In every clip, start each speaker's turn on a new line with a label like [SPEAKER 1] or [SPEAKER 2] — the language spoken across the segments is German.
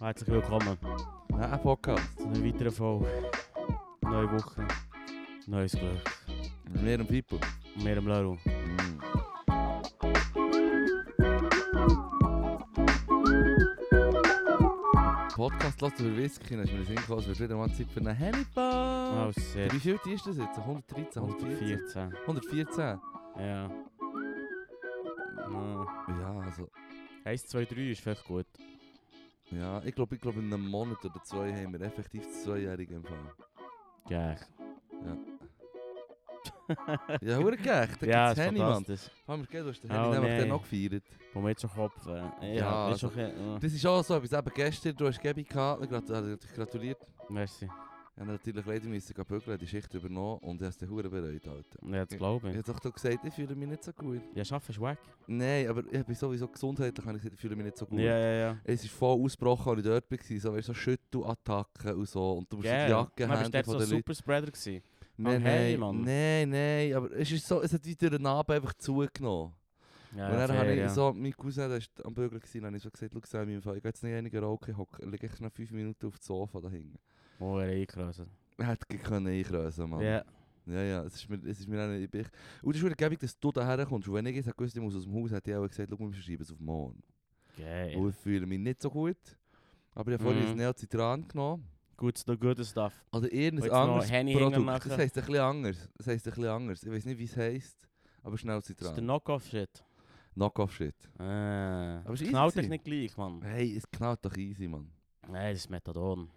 [SPEAKER 1] Herzlich willkommen
[SPEAKER 2] Nein, Podcast.
[SPEAKER 1] zu einer weiteren Folge. Neue Woche, neues Glück.
[SPEAKER 2] Mit mir und Pippo.
[SPEAKER 1] Und wir am Laru.
[SPEAKER 2] Mm. Podcast lässt über Whisky, dann ist mir in den Sinn gekommen, es wird wieder mal Zeit für eine Hennibal.
[SPEAKER 1] Oh, sehr.
[SPEAKER 2] Wie viel ist das jetzt? 113, 114?
[SPEAKER 1] 114.
[SPEAKER 2] 114?
[SPEAKER 1] Ja. Nou, Ja.
[SPEAKER 2] Ja, also,
[SPEAKER 1] 1, 2, 3 ist vielleicht gut.
[SPEAKER 2] ja, ich glaube, ich glaub, in einem Monat oder zwei haben wir effektiv das Zweijährige im Fall.
[SPEAKER 1] Gell.
[SPEAKER 2] Ja, hure gerecht, da
[SPEAKER 1] Ja,
[SPEAKER 2] gibt's
[SPEAKER 1] ist
[SPEAKER 2] Henny, Mann.
[SPEAKER 1] fantastisch.
[SPEAKER 2] Haben wir gesehen, du hast den
[SPEAKER 1] Oh,
[SPEAKER 2] Henny nämlich
[SPEAKER 1] nee.
[SPEAKER 2] dann noch gefeiert.
[SPEAKER 1] Wo wir jetzt schon klopfen. eh, Ja,
[SPEAKER 2] Ja,
[SPEAKER 1] ist schon ein
[SPEAKER 2] Das ist auch so etwas, eben gestern, du hast Gabi gehabt, ich gratu- habe dich gratuliert.
[SPEAKER 1] bisschen- Merci.
[SPEAKER 2] Ich habe natürlich leider müssen gehen bügeln, die Schicht übernommen und ich habe es dann verdammt bereut, Alter.
[SPEAKER 1] Ja, das
[SPEAKER 2] Ich
[SPEAKER 1] glaube ich.
[SPEAKER 2] habe doch da gesagt, ich fühle mich nicht so gut.
[SPEAKER 1] Ja, Schaffen ist weg.
[SPEAKER 2] Nein, aber ich bin sowieso gesundheitlich, habe ich gesagt, ich fühle mich nicht so gut.
[SPEAKER 1] Ja, ja, ja.
[SPEAKER 2] Es ist voll ausgebrochen, als ich dort war, so, weißt, so Schüttelattacken und so. Und du musst yeah. die Jacke
[SPEAKER 1] Nein, bist
[SPEAKER 2] haben
[SPEAKER 1] du
[SPEAKER 2] von
[SPEAKER 1] so ein
[SPEAKER 2] den Leuten.
[SPEAKER 1] Superspreader gewesen?
[SPEAKER 2] Nein,
[SPEAKER 1] am Handy,
[SPEAKER 2] nein,
[SPEAKER 1] Mann.
[SPEAKER 2] nein, nein, aber es, ist so, es hat wieder den Abend einfach zugenommen.
[SPEAKER 1] Ja,
[SPEAKER 2] und dann
[SPEAKER 1] fair,
[SPEAKER 2] habe ich
[SPEAKER 1] ja.
[SPEAKER 2] so, mein Cousin, der ist am Bügeln gewesen, habe ich so gesagt, schau, Sam, ich gehe jetzt nicht weniger rauchen, ich hocke- liege ich noch fünf Minuten auf dem Sofa da hinten.
[SPEAKER 1] Oh, er eingeröselt.
[SPEAKER 2] Er hätte können einkrösen, Mann.
[SPEAKER 1] Ja.
[SPEAKER 2] Ja, ja, es ist mir, es ist mir auch nicht, ich bin, und es ist wirklich dass du daher kommst. Und wenn ich gesagt gewusst, ich muss aus dem Haus, hätte ich auch gesagt, schau, wir verschieben es auf morgen.
[SPEAKER 1] Geil.
[SPEAKER 2] Und ich fühle mich nicht so gut. Aber ich habe vorhin
[SPEAKER 1] Mhm.
[SPEAKER 2] ein Neocitran genommen.
[SPEAKER 1] Gutes, noch gutes Stuff.
[SPEAKER 2] Oder
[SPEAKER 1] Willst
[SPEAKER 2] irgendein
[SPEAKER 1] du noch
[SPEAKER 2] anderes
[SPEAKER 1] Henny hinten
[SPEAKER 2] Produkt.
[SPEAKER 1] machen?
[SPEAKER 2] Das heisst ein bisschen anders. Das heisst ein bisschen anders. Ich weiß nicht, wie es heisst. Aber schnell
[SPEAKER 1] Das ist der
[SPEAKER 2] Zitran.
[SPEAKER 1] Knock-Off-Shit.
[SPEAKER 2] Knock-off-Shit.
[SPEAKER 1] Ah.
[SPEAKER 2] Aber ist
[SPEAKER 1] knallt
[SPEAKER 2] easy
[SPEAKER 1] dich nicht gleich, Mann.
[SPEAKER 2] Hey, es knallt doch easy, Mann.
[SPEAKER 1] Nein, das ist Methadon.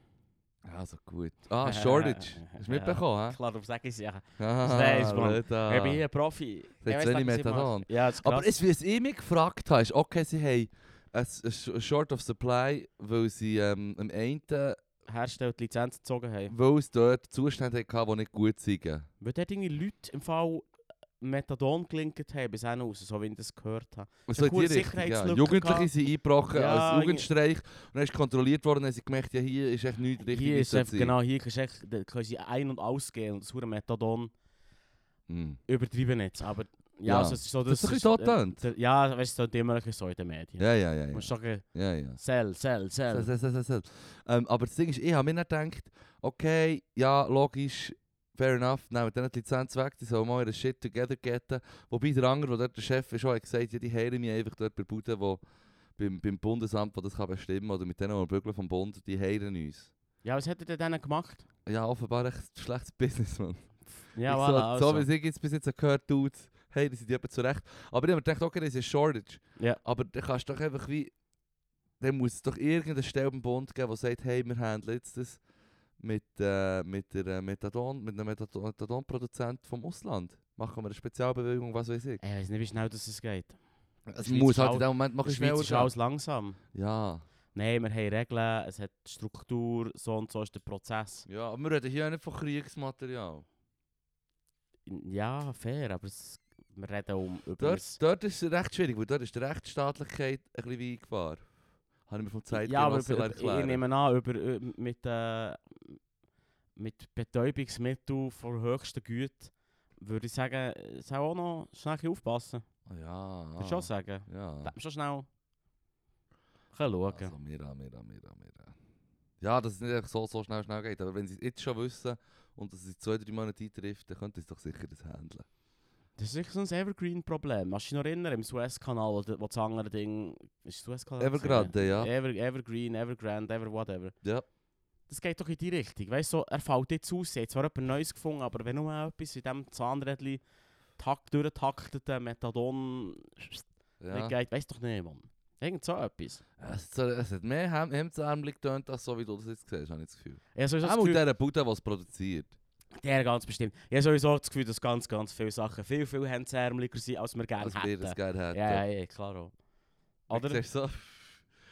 [SPEAKER 2] Also gut. Ah, Shortage. Hast du
[SPEAKER 1] Ja.
[SPEAKER 2] mitbekommen, hä?
[SPEAKER 1] Klar, darum sage ich es ja.
[SPEAKER 2] Ah,
[SPEAKER 1] nice, Mann. Ich bin hier
[SPEAKER 2] Leute.
[SPEAKER 1] ein Profi. Ich
[SPEAKER 2] Jetzt
[SPEAKER 1] weiss
[SPEAKER 2] will ich
[SPEAKER 1] nicht, was mache.
[SPEAKER 2] Methadon.
[SPEAKER 1] Ja, das ist krass.
[SPEAKER 2] Aber es, wie es ich mich gefragt habe, ist, okay, sie haben ein, ein Sh- Short of Supply, weil sie ähm, am Ende,
[SPEAKER 1] Herstellt die Lizenz gezogen haben.
[SPEAKER 2] weil es dort Zustände hatten, die nicht gut sind.
[SPEAKER 1] Weil dort irgendwie Leute im Fall Methadon gelinkt haben, bis hinten raus, so wie ich das gehört habe.
[SPEAKER 2] Also
[SPEAKER 1] eine
[SPEAKER 2] in die
[SPEAKER 1] coole
[SPEAKER 2] Richtung, ja.
[SPEAKER 1] Sicherheitslücke
[SPEAKER 2] Jugendliche
[SPEAKER 1] gehabt.
[SPEAKER 2] sind eingebrochen
[SPEAKER 1] Ja,
[SPEAKER 2] als Jugendstreich und dann ist kontrolliert worden und haben sie gemerkt, ja, hier ist echt nichts richtig.
[SPEAKER 1] Hier ist
[SPEAKER 2] mit
[SPEAKER 1] einfach,
[SPEAKER 2] zu
[SPEAKER 1] genau, hier kannst du echt- da können sie ein- und ausgehen und das hure Methadon
[SPEAKER 2] sein. Mm.
[SPEAKER 1] übertrieben jetzt. Aber Ah, ja, dus-
[SPEAKER 2] Ja.
[SPEAKER 1] Also, es ist so,
[SPEAKER 2] Das ist
[SPEAKER 1] das
[SPEAKER 2] ein bisschen
[SPEAKER 1] ist-
[SPEAKER 2] totent.
[SPEAKER 1] der- eh, Ja, weißt du, es ist immer ein bisschen so in den Medien.
[SPEAKER 2] Ja, ja, ja.
[SPEAKER 1] Du
[SPEAKER 2] ja.
[SPEAKER 1] musst sagen,
[SPEAKER 2] ja, ja.
[SPEAKER 1] sell, sell, sell.
[SPEAKER 2] Sel- sel- sel- sel- sel. Ähm, aber das Ding ist, ich habe mir dann gedacht, okay, ja, logisch, fair enough, nehmen dann die Lizenz weg, die sollen mal ihren Shit together getten. Wobei der andere, der dort der Chef ist, auch hat gesagt, ja, die heilen mich einfach dort bei Bude, wo beim, beim Bundesamt, wo das kann bestimmen oder mit denen, die bügeln vom Bund, die heilen uns.
[SPEAKER 1] Ja, was hat er denn dann gemacht?
[SPEAKER 2] Ja, offenbar echt ein schlechtes Business, man.
[SPEAKER 1] Ja,
[SPEAKER 2] Ich
[SPEAKER 1] voilà,
[SPEAKER 2] so, so
[SPEAKER 1] also.
[SPEAKER 2] wie ich jetzt bis jetzt gehört habe, hey, das sind die eben zurecht. Aber ich habe mir gedacht, okay, das ist eine Shortage.
[SPEAKER 1] Ja.
[SPEAKER 2] Aber dann kannst du doch einfach wie. Dann muss es doch irgendeinen Stelle im Bund geben, der sagt, hey, wir handeln jetzt das mit, äh, mit, der, äh, Methadon, mit einem Methadon- Methadonproduzent vom Ausland. Machen wir eine Spezialbewegung, was weiß ich.
[SPEAKER 1] Ich weiß nicht, wie schnell das es geht.
[SPEAKER 2] Es
[SPEAKER 1] Schweiz
[SPEAKER 2] muss
[SPEAKER 1] ist
[SPEAKER 2] halt
[SPEAKER 1] auch-
[SPEAKER 2] in dem Moment
[SPEAKER 1] In
[SPEAKER 2] machen
[SPEAKER 1] der Schweiz
[SPEAKER 2] schneller.
[SPEAKER 1] ist alles langsam.
[SPEAKER 2] gehen. Ja.
[SPEAKER 1] Nein, wir haben Regeln, es hat Struktur, so und so ist der Prozess.
[SPEAKER 2] Ja, aber wir reden hier auch nicht von Kriegsmaterial.
[SPEAKER 1] Ja, fair, aber es, wir reden um über
[SPEAKER 2] Dort,
[SPEAKER 1] das-
[SPEAKER 2] dort ist es recht schwierig, weil dort ist die Rechtsstaatlichkeit ein bisschen wie Gefahr. Habe ich mir vom Zeitgenossen
[SPEAKER 1] Ja, aber über,
[SPEAKER 2] erklären.
[SPEAKER 1] ich nehme an, über, äh, mit, äh, mit Betäubungsmitteln von höchster Güte würde ich sagen, eh, es soll auch noch schnell ein bisschen aufpassen.
[SPEAKER 2] Ah, Ja.
[SPEAKER 1] Würde ich schon sagen.
[SPEAKER 2] Ja.
[SPEAKER 1] Darf man schon schnell können schauen.
[SPEAKER 2] Also, mira, mira, mira, mira. Ja, dass es nicht einfach so, so schnell, schnell geht. Aber wenn sie es jetzt schon wissen und dass es in zwei, drei Monaten eintrifft, dann könnten sie doch sicher das handeln.
[SPEAKER 1] Das ist sicher so ein Evergreen-Problem. Hast du dich noch erinnern, im Suezkanal, wo, wo das andere Ding... Ist es Suezkanal? gewesen?
[SPEAKER 2] Evergrande, ja.
[SPEAKER 1] Ever, Evergreen, Evergrande, Ever whatever.
[SPEAKER 2] Ja.
[SPEAKER 1] Das geht doch in die Richtung. Weißt du, so, er fällt jetzt aus, jetzt zwar jemand Neues gefunden, aber wenn nur etwas in diesem Zahnrädchen takt, durchtakteten eh, Methadon
[SPEAKER 2] ja.
[SPEAKER 1] nicht geht, weiss doch nicht, Mann. Irgend so etwas.
[SPEAKER 2] Es, hat so, es hat mehr Hem Hemdsärmel getönt, als so wie du das jetzt siehst, habe ich das Gefühl.
[SPEAKER 1] Ich habe sowieso das
[SPEAKER 2] Auch mit
[SPEAKER 1] Gefühl,
[SPEAKER 2] dieser Bude, die es produziert.
[SPEAKER 1] der ganz bestimmt. Ich habe sowieso das Gefühl, dass ganz, ganz viele Sachen viel, viel hemdsärmeliger sind, als wir gerne
[SPEAKER 2] Als wir
[SPEAKER 1] hätten.
[SPEAKER 2] das gerne hätten.
[SPEAKER 1] ja, ja, ja, klar auch.
[SPEAKER 2] Oder?
[SPEAKER 1] Oder?
[SPEAKER 2] Dann siehst du so,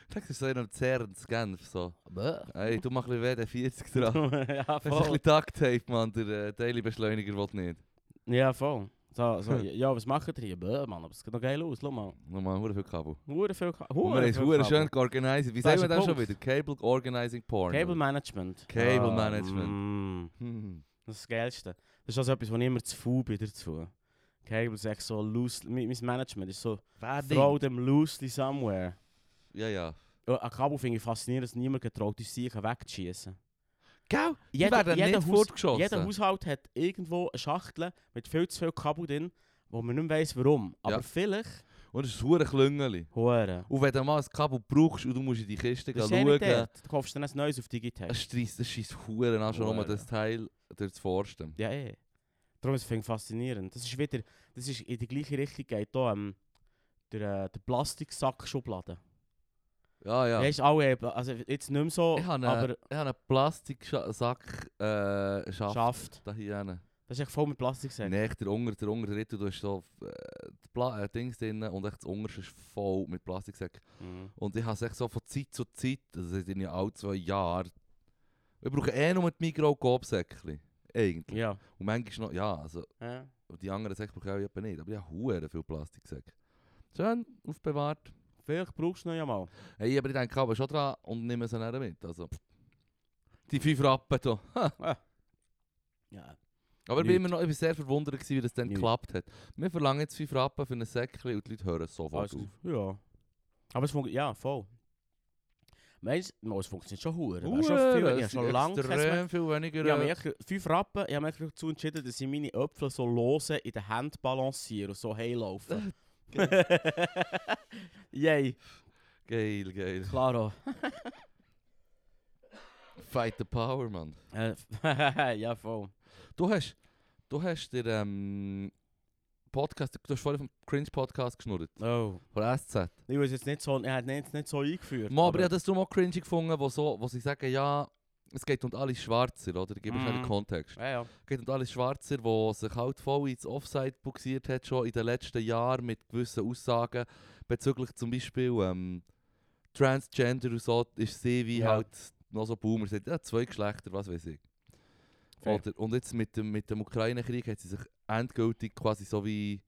[SPEAKER 2] dann siehst du so in einem Zerren zu Genf so.
[SPEAKER 1] Bäh.
[SPEAKER 2] Hey, du machst ein bisschen weh, der 40 dran.
[SPEAKER 1] ja,
[SPEAKER 2] Das ist ein
[SPEAKER 1] voll.
[SPEAKER 2] bisschen Ducktape, Mann. Der äh, Daily-Beschleuniger will nicht.
[SPEAKER 1] Ja, voll. So, so, ja, was macht ihr hier? Bäh, Mann, aber es geht noch geil aus. Schau mal.
[SPEAKER 2] Nochmal, hure viel Kabel.
[SPEAKER 1] Hure viel Ka-
[SPEAKER 2] Und wir
[SPEAKER 1] hure
[SPEAKER 2] haben es
[SPEAKER 1] viel
[SPEAKER 2] hure
[SPEAKER 1] Kabel.
[SPEAKER 2] schön georganisiert. Wie
[SPEAKER 1] Das
[SPEAKER 2] sagen
[SPEAKER 1] ist
[SPEAKER 2] wir
[SPEAKER 1] ein
[SPEAKER 2] das schon
[SPEAKER 1] Punkt.
[SPEAKER 2] wieder? Cable Organizing Hmm. Porn.
[SPEAKER 1] Cable Management.
[SPEAKER 2] Cable
[SPEAKER 1] Ah,
[SPEAKER 2] Management.
[SPEAKER 1] mm,
[SPEAKER 2] Hm.
[SPEAKER 1] das ist das Geilste. Dus Das ist also etwas, wo ich immer zu faul bin dazu. Cable ist echt so loose. Mein, mein Management ist so, throw them loosely somewhere.
[SPEAKER 2] Ja, ja.
[SPEAKER 1] Ja, Ein Kabel finde ich faszinierend, dass niemand getraut ist, Sicher wegzuschießen.
[SPEAKER 2] Gell? Die
[SPEAKER 1] Jeder-
[SPEAKER 2] werden
[SPEAKER 1] jeder
[SPEAKER 2] nicht
[SPEAKER 1] Haus-
[SPEAKER 2] fortgeschossen.
[SPEAKER 1] Jeder Haushalt hat irgendwo eine Schachtel mit viel zu viel Kabel drin, wo man nicht mehr weiss, warum. Aber
[SPEAKER 2] Ja.
[SPEAKER 1] vielleicht,
[SPEAKER 2] Und es ist ein verdammtes Klüngeli.
[SPEAKER 1] hören.
[SPEAKER 2] Und wenn du mal ein Kabel brauchst und du musst in die Kiste
[SPEAKER 1] Das
[SPEAKER 2] gehen
[SPEAKER 1] ist eh nicht
[SPEAKER 2] schauen,
[SPEAKER 1] dort. Du kaufst dann ein neues auf Digitech.
[SPEAKER 2] es streisst das scheiß Huren an, schon nur
[SPEAKER 1] Hure.
[SPEAKER 2] das Teil durchs Forsten.
[SPEAKER 1] Ja, eh. Darum ist es finde ich faszinierend. Das ist wieder, das ist in die gleiche Richtung geht hier, ähm, der, äh, der Plastiksack-Schublade.
[SPEAKER 2] Ja, ja.
[SPEAKER 1] Weißt du, alle, haben- also jetzt nicht mehr so,
[SPEAKER 2] Ich habe
[SPEAKER 1] aber
[SPEAKER 2] einen, ich habe einen Plastiksack äh, Schaft
[SPEAKER 1] schafft.
[SPEAKER 2] da hier eh, hinten.
[SPEAKER 1] Das ist echt voll mit Plastiksäcken.
[SPEAKER 2] Nee, echt der Unger, der Unger dritte, du hast so äh, die Pla äh, Dings drin und echt das Ungerste ist voll mit Plastiksäcken.
[SPEAKER 1] Mhm.
[SPEAKER 2] Und ich habe es echt so von Zeit zu Zeit, also in ja alle zwei Jahren. Ich brauche eh nur die Migros Gobsäckchen. Eigentlich.
[SPEAKER 1] Ja. Äh,
[SPEAKER 2] Und manchmal noch, ja, also
[SPEAKER 1] ja.
[SPEAKER 2] die anderen Säcke brauche ich auch eben nicht. Aber ich habe huere viel Plastiksäcke. Schön aufbewahrt.
[SPEAKER 1] Vielleicht brauchst du noch ja mal.
[SPEAKER 2] Hey, aber ich denke aber schon dran und nehme sie dann mit. Also, pff. die fünf Rappen hier.
[SPEAKER 1] Ja.
[SPEAKER 2] Aber ich bin,
[SPEAKER 1] Nicht.
[SPEAKER 2] immer noch, ich bin sehr verwundert, gewesen, wie das dann
[SPEAKER 1] Nicht.
[SPEAKER 2] geklappt hat. Wir verlangen jetzt 5 Rappen für ein Säckchen und die Leute hören sofort
[SPEAKER 1] Also,
[SPEAKER 2] auf.
[SPEAKER 1] ja. Aber es funktioniert, ja, voll. Meinst du, es funktioniert schon hure.
[SPEAKER 2] Hure,
[SPEAKER 1] Hure, schon viel, ich
[SPEAKER 2] es
[SPEAKER 1] habe
[SPEAKER 2] ist
[SPEAKER 1] schon lange keins mehr-
[SPEAKER 2] extrem viel weniger.
[SPEAKER 1] Ja,
[SPEAKER 2] äh,
[SPEAKER 1] aber ich habe fünf Rappen, ich habe mich dazu entschieden, dass ich meine Äpfel so lose in den Händen balanciere und so heilaufen. Yay,
[SPEAKER 2] äh, Geil, geil.
[SPEAKER 1] klaro.
[SPEAKER 2] Fight the power, Mann.
[SPEAKER 1] Äh, ja, voll.
[SPEAKER 2] Du hast, du hast dir ähm, Podcast, du hast vorhin vom Cringe-Podcast geschnurrt.
[SPEAKER 1] Oh.
[SPEAKER 2] Von SZ.
[SPEAKER 1] Ich weiß jetzt nicht so, ich hätte es nicht so eingeführt.
[SPEAKER 2] Mo, aber ich habe das darum auch cringy gefunden, wo, so, wo sie sagen, ja, es geht um alle Schwarzer, oder? Ich gebe schnell den
[SPEAKER 1] Mhm.
[SPEAKER 2] Kontext.
[SPEAKER 1] Ja, ja.
[SPEAKER 2] Es geht um alle Schwarzer, die sich halt voll ins Offside boxiert hat, schon in den letzten Jahren mit gewissen Aussagen bezüglich zum Beispiel ähm, Transgender und so, ist sie wie
[SPEAKER 1] Ja.
[SPEAKER 2] halt noch so Boomer, sagt, ja, zwei Geschlechter, was weiß ich.
[SPEAKER 1] Fair.
[SPEAKER 2] Oder, und jetzt mit dem, mit dem Ukraine-Krieg hat sie sich endgültig quasi so wie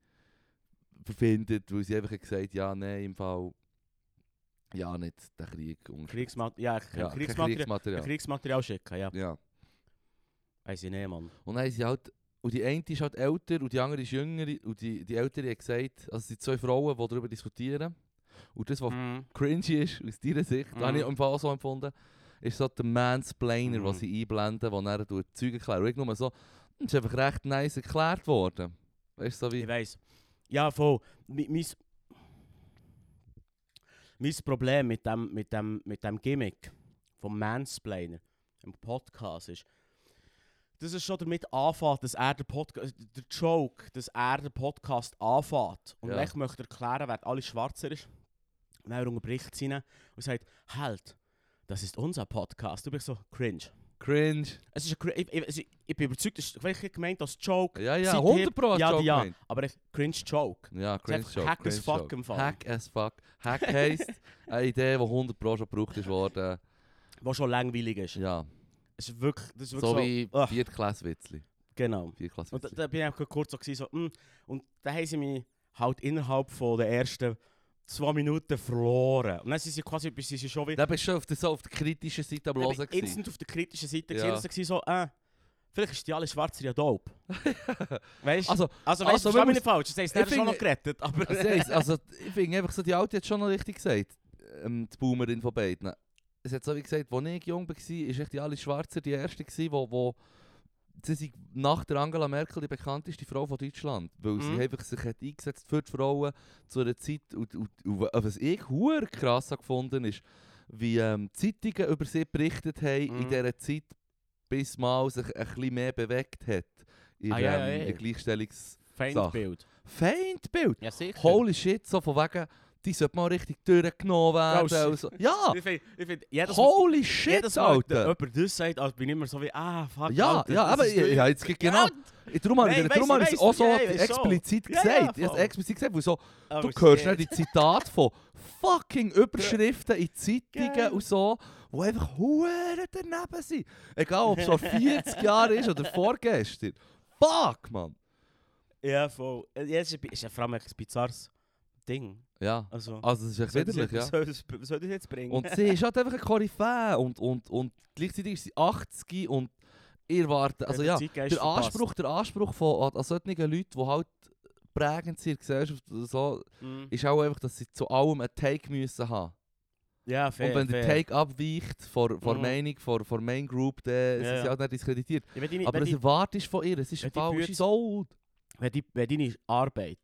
[SPEAKER 2] verfindet, weil sie einfach hat gesagt ja, nein, im Fall, ja, nicht den Krieg. und-
[SPEAKER 1] Kriegsmat ja,
[SPEAKER 2] ja, kein
[SPEAKER 1] Kriegsmaterial,
[SPEAKER 2] Kriegsmaterial.
[SPEAKER 1] Kriegsmaterial schicken, ja.
[SPEAKER 2] Ja.
[SPEAKER 1] Weiß ich nicht, Mann.
[SPEAKER 2] Und dann haben sie halt, und die eine ist halt älter und die andere ist jünger. Und die, die Ältere hat gesagt, also es sind zwei Frauen, die darüber diskutieren. Und das, was
[SPEAKER 1] Mhm.
[SPEAKER 2] cringy ist, aus deiner Sicht,
[SPEAKER 1] Mhm.
[SPEAKER 2] habe ich im Fall auch so empfunden, ist so der Mansplainer,
[SPEAKER 1] Mhm.
[SPEAKER 2] was sie einblenden, der dann durch die Zeug erklärt. Und ich nur so, das ist einfach recht nice erklärt worden. Weißt du, so wie.
[SPEAKER 1] Ich weiß. Ja, voll. Mi- Mein, mein Problem mit dem, mit, dem, mit dem Gimmick vom Mansplainer im Podcast ist, dass es schon damit anfängt, dass er den Podcast, der Joke, dass er den Podcast anfängt. Und
[SPEAKER 2] Ja.
[SPEAKER 1] ich möchte erklären, wer alles schwarzer ist. Und er unterbricht sie und sagt, halt, das ist unser Podcast. Du bist so cringe.
[SPEAKER 2] Cringe.
[SPEAKER 1] Es ist ein, cri- ich, ich, ich bin überzeugt, das ist- vielleicht gemeint als Joke,
[SPEAKER 2] Ja, ja,
[SPEAKER 1] Seither-
[SPEAKER 2] 100 Pro hast du
[SPEAKER 1] ja,
[SPEAKER 2] auch
[SPEAKER 1] die- ja.
[SPEAKER 2] gemeint.
[SPEAKER 1] aber ein cringe Joke.
[SPEAKER 2] Ja,
[SPEAKER 1] ist
[SPEAKER 2] cringe
[SPEAKER 1] einfach
[SPEAKER 2] Joke.
[SPEAKER 1] hack as
[SPEAKER 2] cringe
[SPEAKER 1] fuck
[SPEAKER 2] Joke.
[SPEAKER 1] im Fall.
[SPEAKER 2] Hack as fuck. Hack heisst eine Idee, die 100 Pro schon gebraucht ist worden.
[SPEAKER 1] was schon langweilig ist.
[SPEAKER 2] Ja.
[SPEAKER 1] Es ist wirklich, das ist wirklich
[SPEAKER 2] So wie
[SPEAKER 1] ugh,
[SPEAKER 2] Viertklasswitzli.
[SPEAKER 1] genau. Und da,
[SPEAKER 2] Viertklasswitzli.
[SPEAKER 1] da bin ich einfach kurz so, gewesen, so mm. und da haben sie mich halt innerhalb von der ersten zwei Minuten verloren. Und dann sind sie quasi, sind sie schon wieder
[SPEAKER 2] Da bist du schon auf der, so auf der kritischen Seite am
[SPEAKER 1] dann bin
[SPEAKER 2] Hören
[SPEAKER 1] ich
[SPEAKER 2] gewesen.
[SPEAKER 1] instant auf der kritischen Seite
[SPEAKER 2] Ja.
[SPEAKER 1] ja. gesehen, so, äh, vielleicht ist die alle Schwarze ja dope. weißt du?
[SPEAKER 2] Also,
[SPEAKER 1] Also, weißt du,
[SPEAKER 2] also, wenn
[SPEAKER 1] versteh mich
[SPEAKER 2] wir's-
[SPEAKER 1] nicht falsch, das heißt, der
[SPEAKER 2] Ich
[SPEAKER 1] ist schon
[SPEAKER 2] finde-
[SPEAKER 1] noch gerettet, aber...
[SPEAKER 2] also, ja, also ich finde einfach so, die Alte hat schon noch richtig gesagt, ähm, die Boomerin von beiden. Es hat so wie gesagt, als ich jung war, war echt die alle Schwarzer die erste, gewesen, wo, wo sie sind nach der Angela Merkel die bekannteste Frau von Deutschland, weil
[SPEAKER 1] Mhm.
[SPEAKER 2] sie einfach sich hat eingesetzt für die Frauen zu einer Zeit, und, und, und was ich huere krass habe gefunden ist, wie ähm, Zeitungen über sie berichtet haben in
[SPEAKER 1] Mhm.
[SPEAKER 2] dieser Zeit, bis mal sich ein bisschen mehr bewegt hat in
[SPEAKER 1] Ah, ja,
[SPEAKER 2] ähm,
[SPEAKER 1] ja, ja.
[SPEAKER 2] der Gleichstellungs-
[SPEAKER 1] Feindbild.
[SPEAKER 2] Feindbild!
[SPEAKER 1] Ja, sicher.
[SPEAKER 2] Holy shit, so von wegen, die sollte mal richtig durchgenommen werden.
[SPEAKER 1] Oh, shit.
[SPEAKER 2] also, ja,
[SPEAKER 1] Ich finde, ich find, jedes Mal-
[SPEAKER 2] holy shit,
[SPEAKER 1] jedes Mal, wenn
[SPEAKER 2] Alter.
[SPEAKER 1] jemand das sagt, also bin ich immer so wie, ah, fuck,
[SPEAKER 2] Ja,
[SPEAKER 1] Alter,
[SPEAKER 2] ja,
[SPEAKER 1] das
[SPEAKER 2] aber
[SPEAKER 1] ist
[SPEAKER 2] ich,
[SPEAKER 1] durch.
[SPEAKER 2] ja, jetzt geht genau.
[SPEAKER 1] nou,
[SPEAKER 2] Darum habe ich,
[SPEAKER 1] Nein, ich
[SPEAKER 2] darum
[SPEAKER 1] weiss,
[SPEAKER 2] habe ich
[SPEAKER 1] ich
[SPEAKER 2] es auch
[SPEAKER 1] weiss,
[SPEAKER 2] so
[SPEAKER 1] ja, ich weiss
[SPEAKER 2] explizit
[SPEAKER 1] schon. Ja, Nou, ja,
[SPEAKER 2] gesagt. ich habe
[SPEAKER 1] voll.
[SPEAKER 2] es explizit gesagt, weil so, du
[SPEAKER 1] Aber
[SPEAKER 2] hörst
[SPEAKER 1] shit.
[SPEAKER 2] nicht die Zitate von fucking Überschriften in Zeitungen
[SPEAKER 1] Geil.
[SPEAKER 2] und so, die einfach Huren daneben sind. Egal, ob es schon 40 Jahre ist oder vorgestern. Fuck, Mann.
[SPEAKER 1] Ja, voll. Ja, es ist, ein bi- ist ja vor allem ein bizarres Ding.
[SPEAKER 2] Ja,
[SPEAKER 1] Also,
[SPEAKER 2] also es ist echt
[SPEAKER 1] soll das
[SPEAKER 2] widerlich,
[SPEAKER 1] jetzt-
[SPEAKER 2] ja.
[SPEAKER 1] soll das, was soll das jetzt bringen?
[SPEAKER 2] Und sie ist halt einfach ein Koryphäe und, und, und gleichzeitig ist sie 80 und ihr wartet, also
[SPEAKER 1] Der
[SPEAKER 2] ja,
[SPEAKER 1] Zeitgeist
[SPEAKER 2] der
[SPEAKER 1] verpasst.
[SPEAKER 2] Anspruch, der Anspruch von an, an solchen Leuten, die halt prägend sind in der Gesellschaft oder so,
[SPEAKER 1] Mhm.
[SPEAKER 2] ist auch einfach, dass sie zu allem einen Take müssen haben.
[SPEAKER 1] Ja, fair,
[SPEAKER 2] Und wenn der
[SPEAKER 1] fair.
[SPEAKER 2] Take abweicht vor, vor
[SPEAKER 1] Mhm.
[SPEAKER 2] Meinung, vor, vor Main Group, dann sind
[SPEAKER 1] ja.
[SPEAKER 2] sie halt nicht diskreditiert.
[SPEAKER 1] Ja, wenn deine,
[SPEAKER 2] Aber
[SPEAKER 1] wenn
[SPEAKER 2] das
[SPEAKER 1] die-
[SPEAKER 2] erwartest du von ihr, es ist
[SPEAKER 1] wenn die
[SPEAKER 2] ein falsches
[SPEAKER 1] Brüder-
[SPEAKER 2] Sold.
[SPEAKER 1] wenn die- wenn deine Arbeit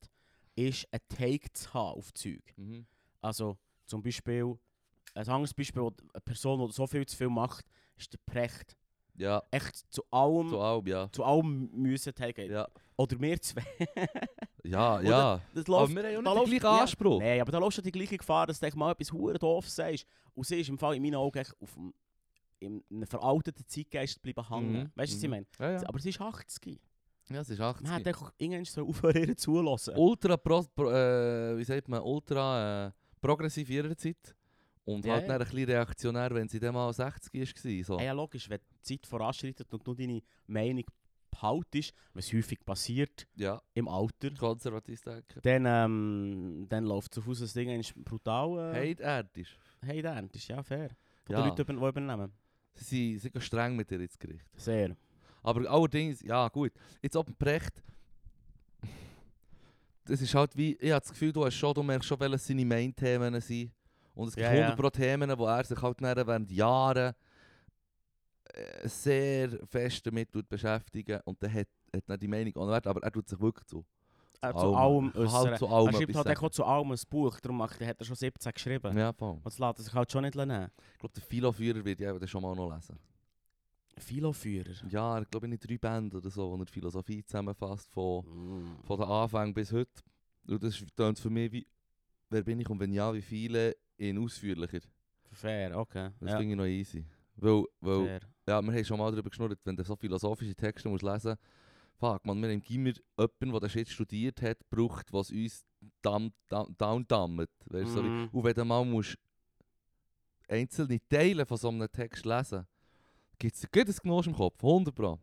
[SPEAKER 1] ist, ein Take zu haben auf Zeug.
[SPEAKER 2] Mhm.
[SPEAKER 1] Also zum Beispiel, ein anderes Beispiel, wo eine Person, die so viel zu viel macht, ist der Precht.
[SPEAKER 2] Ja,
[SPEAKER 1] Echt zu allem,
[SPEAKER 2] so
[SPEAKER 1] zu,
[SPEAKER 2] halb, ja.
[SPEAKER 1] allem müssen Take
[SPEAKER 2] Ja,
[SPEAKER 1] Oder wir zwei.
[SPEAKER 2] ja.
[SPEAKER 1] Und
[SPEAKER 2] ja.
[SPEAKER 1] Das
[SPEAKER 2] Aber
[SPEAKER 1] läuft.
[SPEAKER 2] wir haben
[SPEAKER 1] da
[SPEAKER 2] ja
[SPEAKER 1] läuft-
[SPEAKER 2] nicht den gleichen
[SPEAKER 1] ja.
[SPEAKER 2] Anspruch.
[SPEAKER 1] Nein, aber da läufst du die gleiche Gefahr, dass du echt mal etwas hure doof sagst. Und sie ist im Fall in meinen Augen echt auf dem, in einem veralteten Zeitgeist bleiben hängen.
[SPEAKER 2] Mhm,
[SPEAKER 1] Weißt du, was ich
[SPEAKER 2] mhm.
[SPEAKER 1] meine?
[SPEAKER 2] Ja, ja.
[SPEAKER 1] Aber sie ist 80.
[SPEAKER 2] ja, es ist
[SPEAKER 1] Man
[SPEAKER 2] 80.
[SPEAKER 1] hätte einfach irgendwann so aufhören ihr zulassen.
[SPEAKER 2] ultra pro, pro, äh, wie sagt man, ultra äh, progressiv ihrer Zeit. Und
[SPEAKER 1] Ja,
[SPEAKER 2] halt
[SPEAKER 1] ja.
[SPEAKER 2] dann ein bisschen reaktionär, wenn sie dann mal 60 war. So.
[SPEAKER 1] Ah Ja, logisch, wenn die Zeit voranschreitet und du deine Meinung behaltest, was häufig passiert
[SPEAKER 2] Ja,
[SPEAKER 1] im Alter,
[SPEAKER 2] konservativ denken.
[SPEAKER 1] dann, ähm, dann läuft es auf aus, das Ding ist brutal. Äh,
[SPEAKER 2] Heiderdisch.
[SPEAKER 1] hey, dann, das ist ja fair. Von
[SPEAKER 2] Ja.
[SPEAKER 1] den Leuten, die übernehmen.
[SPEAKER 2] Sie, sind- sie gehen streng mit ihr ins Gericht.
[SPEAKER 1] Sehr.
[SPEAKER 2] Aber allerdings, ja gut, jetzt ob Precht, das ist halt wie, ich habe das Gefühl, du hast schon, du merkst schon, welche seine Main-Themen sind. Und es gibt
[SPEAKER 1] Ja, ja.
[SPEAKER 2] 100 pro Themen, wo er sich halt dann während Jahren äh, sehr fest damit tut beschäftigen und dann hat, hat dann die Meinung auch noch Wert, aber er tut sich wirklich zu.
[SPEAKER 1] Äh, zu
[SPEAKER 2] Allem.
[SPEAKER 1] allem
[SPEAKER 2] Halt
[SPEAKER 1] äußern.
[SPEAKER 2] zu allem
[SPEAKER 1] er schreibt
[SPEAKER 2] etwas
[SPEAKER 1] halt
[SPEAKER 2] sagen.
[SPEAKER 1] auch zu allem um ein Buch, darum macht- hat er schon 17 geschrieben.
[SPEAKER 2] Ja, voll.
[SPEAKER 1] Und das lässt er sich halt schon nicht nehmen.
[SPEAKER 2] Ich glaube, der Philoführer wird ja das schon mal noch lesen.
[SPEAKER 1] Philoführer.
[SPEAKER 2] Ja, er glaube in drei Bänden oder so, wo er die Philosophie zusammenfasst von...
[SPEAKER 1] Mm.
[SPEAKER 2] von der Anfang bis heute. Und das klingt für mich wie, wer bin ich und wenn ja, wie viele, in ausführlicher.
[SPEAKER 1] Fair, okay.
[SPEAKER 2] Das
[SPEAKER 1] ja,
[SPEAKER 2] finde ich noch easy. Weil, weil
[SPEAKER 1] fair.
[SPEAKER 2] ja, wir haben schon mal darüber geschnurrt, wenn du so philosophische Texte musst lesen fuck, man, wir haben immer jemanden, der das jetzt studiert hat, braucht, was uns dam, dam, downdammt. Weißt, du, so wie-
[SPEAKER 1] Mhm.
[SPEAKER 2] Und wenn du mal musst einzelne Teile von so einem Text lesen gibt es ein Genuss im Kopf, 100 Pro.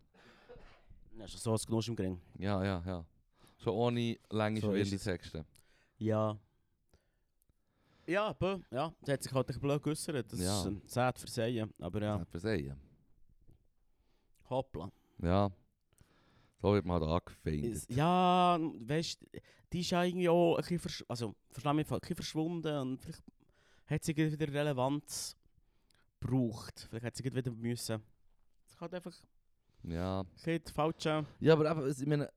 [SPEAKER 1] Das ist so ein Genuss im Gring.
[SPEAKER 2] Ja, ja, ja. Schon ohne lange
[SPEAKER 1] So
[SPEAKER 2] so
[SPEAKER 1] ist
[SPEAKER 2] verwirrende
[SPEAKER 1] es.
[SPEAKER 2] Texte.
[SPEAKER 1] Ja. Ja, bö, ja, das hat sich halt ein blöd geäussert. Das
[SPEAKER 2] Ja.
[SPEAKER 1] ist ähm, sad versehen, aber ja,
[SPEAKER 2] Hat man sehen.
[SPEAKER 1] hoppla.
[SPEAKER 2] Ja. So wird man halt angefeindet.
[SPEAKER 1] Ist, ja, weißt du, die ist ja irgendwie auch ein bisschen, versch also, versteh mich, ein bisschen verschwunden und vielleicht hat sie gerade wieder Relevanz gebraucht. Vielleicht hat sie gerade wieder müssen. Es hat einfach ein
[SPEAKER 2] Ja.
[SPEAKER 1] bisschen die falsche...
[SPEAKER 2] Ja, aber eben, es- ich meine,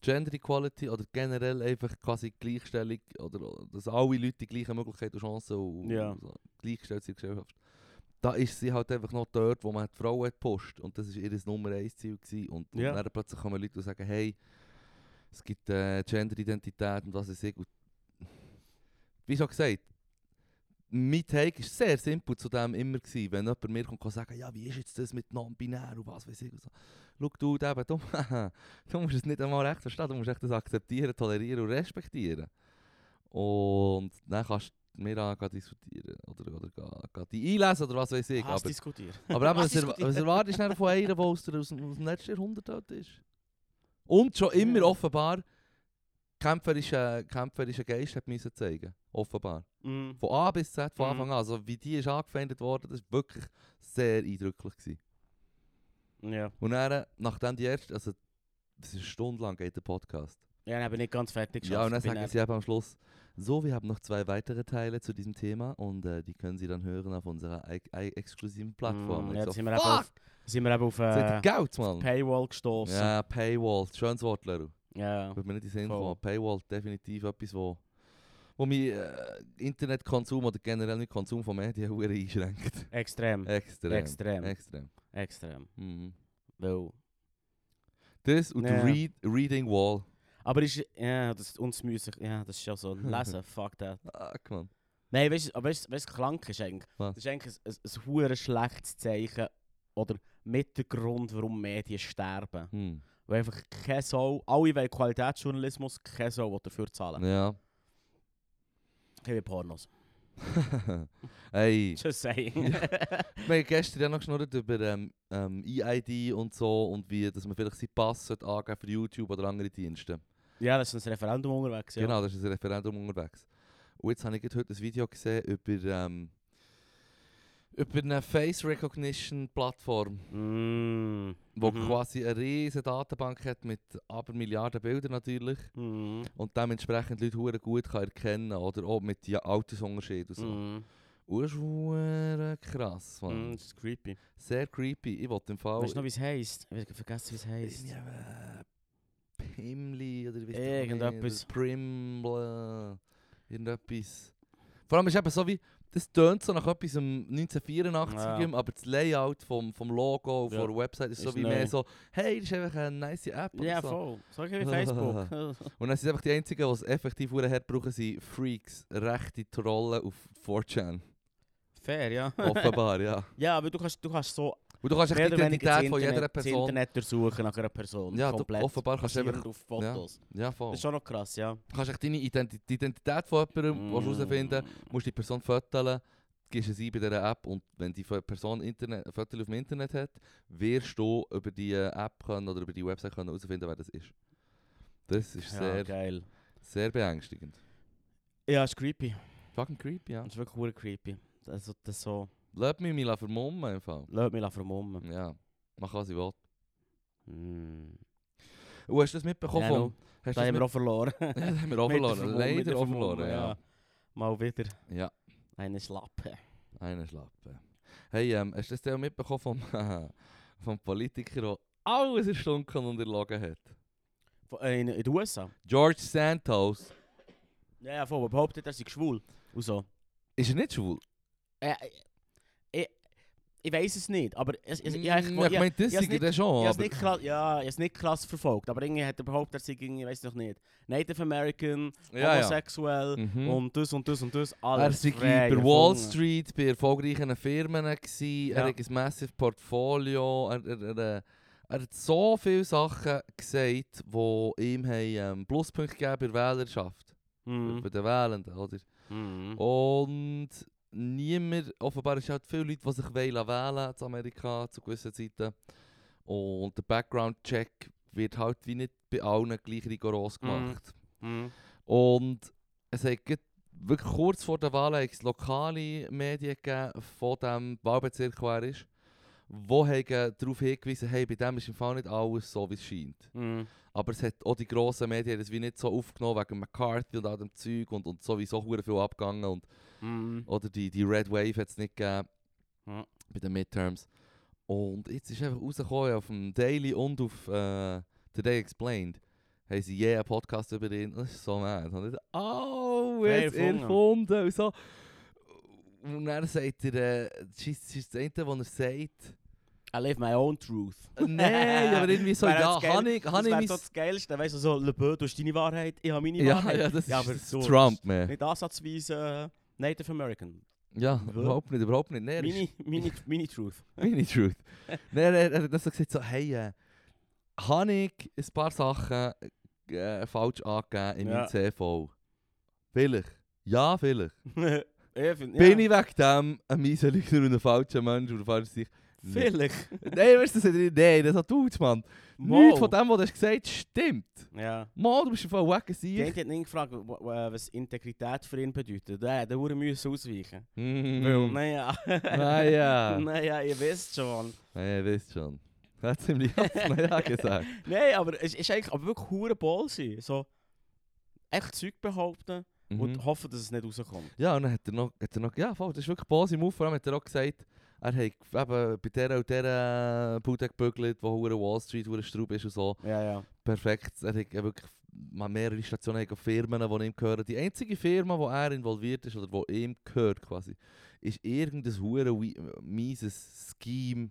[SPEAKER 2] Gender Equality oder generell einfach quasi Gleichstellung oder oder dass alle Leute die gleichen Möglichkeiten und Chancen und
[SPEAKER 1] Ja.
[SPEAKER 2] so gleichgestellt sind in der Gesellschaft. Da ist sie halt einfach noch dort, wo man die Frauen hat gepusht. Und das war ihr Nummer 1 Ziel. Gewesen. Und, und
[SPEAKER 1] Ja.
[SPEAKER 2] dann plötzlich kommen Leute und sagen, hey, es gibt äh, Gender-Identität und was weiß ich. Und wie schon gesagt, mein Take ist sehr simpel zu dem immer gewesen, wenn jemand mir kommt und sagt, ja, wie ist jetzt das mit non-binär und was weiß ich und so. Schau du, eben, du, du musst es nicht einmal recht verstehen, du musst echt das akzeptieren, tolerieren und respektieren. Und dann kannst du mir auch gleich diskutieren oder, oder gleich- gleich die einlesen oder was weiß ich.
[SPEAKER 1] Hast
[SPEAKER 2] Aber,
[SPEAKER 1] diskutiert.
[SPEAKER 2] aber eben,
[SPEAKER 1] Hast
[SPEAKER 2] was, er,
[SPEAKER 1] diskutiert.
[SPEAKER 2] was erwartest du dann von einer, die aus, der- aus, dem- aus dem letzten Jahrhundert alt ist? Und schon immer
[SPEAKER 1] Ja.
[SPEAKER 2] offenbar kämpferischen kämpferische Geist hat müssen zeigen Offenbar.
[SPEAKER 1] Mm.
[SPEAKER 2] Von A bis Z, von
[SPEAKER 1] Mhm.
[SPEAKER 2] Anfang an. Also wie die ist angefeindet worden, das war wirklich sehr eindrücklich. Gewesen.
[SPEAKER 1] Ja,
[SPEAKER 2] Und dann, nachdem die erste, also das ist stundenlang geht der Podcast.
[SPEAKER 1] ja, ich habe nicht ganz fertig
[SPEAKER 2] ja, und dann
[SPEAKER 1] geschafft, bin
[SPEAKER 2] sagen sie eben am Schluss, so, wir haben noch zwei weitere Teile zu diesem Thema und äh, die können Sie dann hören auf unserer ei- ei- exklusiven Plattform.
[SPEAKER 1] Mm,
[SPEAKER 2] Und
[SPEAKER 1] ja,
[SPEAKER 2] ich
[SPEAKER 1] da
[SPEAKER 2] so,
[SPEAKER 1] sind wir eben auf, da sind wir eben auf
[SPEAKER 2] seid
[SPEAKER 1] äh,
[SPEAKER 2] ihr Geld, Mann?
[SPEAKER 1] Paywall gestoßen.
[SPEAKER 2] Ja, Paywall, schönes Wort, Leru.
[SPEAKER 1] ja.
[SPEAKER 2] Würde mir nicht in den Sinn
[SPEAKER 1] Voll.
[SPEAKER 2] kommen. Paywall definitiv etwas, wo, wo mein äh, Internetkonsum oder generell mein Konsum von Medien hure einschränkt.
[SPEAKER 1] Extrem.
[SPEAKER 2] Extrem.
[SPEAKER 1] Extrem.
[SPEAKER 2] Extrem.
[SPEAKER 1] Extrem.
[SPEAKER 2] Mhm.
[SPEAKER 1] Weil.
[SPEAKER 2] Das und die
[SPEAKER 1] Ja.
[SPEAKER 2] Read, Reading Wall.
[SPEAKER 1] Aber ist. Ja, das uns müssen. Ja, das ist ja so. Lesen, fuck that.
[SPEAKER 2] Fuck, Mann.
[SPEAKER 1] Nein, weißt du, aber weißt, du- weißt, du, krank ist eigentlich.
[SPEAKER 2] Was?
[SPEAKER 1] Das ist eigentlich ein, ein, ein hure schlechtes Zeichen. Oder mit der Grund, warum Medien sterben.
[SPEAKER 2] Hm.
[SPEAKER 1] Weil einfach kein Soul. Alle wollen Qualitätsjournalismus, kein Soul will dafür zahlen.
[SPEAKER 2] Ja.
[SPEAKER 1] Ich will Pornos.
[SPEAKER 2] Ey.
[SPEAKER 1] Just saying.
[SPEAKER 2] Wir haben gestern ja noch geschnurrt über ähm, ähm, EID und so und wie, dass man vielleicht seinen Pass sollte angeben für YouTube oder andere Dienste.
[SPEAKER 1] ja, das ist ein Referendum unterwegs. Ja.
[SPEAKER 2] Genau, das ist ein Referendum unterwegs. Und jetzt habe ich gerade heute ein Video gesehen über, ähm, über eine Face Recognition Plattform,
[SPEAKER 1] Mm.
[SPEAKER 2] wo
[SPEAKER 1] Mhm.
[SPEAKER 2] quasi eine riesige Datenbank hat mit aber Milliarden Bildern natürlich
[SPEAKER 1] Mm.
[SPEAKER 2] und dementsprechend Leute hure gut kann erkennen oder auch mit ja, Altersunterschied und so.
[SPEAKER 1] Mm.
[SPEAKER 2] Und das ist huere krass, Mann.
[SPEAKER 1] Mm, das ist
[SPEAKER 2] Oh.
[SPEAKER 1] creepy.
[SPEAKER 2] Sehr creepy. Ich wollte im Fall...
[SPEAKER 1] Weißt du noch, wie es heisst? Ich hab vergessen, wie es heisst.
[SPEAKER 2] Irgendwie, äh, Pimli oder wie
[SPEAKER 1] Eh, Irgendetwas.
[SPEAKER 2] eh, Primble. Irgendetwas. Vor allem ist eben so wie, das tönt so nach etwas im 1984 aber das Layout vom, vom Logo und
[SPEAKER 1] Ja.
[SPEAKER 2] von der Website ist so
[SPEAKER 1] Ist
[SPEAKER 2] wie
[SPEAKER 1] neu.
[SPEAKER 2] mehr so, hey, das ist einfach eine nice App. oder
[SPEAKER 1] Ja,
[SPEAKER 2] so.
[SPEAKER 1] voll. So wie Facebook.
[SPEAKER 2] Und dann sind einfach die einzigen, die es effektiv verdammt hart brauchen, sind Freaks, rechte Trollen auf 4chan.
[SPEAKER 1] Fair, ja.
[SPEAKER 2] Offenbar, ja.
[SPEAKER 1] ja, aber du kannst, du kannst so
[SPEAKER 2] Und du kannst
[SPEAKER 1] mehr
[SPEAKER 2] echt die
[SPEAKER 1] oder weniger das
[SPEAKER 2] Identität von
[SPEAKER 1] Internet,
[SPEAKER 2] jeder
[SPEAKER 1] das
[SPEAKER 2] Person.
[SPEAKER 1] Internet durchsuchen nach einer Person.
[SPEAKER 2] Ja, du-
[SPEAKER 1] komplett.
[SPEAKER 2] offenbar kannst du
[SPEAKER 1] basierend auf Fotos.
[SPEAKER 2] Ja, Oh. voll.
[SPEAKER 1] Das ist schon noch krass, ja.
[SPEAKER 2] Du kannst echt deine Identi die Identität von jemandem mm. herausfinden, musst die Person fotografieren, gibst es ein bei dieser App und wenn die Fo- Person Internet, ein Foto auf dem Internet hat, wirst du über die äh, App können, oder über die Website können herausfinden, wer das ist. Das ist
[SPEAKER 1] Ja,
[SPEAKER 2] sehr,
[SPEAKER 1] geil.
[SPEAKER 2] sehr beängstigend.
[SPEAKER 1] Ja, es ist creepy.
[SPEAKER 2] Fucking creepy, ja.
[SPEAKER 1] Es ist wirklich hure creepy. Also, das so,
[SPEAKER 2] Lass mich mich la vermummen im Fall.
[SPEAKER 1] lass mich la vermummen.
[SPEAKER 2] Ja, mach was ich will.
[SPEAKER 1] Mm.
[SPEAKER 2] Und hast du das mitbekommen?
[SPEAKER 1] Ja,
[SPEAKER 2] vom, hast du
[SPEAKER 1] Da
[SPEAKER 2] das
[SPEAKER 1] haben wir
[SPEAKER 2] mit,
[SPEAKER 1] auch verloren.
[SPEAKER 2] ja, das haben wir
[SPEAKER 1] Mit der
[SPEAKER 2] auch verloren.
[SPEAKER 1] Vermummung, mit der
[SPEAKER 2] Leider auch
[SPEAKER 1] Vermummung,
[SPEAKER 2] verloren, ja.
[SPEAKER 1] Mal wieder
[SPEAKER 2] ja.
[SPEAKER 1] eine Schlappe.
[SPEAKER 2] Eine Schlappe. Hey, ähm, hast du das auch mitbekommen vom, vom Politiker, der alles erstunken und erlogen hat?
[SPEAKER 1] Von- äh, In, in den USA.
[SPEAKER 2] George Santos.
[SPEAKER 1] Ja, ja, voll. Er behauptet, er sei schwul. Und so.
[SPEAKER 2] Ist er nicht schwul?
[SPEAKER 1] Äh, ich ich weiß es nicht, aber es, es, ich, ich,
[SPEAKER 2] Mm,
[SPEAKER 1] ich,
[SPEAKER 2] meine, das
[SPEAKER 1] ich hab's
[SPEAKER 2] ist er schon.
[SPEAKER 1] Ich habe
[SPEAKER 2] aber-
[SPEAKER 1] nicht krass, ja, ich hab's nicht krass verfolgt, aber irgendwie hat er behauptet, er sei irgendwie, ich weiß noch nicht, Native American,
[SPEAKER 2] ja, ja.
[SPEAKER 1] homosexuell
[SPEAKER 2] Mhm.
[SPEAKER 1] und das und das und das,
[SPEAKER 2] Er
[SPEAKER 1] alles.
[SPEAKER 2] war
[SPEAKER 1] frei
[SPEAKER 2] bei Wall
[SPEAKER 1] erfunden.
[SPEAKER 2] Street, bei erfolgreichen Firmen, gewesen, er
[SPEAKER 1] Ja.
[SPEAKER 2] hat ein massive Portfolio, er, er, er, äh, er hat so viele Sachen gesagt, die ihm haben, ähm, Pluspunkte gegeben bei der Wählerschaft,
[SPEAKER 1] Mhm.
[SPEAKER 2] bei den Wählenden, oder?
[SPEAKER 1] Mhm.
[SPEAKER 2] Und niemand, offenbar ist halt viele Leute, die sich wählen lassen wählen in Amerika zu gewissen Zeiten. Und der Background-Check wird halt wie nicht bei allen gleich rigoros
[SPEAKER 1] Mhm.
[SPEAKER 2] gemacht.
[SPEAKER 1] Mhm.
[SPEAKER 2] Und es hat gerade wirklich kurz vor der Wahl hat es lokale Medien gegeben, von dem Wahlbezirk, wo er ist, wo haben darauf hingewiesen, hey, bei dem ist im Fall nicht alles so, wie es scheint.
[SPEAKER 1] Mhm.
[SPEAKER 2] Aber es hat auch die grossen Medien haben das wie nicht so aufgenommen wegen McCarthy und all dem Zeug und, und sowieso hure viel abgegangen. Und,
[SPEAKER 1] Mhm.
[SPEAKER 2] oder die, die Red Wave hat es nicht gegeben
[SPEAKER 1] Ja.
[SPEAKER 2] bei den Midterms. Und jetzt ist einfach rausgekommen auf dem Daily und auf äh, Today Explained. Haben sie je einen Podcast über ihn. Das ist so mad. Und ich oh,
[SPEAKER 1] Hey,
[SPEAKER 2] jetzt
[SPEAKER 1] erfunden.
[SPEAKER 2] erfunden. Und, so. und dann sagt er, äh, das ist das ist das eine, was er sagt.
[SPEAKER 1] I live my own truth.
[SPEAKER 2] Nein, aber irgendwie so,
[SPEAKER 1] Wär das
[SPEAKER 2] ja,
[SPEAKER 1] geil-
[SPEAKER 2] kann ich, kann
[SPEAKER 1] Das
[SPEAKER 2] ich
[SPEAKER 1] wäre
[SPEAKER 2] mein...
[SPEAKER 1] so das Geilste, weißt du, so, Le Beau, du hast deine Wahrheit, ich habe meine
[SPEAKER 2] Ja,
[SPEAKER 1] Wahrheit.
[SPEAKER 2] ja, das
[SPEAKER 1] Ja,
[SPEAKER 2] ist
[SPEAKER 1] aber
[SPEAKER 2] das
[SPEAKER 1] so,
[SPEAKER 2] Trump, man.
[SPEAKER 1] Nicht ansatzweise äh, Native American.
[SPEAKER 2] Ja,
[SPEAKER 1] Wo?
[SPEAKER 2] überhaupt nicht, überhaupt nicht. Nein, er ist-
[SPEAKER 1] Meine, meine, meine Truth.
[SPEAKER 2] Mini Truth. Nein, er, er hat das so gesagt, so, hey, äh, habe ich ein paar Sachen äh, falsch angegeben in
[SPEAKER 1] Ja.
[SPEAKER 2] meinem CV? Vielleicht. Ja, vielleicht.
[SPEAKER 1] Ich find-
[SPEAKER 2] Bin
[SPEAKER 1] ja,
[SPEAKER 2] ich wegen dem ein mieser Lügner und ein falscher Mensch oder falsch sich?
[SPEAKER 1] Vielleicht.
[SPEAKER 2] Nein, weißt du, das hat er- nein, das hat du, Mann.
[SPEAKER 1] Mo.
[SPEAKER 2] Nichts von dem, was du hast gesagt stimmt.
[SPEAKER 1] Ja.
[SPEAKER 2] Mann, du bist ein voll wacker
[SPEAKER 1] Die
[SPEAKER 2] Sieg.
[SPEAKER 1] hat ihn gefragt, wa- wa- was Integrität für ihn bedeutet. Der hat hure müssen ausweichen.
[SPEAKER 2] Mm. Ah,
[SPEAKER 1] Naja.
[SPEAKER 2] Naja.
[SPEAKER 1] naja, ihr wisst schon.
[SPEAKER 2] Nein, wisst schon. Er hat ziemlich oft Naja gesagt.
[SPEAKER 1] Nein, aber es ist eigentlich aber wirklich hure Ball sein. So echt Zeug behaupten
[SPEAKER 2] Mhm.
[SPEAKER 1] und hoffen, dass es nicht rauskommt.
[SPEAKER 2] Ja, und dann hat er noch, hat er noch ja, voll, das ist wirklich böse im Move. Vor allem hat er auch gesagt, er hat eben bei dieser und dieser Bude gebügelt, wo hure Wall Street, hure Straub ist und so.
[SPEAKER 1] Ja, ja.
[SPEAKER 2] Perfekt. Er hat ja wirklich mal mehrere Stationen hat Firmen, die ihm gehören. Die einzige Firma, wo er involviert ist oder wo ihm gehört quasi, ist irgendein hure wi- mieses Scheme,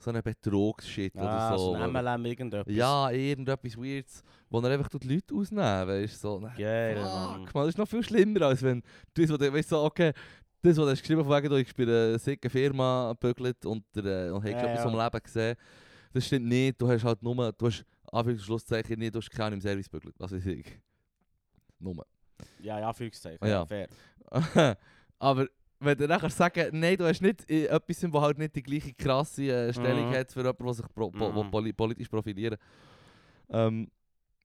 [SPEAKER 2] so ein Betrugsshit
[SPEAKER 1] ah,
[SPEAKER 2] oder so.
[SPEAKER 1] so
[SPEAKER 2] wo-
[SPEAKER 1] ein MLM irgendetwas.
[SPEAKER 2] ja, irgendetwas Weirds, wo er einfach die Leute ausnehmen, weißt du, so.
[SPEAKER 1] Geil, Mann.
[SPEAKER 2] Fuck, man, das ist noch viel schlimmer, als wenn du das, was du weißt, so, okay, das, was du hast geschrieben von wegen, du hast bei einer sicken Firma gebügelt und, der, äh, und hast
[SPEAKER 1] Ja,
[SPEAKER 2] etwas
[SPEAKER 1] ja.
[SPEAKER 2] vom Leben gesehen. Das stimmt nicht, du hast halt nur, du hast Anführungs- und Schlusszeichen nicht, du hast keinen im Service gebügelt, was weiß ich. Nur.
[SPEAKER 1] Ja, ja, Führungszeichen.
[SPEAKER 2] Ja.
[SPEAKER 1] Ja. Fair.
[SPEAKER 2] Aber wenn du nachher sagen, nein, du hast nicht äh, etwas, wo halt nicht die gleiche krasse äh, Stellung
[SPEAKER 1] Mhm.
[SPEAKER 2] hat für jemanden, der sich pro, po, wo
[SPEAKER 1] Mhm.
[SPEAKER 2] poli politisch profilieren ähm,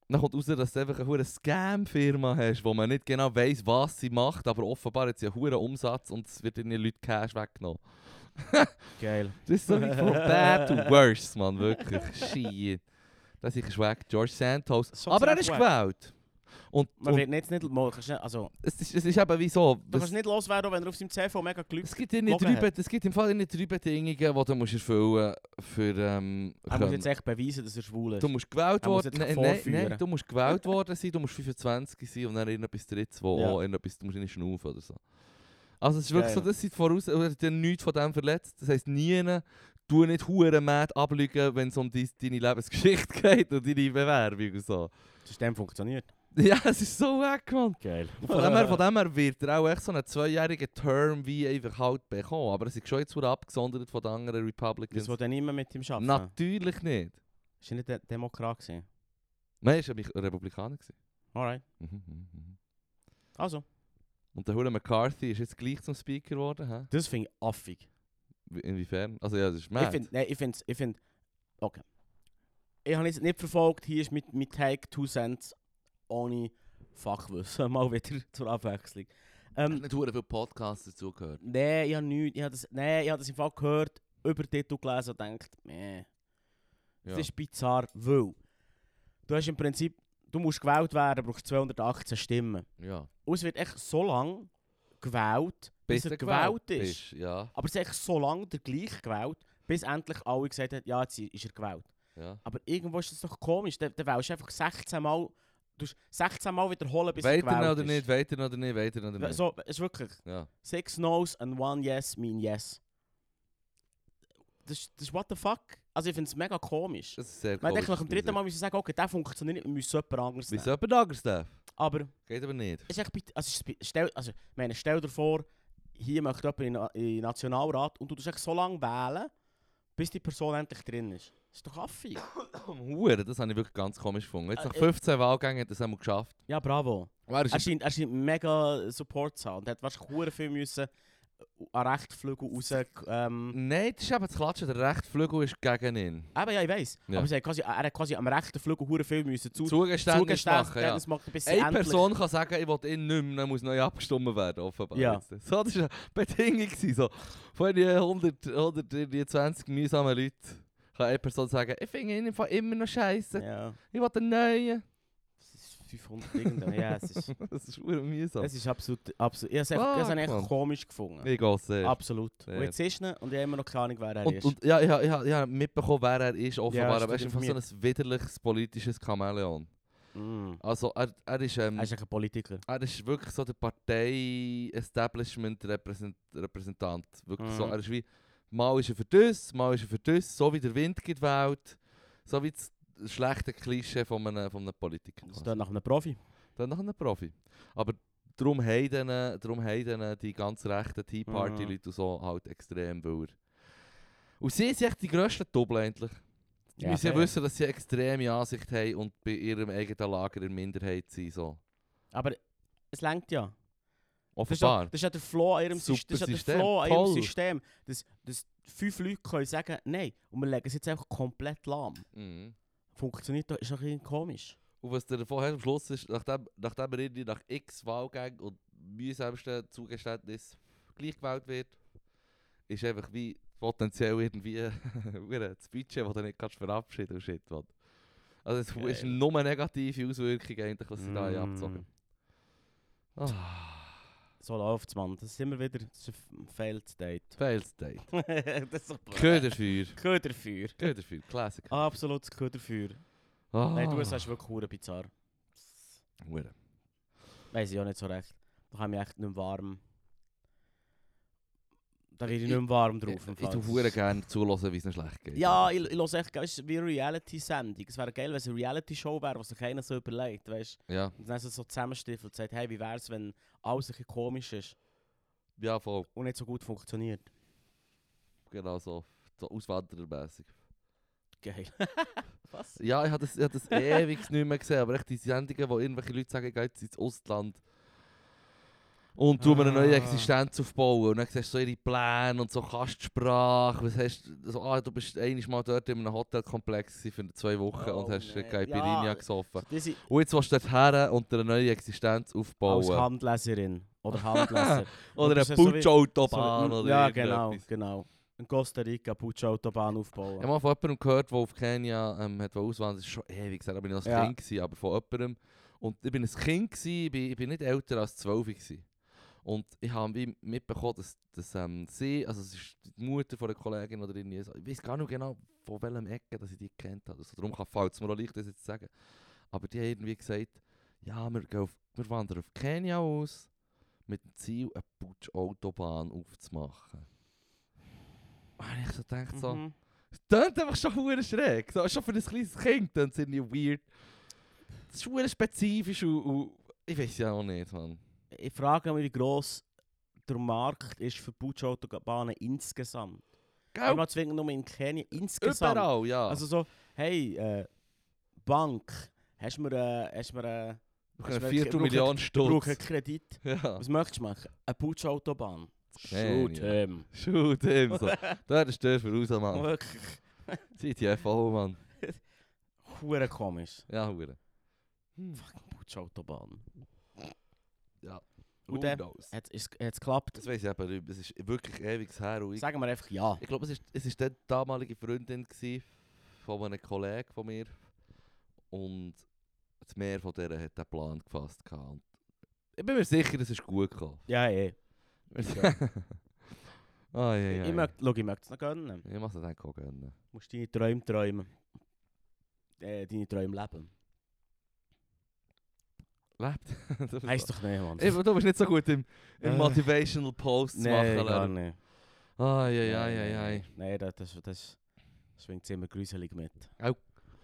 [SPEAKER 2] dann kommt raus, dass du einfach eine hure Scam-Firma hast, wo man nicht genau weiß, was sie macht, aber offenbar hat sie einen hohen Umsatz und es wird den Leuten Cash weggenommen.
[SPEAKER 1] Geil.
[SPEAKER 2] Das ist so wie von bad to worse, Mann, wirklich. Shit. Das ist wack. George Santos.
[SPEAKER 1] So
[SPEAKER 2] aber er ist
[SPEAKER 1] sehr wack.
[SPEAKER 2] gewählt. Und,
[SPEAKER 1] Man
[SPEAKER 2] und
[SPEAKER 1] wird jetzt nicht, mal- kannst nicht- also,
[SPEAKER 2] es, ist, es ist eben wie so.
[SPEAKER 1] du
[SPEAKER 2] das-
[SPEAKER 1] kannst nicht loswerden, auch wenn er auf seinem CV mega Glück
[SPEAKER 2] Es gibt, ja nicht
[SPEAKER 1] Logan
[SPEAKER 2] drei, Be- es gibt im Fall nicht drei Bedingungen, die du musst erfüllen für ähm,
[SPEAKER 1] Er muss
[SPEAKER 2] können.
[SPEAKER 1] jetzt echt beweisen, dass er schwul ist.
[SPEAKER 2] Du musst gewählt
[SPEAKER 1] Er muss
[SPEAKER 2] worden
[SPEAKER 1] jetzt
[SPEAKER 2] nein, nein,
[SPEAKER 1] vorführen.
[SPEAKER 2] nein, du musst gewählt worden sein, du musst 25 sein und dann irgendetwas drittes, wo
[SPEAKER 1] Ja.
[SPEAKER 2] auch irgendetwas, du musst nicht schnaufen oder so. Also es ist wirklich
[SPEAKER 1] Geil.
[SPEAKER 2] so, das sind die voraus, er hat ja nichts von dem verletzt. Das heisst, nie, tu nicht hure mad ablügen, wenn es um dein, deine Lebensgeschichte geht und deine Bewerbung und so.
[SPEAKER 1] Das System funktioniert.
[SPEAKER 2] Ja, es ist so weg, Mann.
[SPEAKER 1] Geil.
[SPEAKER 2] Von dem, her, von dem her wird er auch echt so einen zweijährigen Term wie einfach halt bekommen. Aber es ist schon jetzt wieder abgesondert von den anderen
[SPEAKER 1] Das
[SPEAKER 2] Republicans.
[SPEAKER 1] will er nicht mehr mit ihm arbeiten.
[SPEAKER 2] Natürlich nicht.
[SPEAKER 1] Ist er nicht De Demokrat gewesen?
[SPEAKER 2] Nein, er war nämlich Republikaner. gewesen.
[SPEAKER 1] Alright.
[SPEAKER 2] Mhm, mhm, mhm.
[SPEAKER 1] Also,
[SPEAKER 2] Und der Huren McCarthy ist jetzt gleich zum Speaker geworden. Hä?
[SPEAKER 1] das finde ich affig.
[SPEAKER 2] Wie- Inwiefern? Also ja, das ist
[SPEAKER 1] Ich
[SPEAKER 2] mad.
[SPEAKER 1] finde, nein, ich finde, ich finde, okay. Ich habe jetzt nicht verfolgt, hier ist mein, mein Take 2 Cents ohne Fachwissen. Mal wieder zur Abwechslung. Ähm,
[SPEAKER 2] nicht hure viel Podcasts dazu gehört.
[SPEAKER 1] nein, ich habe nichts, ich habe das, nein, ich habe das im Fall gehört, über den Titel gelesen und gedacht, meh.
[SPEAKER 2] Ja.
[SPEAKER 1] Das ist bizarr, weil du hast im Prinzip, du musst gewählt werden, brauchst 218 Stimmen.
[SPEAKER 2] ja.
[SPEAKER 1] Und es wird echt so lange gewählt, bis, er
[SPEAKER 2] du
[SPEAKER 1] gewählt,
[SPEAKER 2] gewählt
[SPEAKER 1] ist.
[SPEAKER 2] bist, Ja,
[SPEAKER 1] Aber es ist echt so lange der gleiche gewählt, bis endlich alle gesagt haben, ja, jetzt ist er gewählt.
[SPEAKER 2] ja.
[SPEAKER 1] Aber irgendwo ist das doch komisch, dann, dann wählst du einfach 16 Mal, du musst 16 Mal wiederholen, bis er
[SPEAKER 2] Weiter
[SPEAKER 1] gewählt
[SPEAKER 2] oder
[SPEAKER 1] ist.
[SPEAKER 2] nicht, weiter oder nicht, weiter oder nicht.
[SPEAKER 1] So, es ist wirklich,
[SPEAKER 2] nou Ja.
[SPEAKER 1] six no's and one yes mean yes. Das, ist- das ist what the fuck? Also ich finde es mega komisch.
[SPEAKER 2] Das ist sehr
[SPEAKER 1] Man hätte
[SPEAKER 2] komisch,
[SPEAKER 1] eigentlich nach dem dritten
[SPEAKER 2] muss
[SPEAKER 1] Mal müssen sagen, okay, der funktioniert nicht, wir müssen jemand anderes
[SPEAKER 2] ich- Wieso
[SPEAKER 1] nehmen.
[SPEAKER 2] jemand anderes darf?
[SPEAKER 1] Aber
[SPEAKER 2] Geht aber nicht.
[SPEAKER 1] es ist echt, bi- also, es ist bi- stell, also, ich meine, stell dir vor, hier möchte jemand in, Na- in den Nationalrat und du musst echt so lange wählen, bis die Person endlich drin ist. Das ist doch affig.
[SPEAKER 2] Hure, das habe ich wirklich ganz komisch gefunden. Jetzt
[SPEAKER 1] Äh,
[SPEAKER 2] nach
[SPEAKER 1] äh,
[SPEAKER 2] 15 Wahlgängen hat er es einmal geschafft. Ah,
[SPEAKER 1] Ja, bravo.
[SPEAKER 2] Und er ist
[SPEAKER 1] Er scheint, er scheint mega Support zu haben und hat wahrscheinlich verdammt viel müssen äh, an rechten Flügel raus... Ähm,
[SPEAKER 2] Nein, das ist eben das Klatschen. Der rechte Flügel ist gegen ihn.
[SPEAKER 1] Eben, ja, ich weiß.
[SPEAKER 2] Ja.
[SPEAKER 1] Aber sie hat quasi, er hat quasi am rechten Flügel hure viel müssen zu
[SPEAKER 2] Zugeständnis, machen, ja.
[SPEAKER 1] Das macht bis sie
[SPEAKER 2] Eine
[SPEAKER 1] endlich-
[SPEAKER 2] Person kann sagen, ich will ihn nicht mehr, dann muss neu abgestimmt werden, offenbar.
[SPEAKER 1] Ja.
[SPEAKER 2] Jetzt. So, das war eine Bedingung. gewesen, So. Von den 100, 120 mühsamen Leuten kann eine Person sagen, ich finde ihn im Fall immer noch scheiße,
[SPEAKER 1] Ja.
[SPEAKER 2] ich will einen neuen.
[SPEAKER 1] Es ist 500 irgendwas. ja, es ist,
[SPEAKER 2] Das ist verdammt mühsam.
[SPEAKER 1] es ist absolut, absolut. Ich habe es echt- ich habe es eigentlich
[SPEAKER 2] Fuck, Mann.
[SPEAKER 1] komisch gefunden.
[SPEAKER 2] Ich gehe sehr.
[SPEAKER 1] Absolut.
[SPEAKER 2] Sehr.
[SPEAKER 1] Und jetzt ist er und ich habe immer noch keine Ahnung, wer er
[SPEAKER 2] Und,
[SPEAKER 1] ist.
[SPEAKER 2] und ja, ich habe ja, ja, mitbekommen, wer er ist, offenbar.
[SPEAKER 1] hast
[SPEAKER 2] aber er
[SPEAKER 1] du
[SPEAKER 2] ist einfach so
[SPEAKER 1] informiert?
[SPEAKER 2] ein widerliches politisches Chamäleon.
[SPEAKER 1] Mm.
[SPEAKER 2] Also, er, er ist. Ähm,
[SPEAKER 1] Er ist echt ein Politiker.
[SPEAKER 2] Er ist wirklich so der Partei-Establishment-Repräsentant. Wirklich so.
[SPEAKER 1] Mhm.
[SPEAKER 2] Er ist wie, mal ist er für das, mal ist er für das, so wie der Wind geht Welt, so wie das schlechte Klischee von einem, von einem Politiker.
[SPEAKER 1] Das ist dann nach einem Profi.
[SPEAKER 2] Dann nach einem Profi. Aber darum haben denen- darum haben denen eh, die ganz rechten Tea dus
[SPEAKER 1] Mhm.
[SPEAKER 2] Party-Leute und so halt extrem weil er- Und sie sind echt die grössten Doppel endlich. Die müssen ja
[SPEAKER 1] fair.
[SPEAKER 2] wissen, dass sie eine extreme Ansicht haben und bei ihrem eigenen Lager in Minderheit sind. So.
[SPEAKER 1] Aber es lenkt ja. Das ist, ja,
[SPEAKER 2] Offenbar.
[SPEAKER 1] das ist ja der Flaw an ihrem
[SPEAKER 2] Super
[SPEAKER 1] System. Das ist ja der
[SPEAKER 2] System.
[SPEAKER 1] Flaw an ihrem
[SPEAKER 2] Toll.
[SPEAKER 1] System. Dass, dass fünf Leute können sagen, nein. Und wir legen es jetzt einfach komplett lahm.
[SPEAKER 2] Mhm.
[SPEAKER 1] Funktioniert doch, ist doch irgendwie komisch.
[SPEAKER 2] Und was der vorher am Schluss ist, nachdem, nachdem er irgendwie nach x Wahlgängen und mühsamsten Zugeständnis gleich gewählt wird, ist einfach wie potenziell irgendwie wieder das Budget, das du nicht kannst verabschieden und shit. Mann. Also es fu- ist
[SPEAKER 1] Geil.
[SPEAKER 2] nur eine negative Auswirkung eigentlich, was sie da haben
[SPEAKER 1] Mm.
[SPEAKER 2] abgezogen Ah,
[SPEAKER 1] So läuft's, Mann. Das ist immer wieder das ist ein Failed State.
[SPEAKER 2] Failed State.
[SPEAKER 1] das ist doch blöd.
[SPEAKER 2] Köderfeuer.
[SPEAKER 1] Köderfeuer.
[SPEAKER 2] Köderfeuer, Klassiker.
[SPEAKER 1] Absolutes Köderfeuer.
[SPEAKER 2] Ah.
[SPEAKER 1] Nein, du halt sagst wirklich hure bizarr.
[SPEAKER 2] Hure.
[SPEAKER 1] Weiß ich auch nicht so recht. Da kann ich mich echt nicht mehr warm. Da werde ich
[SPEAKER 2] Ich-
[SPEAKER 1] nicht mehr warm drauf.
[SPEAKER 2] Ich,
[SPEAKER 1] im
[SPEAKER 2] ich
[SPEAKER 1] Fall.
[SPEAKER 2] tue hure gerne zuhören, wie es ihnen schlecht geht.
[SPEAKER 1] Ja, ich, ich höre echt, weißt, wie eine Reality-Sendung. Es wäre geil, wenn es eine Reality-Show wäre, was sich keiner so überlegt, weißt
[SPEAKER 2] Ja,
[SPEAKER 1] Und dann so- so zusammenstiefelt und sagt, hey, wie wär's, wenn alles ein bisschen komisch ist
[SPEAKER 2] ja voll.
[SPEAKER 1] und nicht so gut funktioniert.
[SPEAKER 2] Genau so. So auswanderermässig.
[SPEAKER 1] Geil. was?
[SPEAKER 2] Ja, ich habe das, ich hab das ewig nicht mehr gesehen, aber echt die Sendungen, wo irgendwelche Leute sagen, ich gehe jetzt ins Ausland und tu mir eine neue
[SPEAKER 1] Ah.
[SPEAKER 2] Existenz aufbauen. Und dann siehst du so ihre Pläne und so Kastsprache. Was hast, du- so, ah, du bist einiges Mal dort in einem Hotelkomplex gewesen für zwei Wochen
[SPEAKER 1] Oh,
[SPEAKER 2] und hast
[SPEAKER 1] nee.
[SPEAKER 2] nee. Caipirinha
[SPEAKER 1] Ja.
[SPEAKER 2] gesoffen.
[SPEAKER 1] Die sind-
[SPEAKER 2] Und jetzt willst du dort her und dir eine neue Existenz
[SPEAKER 1] Als
[SPEAKER 2] aufbauen.
[SPEAKER 1] Handleserin oder Handleser.
[SPEAKER 2] Oder
[SPEAKER 1] das
[SPEAKER 2] eine
[SPEAKER 1] ist so wie-
[SPEAKER 2] Putsch-Autobahn
[SPEAKER 1] So,
[SPEAKER 2] oder
[SPEAKER 1] ja, genau,
[SPEAKER 2] irgendetwas.
[SPEAKER 1] genau. In Costa Rica Putsch-Autobahn aufbauen.
[SPEAKER 2] Ich habe mal von jemandem gehört, der auf Kenia ähm, hat auswandern wollte. Das ist schon ewig, gesagt, aber ich war noch ein
[SPEAKER 1] Ja.
[SPEAKER 2] Kind, gewesen, aber von jemandem. Und ich bin ein Kind, gsi, ich bin, ich bin nicht älter als 12 gsi. Und ich habe wie mitbekommen, dass, dass ähm, sie, also es ist die Mutter von einer Kollegin oder irgendwie, so, ich weiß gar nicht genau, von welchem Ecke dass ich die kennt habe. Also, darum fällt es mir auch leicht, das jetzt zu sagen. Aber die haben irgendwie gesagt, ja, wir, gehen auf, wir wandern auf Kenia aus, mit dem Ziel, eine Putsch-Autobahn aufzumachen. Und ich so gedacht, so,
[SPEAKER 1] Mhm.
[SPEAKER 2] es tönt einfach schon hure schräg. So, schon für ein kleines Kind tönt es irgendwie weird. Es ist hure spezifisch und, und ich weiß ja auch nicht, Mann.
[SPEAKER 1] Ich frage mich, wie gross der Markt ist für Putsch-Autobahnen insgesamt.
[SPEAKER 2] Gell?
[SPEAKER 1] Nicht zwingend nur in Kenia, insgesamt.
[SPEAKER 2] Überall, ja.
[SPEAKER 1] Also so, hey, äh, Bank, hast du mir, äh, hast du mir, äh,
[SPEAKER 2] wir können
[SPEAKER 1] wir-
[SPEAKER 2] Viertel
[SPEAKER 1] brauchen- Also
[SPEAKER 2] Million
[SPEAKER 1] brauche einen
[SPEAKER 2] Stutz.
[SPEAKER 1] Kredit.
[SPEAKER 2] Ja.
[SPEAKER 1] Was möchtest du machen? Eine Putsch-Autobahn.
[SPEAKER 2] Kenia.
[SPEAKER 1] Shoot him.
[SPEAKER 2] Shoot him so. Da ist der für raus, Mann.
[SPEAKER 1] Wirklich,
[SPEAKER 2] CTF auch, Mann.
[SPEAKER 1] hure komisch.
[SPEAKER 2] Ja, hure. Hm.
[SPEAKER 1] Fucking Putsch-Autobahn.
[SPEAKER 2] Ja.
[SPEAKER 1] Und
[SPEAKER 2] Who
[SPEAKER 1] der-
[SPEAKER 2] knows?
[SPEAKER 1] Hat es geklappt?
[SPEAKER 2] Das weiß ich eben nicht. Es ist wirklich ewig her. Und ich
[SPEAKER 1] Sagen wir einfach ja.
[SPEAKER 2] Ich glaube, es ist, es ist die damalige Freundin gsi von einem Kollegen von mir. Und das Meer von der hat den Plan gefasst. gehabt. Und ich bin mir sicher, es ist gut gekommen.
[SPEAKER 1] Ja, eh. Ja.
[SPEAKER 2] Ah, ja, ja.
[SPEAKER 1] Ich möchte, schau, ich möchte es noch gönnen.
[SPEAKER 2] Ich muss es eigentlich auch gönnen.
[SPEAKER 1] Du musst deine Träume träumen. Äh, deine Träume leben.
[SPEAKER 2] Lebt. Das ist
[SPEAKER 1] Heißt
[SPEAKER 2] so-
[SPEAKER 1] doch nicht, Mann.
[SPEAKER 2] Ich, du bist nicht so gut im, im
[SPEAKER 1] Äh.
[SPEAKER 2] Motivational Posts
[SPEAKER 1] Nein,
[SPEAKER 2] machen.
[SPEAKER 1] gar
[SPEAKER 2] Lerner.
[SPEAKER 1] nicht.
[SPEAKER 2] Ah, ja, ja, ja, ja.
[SPEAKER 1] Nein, das, das, das schwingt immer gruselig mit.
[SPEAKER 2] Au.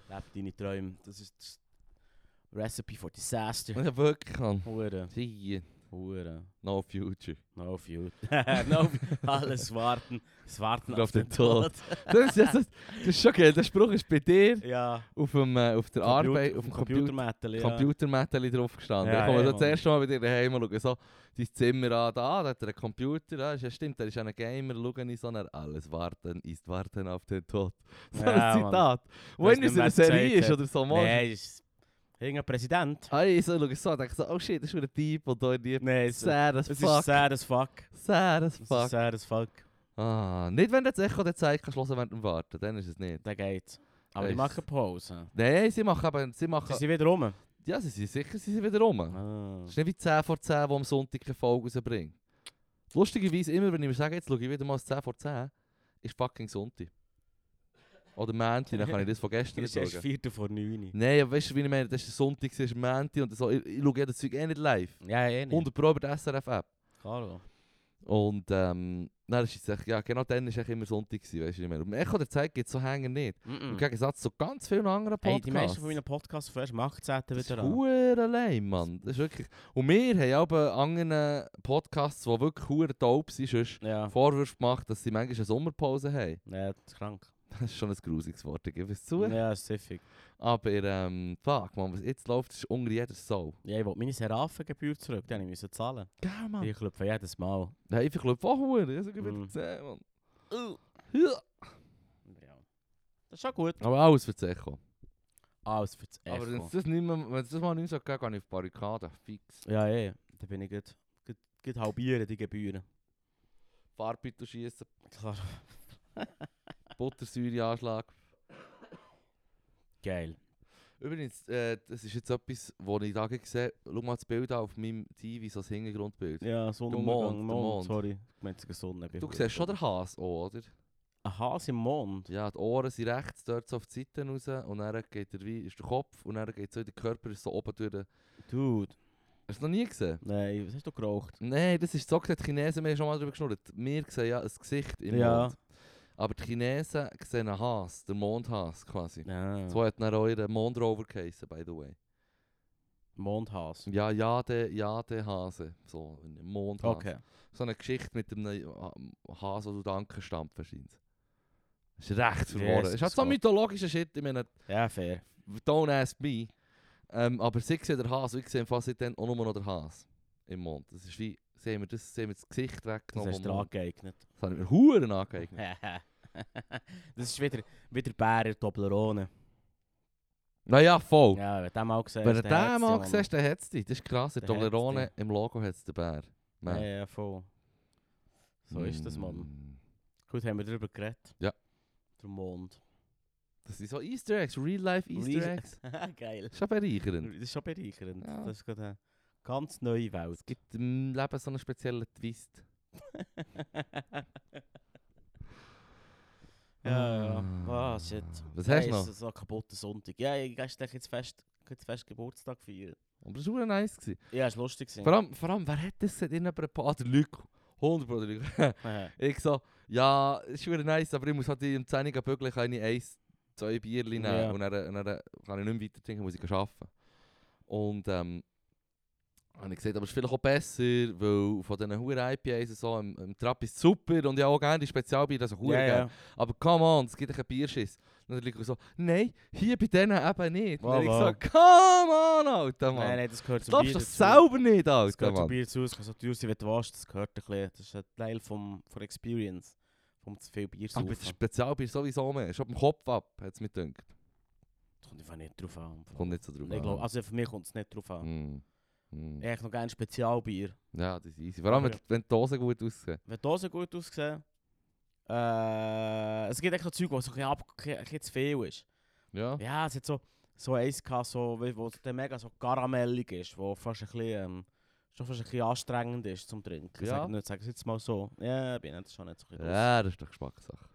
[SPEAKER 1] Leb deine Träume. Das ist das Recipe for Disaster.
[SPEAKER 2] Ja, wirklich. Mann.
[SPEAKER 1] Hure,
[SPEAKER 2] Sie,
[SPEAKER 1] hure.
[SPEAKER 2] No future.
[SPEAKER 1] No view. no view. Alles warten. Das Warten
[SPEAKER 2] Auf
[SPEAKER 1] auf,
[SPEAKER 2] den Tod. Das ist, das, ist- das ist schon geil. Der Spruch ist bei dir
[SPEAKER 1] ja.
[SPEAKER 2] auf, dem, äh, auf der Arbeit, auf dem Computer.
[SPEAKER 1] Computermetal, ja.
[SPEAKER 2] Computermädchen drauf gestanden.
[SPEAKER 1] Ja,
[SPEAKER 2] ich komme
[SPEAKER 1] ja,
[SPEAKER 2] so
[SPEAKER 1] Mann.
[SPEAKER 2] das erste Mal bei dir daheim und schaue so dein Zimmer an. Da, da hat er einen Computer. Ja, ist ja stimmt, er ist ja ein Gamer. Schau ich so nach alles Warten ist Warten auf den Tod. So
[SPEAKER 1] Ja,
[SPEAKER 2] ein
[SPEAKER 1] Mann.
[SPEAKER 2] Zitat. Wo
[SPEAKER 1] Weiss
[SPEAKER 2] in
[SPEAKER 1] nicht, wer
[SPEAKER 2] unserer
[SPEAKER 1] es
[SPEAKER 2] Serie
[SPEAKER 1] gesagt
[SPEAKER 2] ist
[SPEAKER 1] hat.
[SPEAKER 2] oder so. Mann.
[SPEAKER 1] Nein, ist irgendein Präsident.
[SPEAKER 2] Ah, ich so, schaue so und denke so, oh shit, das ist wieder ein Typ und da in die...
[SPEAKER 1] Nein, es,
[SPEAKER 2] Sad as
[SPEAKER 1] es
[SPEAKER 2] fuck.
[SPEAKER 1] ist sad as fuck.
[SPEAKER 2] Sad as
[SPEAKER 1] Es ist
[SPEAKER 2] fuck.
[SPEAKER 1] sad as fuck.
[SPEAKER 2] Ah, nicht wenn du das Echo der Zeit kannst hören während dem Warten, dann ist es nicht.
[SPEAKER 1] Da geht's. Aber Ah, die
[SPEAKER 2] Weiss.
[SPEAKER 1] machen Pause.
[SPEAKER 2] Nein, sie machen eben, sie
[SPEAKER 1] Sie
[SPEAKER 2] machen...
[SPEAKER 1] sind wieder rum.
[SPEAKER 2] Ja, sie sind sicher, sie sind wieder rum.
[SPEAKER 1] Ah.
[SPEAKER 2] Es ist nicht wie 10 vor 10, die am Sonntag eine Folge rausbringt. Lustigerweise, immer wenn ich mir sage, jetzt schaue ich wieder mal das 10 vor 10, ist fucking Sonntag. Oder Montag, dann kann ich das von gestern
[SPEAKER 1] Es ist
[SPEAKER 2] nicht
[SPEAKER 1] erst
[SPEAKER 2] schauen.
[SPEAKER 1] Viertel vor neun.
[SPEAKER 2] Nein, aber weißt du, wie ich meine, das ist Sonntag, es ist Montag und so. Ich, ich schaue ja das Zeug eh nicht live.
[SPEAKER 1] Ja, eh nicht.
[SPEAKER 2] 100 Pro über die SRF-App.
[SPEAKER 1] Carlo.
[SPEAKER 2] Und ähm, dann ist es echt, ja, genau dann war es immer Sonntag, gewesen, weißt du, wie ich meine. Und Echo der Zeit gibt es so Hänger nicht.
[SPEAKER 1] Mm
[SPEAKER 2] Im Gegensatz zu ganz vielen anderen Podcasts.
[SPEAKER 1] Hey, die meisten von meinen Podcasts fährst am 18.
[SPEAKER 2] Das
[SPEAKER 1] wieder
[SPEAKER 2] ist
[SPEAKER 1] an.
[SPEAKER 2] hure lame, Mann. Das ist wirklich... Und wir haben auch bei anderen eh, Podcasts, die wirklich hure taub sind, sonst
[SPEAKER 1] Ja.
[SPEAKER 2] Vorwürfe gemacht, dass sie manchmal eine Sommerpause haben.
[SPEAKER 1] Ja, das ist krank.
[SPEAKER 2] Das ist schon ein grusiges Wort, ich gebe es zu.
[SPEAKER 1] Ja, das ist siffig.
[SPEAKER 2] Aber ähm, fuck, Mann, was jetzt läuft, ist unter jeder Sau.
[SPEAKER 1] Ja, ich wollte meine Seraphengebühr zurück, die musste ich müssen zahlen.
[SPEAKER 2] Gell, Mann?
[SPEAKER 1] Ich klopfe jedes Mal.
[SPEAKER 2] Ja, ich verkluppe auch hure. Ich habe
[SPEAKER 1] Mm.
[SPEAKER 2] wieder gesehen, Mann.
[SPEAKER 1] Ja.
[SPEAKER 2] Ja.
[SPEAKER 1] Das ist schon gut.
[SPEAKER 2] Aber alles für das Echo.
[SPEAKER 1] Alles für das
[SPEAKER 2] Aber wenn
[SPEAKER 1] Echo.
[SPEAKER 2] es das, nicht mehr, wenn es das mal nicht mehr so geht, gehe ich auf die Barrikaden. Fix.
[SPEAKER 1] Ja, eh. Da bin ich gut. Gut halbieren die Gebühren.
[SPEAKER 2] Farbbitter schießen,
[SPEAKER 1] Klar.
[SPEAKER 2] Buttersäureanschlag.
[SPEAKER 1] Geil.
[SPEAKER 2] Übrigens, äh, das ist jetzt etwas, wo ich da gesehen habe. Schau mal das Bild an auf meinem TV, so das Hintergrundbild.
[SPEAKER 1] Ja,
[SPEAKER 2] Mond,
[SPEAKER 1] Sonnenuntergang,
[SPEAKER 2] der
[SPEAKER 1] Mond,
[SPEAKER 2] Mond.
[SPEAKER 1] sorry. Ich meinte sogar Sonne.
[SPEAKER 2] Du siehst schon den Hase auch, oder?
[SPEAKER 1] Ein Hase im Mond?
[SPEAKER 2] Ja, die Ohren sind rechts, dort so auf die Seiten raus und dann geht er wie, ist der Kopf und dann geht so, der Körper ist so oben durch. den-
[SPEAKER 1] Dude.
[SPEAKER 2] Hast du noch nie gesehen?
[SPEAKER 1] Nein, was hast du geraucht?
[SPEAKER 2] Nein, das ist so gesagt, die Chinesen, wir haben schon mal darüber geschnurrt. Wir sehen ja ein Gesicht im
[SPEAKER 1] Ja.
[SPEAKER 2] Mond. Aber die Chinesen sehen einen Hase, den Mondhase quasi.
[SPEAKER 1] Ja.
[SPEAKER 2] So hat dann auch ihr Mondrover geheissen, by the way.
[SPEAKER 1] Mondhase.
[SPEAKER 2] Ja, ja, der, ja, der Hase. So, ein Mondhase.
[SPEAKER 1] Okay.
[SPEAKER 2] so eine Geschichte mit dem Hase, den du danken stampfen scheint. Das ist recht verloren.
[SPEAKER 1] Jesus
[SPEAKER 2] ist halt so
[SPEAKER 1] Gott.
[SPEAKER 2] mythologischer Shit, ich meine,
[SPEAKER 1] Ja, fair.
[SPEAKER 2] don't ask me. Ähm, aber sie sehen den Hase, ich sehe fast seitdem auch nur noch den Hase im Mund. Das ist wie, sehen wir das, sehen wir das Gesicht
[SPEAKER 1] Das
[SPEAKER 2] weggenommen
[SPEAKER 1] hast du
[SPEAKER 2] vom
[SPEAKER 1] dir
[SPEAKER 2] Mund.
[SPEAKER 1] angeeignet.
[SPEAKER 2] Das habe ich mir Huren angeeignet.
[SPEAKER 1] das ist wieder, wieder Bärer Toblerone.
[SPEAKER 2] Naja, voll.
[SPEAKER 1] Ja, wenn du den mal gesehen
[SPEAKER 2] Wenn du den
[SPEAKER 1] hat's
[SPEAKER 2] mal
[SPEAKER 1] ja,
[SPEAKER 2] siehst, dann hat es dich. Das ist krass, in
[SPEAKER 1] Dann hat's
[SPEAKER 2] Toblerone im Logo hat es den Bär.
[SPEAKER 1] Mann.
[SPEAKER 2] Man.
[SPEAKER 1] Ja, ja, voll. So ist das, Mann.
[SPEAKER 2] Mm.
[SPEAKER 1] Gut, haben wir darüber geredet.
[SPEAKER 2] Ja.
[SPEAKER 1] Der Mond.
[SPEAKER 2] Das sind so Easter Eggs, Real-Life Easter
[SPEAKER 1] Real-
[SPEAKER 2] Eggs.
[SPEAKER 1] Geil.
[SPEAKER 2] Ist ja bereichernd.
[SPEAKER 1] Das ist schon bereichernd.
[SPEAKER 2] Ja.
[SPEAKER 1] Das ist gerade eine ganz neue Welt.
[SPEAKER 2] Es gibt im Leben so einen speziellen Twist.
[SPEAKER 1] ja, ja.
[SPEAKER 2] Ah.
[SPEAKER 1] Ah, shit.
[SPEAKER 2] Was hast
[SPEAKER 1] Hey,
[SPEAKER 2] du noch?
[SPEAKER 1] ist So ein kaputter Sonntag. Ja, ich gehst gleich jetzt fest, jetzt fest Geburtstag feiern.
[SPEAKER 2] Aber das war nice. Gewesen.
[SPEAKER 1] Ja, ist lustig gewesen.
[SPEAKER 2] Vor, allem, vor allem, wer hat das gesagt? Irgendjemand, ah, der Luke. 100 Pro der Luke.
[SPEAKER 1] Aha.
[SPEAKER 2] ich so, ja, es ist schon nice, aber ich muss halt um 10 Uhr bügeln, kann ich eins, zwei Bierchen nehmen
[SPEAKER 1] Ja.
[SPEAKER 2] und, dann, und dann kann ich nicht mehr weiter trinken, muss ich arbeiten. Und ähm, habe ich gesagt, aber es ist vielleicht auch besser, weil von diesen hohen IPAs und so, im, im Trap ist super und ja auch gerne die Spezialbier, also
[SPEAKER 1] Ja,
[SPEAKER 2] gerne.
[SPEAKER 1] ja.
[SPEAKER 2] Aber come on, es gibt doch einen Bierschiss. Und dann liegt so, nein, hier bei denen eben nicht. Und
[SPEAKER 1] Wow,
[SPEAKER 2] dann ich so,
[SPEAKER 1] wow.
[SPEAKER 2] come on, Alter Mann.
[SPEAKER 1] Nein, nein, das gehört
[SPEAKER 2] das
[SPEAKER 1] zum
[SPEAKER 2] darfst
[SPEAKER 1] Bier
[SPEAKER 2] du doch
[SPEAKER 1] dazu.
[SPEAKER 2] selber nicht,
[SPEAKER 1] Das
[SPEAKER 2] Alter
[SPEAKER 1] gehört zum
[SPEAKER 2] Mann.
[SPEAKER 1] Bier dazu, es kann so teuer sein, wie du willst. Das gehört ein bisschen. Das ist ein Teil vom, von der Experience. Vom zu viel Bier zu
[SPEAKER 2] Aber das Spezialbier sowieso mehr. Ist ab dem Kopf ab, hat es mir gedacht.
[SPEAKER 1] Das kommt einfach nicht drauf an.
[SPEAKER 2] Kommt nicht so drauf
[SPEAKER 1] Ich
[SPEAKER 2] an.
[SPEAKER 1] glaub, also für mich kommt es nicht drauf an.
[SPEAKER 2] Mm. Mm.
[SPEAKER 1] Ich hätte noch gerne Spezialbier.
[SPEAKER 2] Ja, das ist easy. Vor allem, wenn,
[SPEAKER 1] Aber
[SPEAKER 2] wenn die Dosen gut aussehen.
[SPEAKER 1] Wenn die Dosen gut aussehen. Äh, es gibt echt so Zeug, wo so ein bisschen, ab, ein bisschen zu viel ist.
[SPEAKER 2] Ja.
[SPEAKER 1] Ja, es hat so, so eins gehabt, so, wie- wo der mega so karamellig ist, wo fast ein bisschen, ähm, schon fast ein bisschen anstrengend ist zum Trinken.
[SPEAKER 2] Ja.
[SPEAKER 1] Ja. Sag, nicht, sag es jetzt mal so. Ja, bin ich schon nicht so ein bisschen raus.
[SPEAKER 2] Ja, das ist doch Geschmackssache.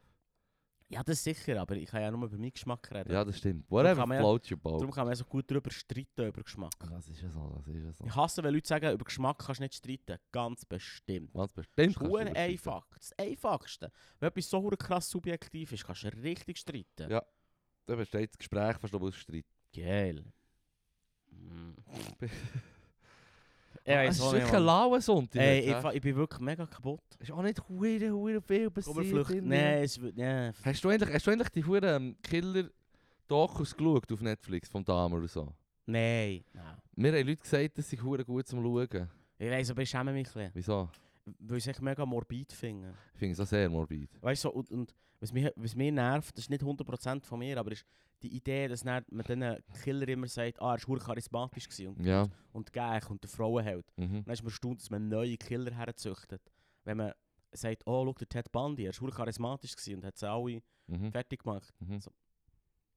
[SPEAKER 1] ja, das sicher, aber ich kann ja nur über meinen Geschmack reden.
[SPEAKER 2] Ja, das stimmt.
[SPEAKER 1] kann
[SPEAKER 2] Whatever
[SPEAKER 1] man ja-
[SPEAKER 2] floats your boat.
[SPEAKER 1] Darum kann man ja so gut darüber streiten, über Geschmack.
[SPEAKER 2] Das ist ja so, das ist ja so.
[SPEAKER 1] Ich hasse, wenn Leute sagen, über Geschmack kannst du nicht streiten. Ganz bestimmt.
[SPEAKER 2] Ganz
[SPEAKER 1] Das
[SPEAKER 2] bestimmt.
[SPEAKER 1] ist
[SPEAKER 2] kannst du
[SPEAKER 1] verdammt
[SPEAKER 2] überschreiten.
[SPEAKER 1] einfach. Das Einfachste. Wenn etwas so verdammt krass subjektiv ist, kannst du richtig streiten.
[SPEAKER 2] Ja. Dann besteht das Gespräch fast noch aus Streit.
[SPEAKER 1] Geil. Mm.
[SPEAKER 2] Ja,
[SPEAKER 1] Ich weiss
[SPEAKER 2] Hm. Ah, es ist
[SPEAKER 1] auch
[SPEAKER 2] wirklich
[SPEAKER 1] nicht,
[SPEAKER 2] ein
[SPEAKER 1] Mann.
[SPEAKER 2] lauer Sonntag.
[SPEAKER 1] Ey,
[SPEAKER 2] jetzt,
[SPEAKER 1] ich,
[SPEAKER 2] hä?
[SPEAKER 1] fa- ich bin wirklich mega kaputt.
[SPEAKER 2] Ist auch nicht hure hure viel passiert.
[SPEAKER 1] Komm, Flucht.
[SPEAKER 2] in
[SPEAKER 1] Nein, es wird. Nee.
[SPEAKER 2] dem- Hast du endlich, hast du endlich die hure ähm, Killer Dokus geschaut auf Netflix vom Dahmer und so?
[SPEAKER 1] Nein. Nein.
[SPEAKER 2] Mir haben Leute gesagt, das sei hure gut zum schauen.
[SPEAKER 1] Ich weiss, aber ich schäme mich ein bisschen.
[SPEAKER 2] Wieso?
[SPEAKER 1] Weil ich es echt mega morbid finde.
[SPEAKER 2] Ich finde es auch sehr morbid.
[SPEAKER 1] Weißt du, so, und, und was, mich, was mich nervt, das ist nicht 100% von mir, aber ist die Idee, dass dann man diesen Killer immer sagt, ah, er war verdammt charismatisch gewesen und,
[SPEAKER 2] Ja.
[SPEAKER 1] und gäch und der Frauenheld.
[SPEAKER 2] Mhm.
[SPEAKER 1] Und dann ist man erstaunt, dass man neue Killer herzüchtet. Wenn man sagt, oh, schau, der Ted Bundy, er war verdammt charismatisch gewesen und hat sie alle
[SPEAKER 2] Mhm.
[SPEAKER 1] fertig gemacht.
[SPEAKER 2] Mhm.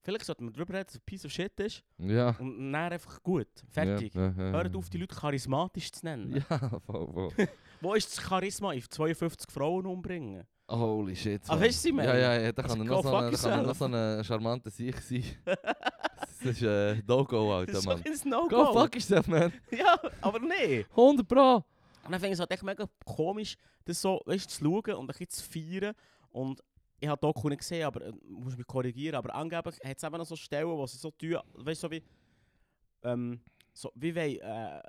[SPEAKER 1] Vielleicht sollte man darüber reden, dass es ein Piece of Shit ist
[SPEAKER 2] Ja.
[SPEAKER 1] und dann einfach gut, fertig.
[SPEAKER 2] Ja, ja, ja.
[SPEAKER 1] Hört auf, die Leute charismatisch zu nennen.
[SPEAKER 2] Ja, voll, voll.
[SPEAKER 1] Wo ist das Charisma auf 52 Frauen umbringen?
[SPEAKER 2] Holy shit.
[SPEAKER 1] Ah,
[SPEAKER 2] Mann.
[SPEAKER 1] weißt du, was ich meine?
[SPEAKER 2] Ja, ja, ja, da kann
[SPEAKER 1] Also,
[SPEAKER 2] er
[SPEAKER 1] go
[SPEAKER 2] noch so
[SPEAKER 1] fuck
[SPEAKER 2] ein- da kann er noch
[SPEAKER 1] yourself.
[SPEAKER 2] so ein charmanter Sieg sein. Das ist äh, No-Go, Alter,
[SPEAKER 1] Das ist doch
[SPEAKER 2] Mann.
[SPEAKER 1] ein No-Go.
[SPEAKER 2] Go fuck yourself, man.
[SPEAKER 1] Ja, aber nee.
[SPEAKER 2] 100 Pro.
[SPEAKER 1] Und dann finde ich es halt echt mega komisch, das so weißt, zu schauen und ein bisschen zu feiern. Und ich habe Doku nicht gesehen, aber äh, muss mich korrigieren. Aber angeblich hat es eben noch so Stellen, wo sie so tun, weißt du, so wie. Ähm, so, wie wollen, äh,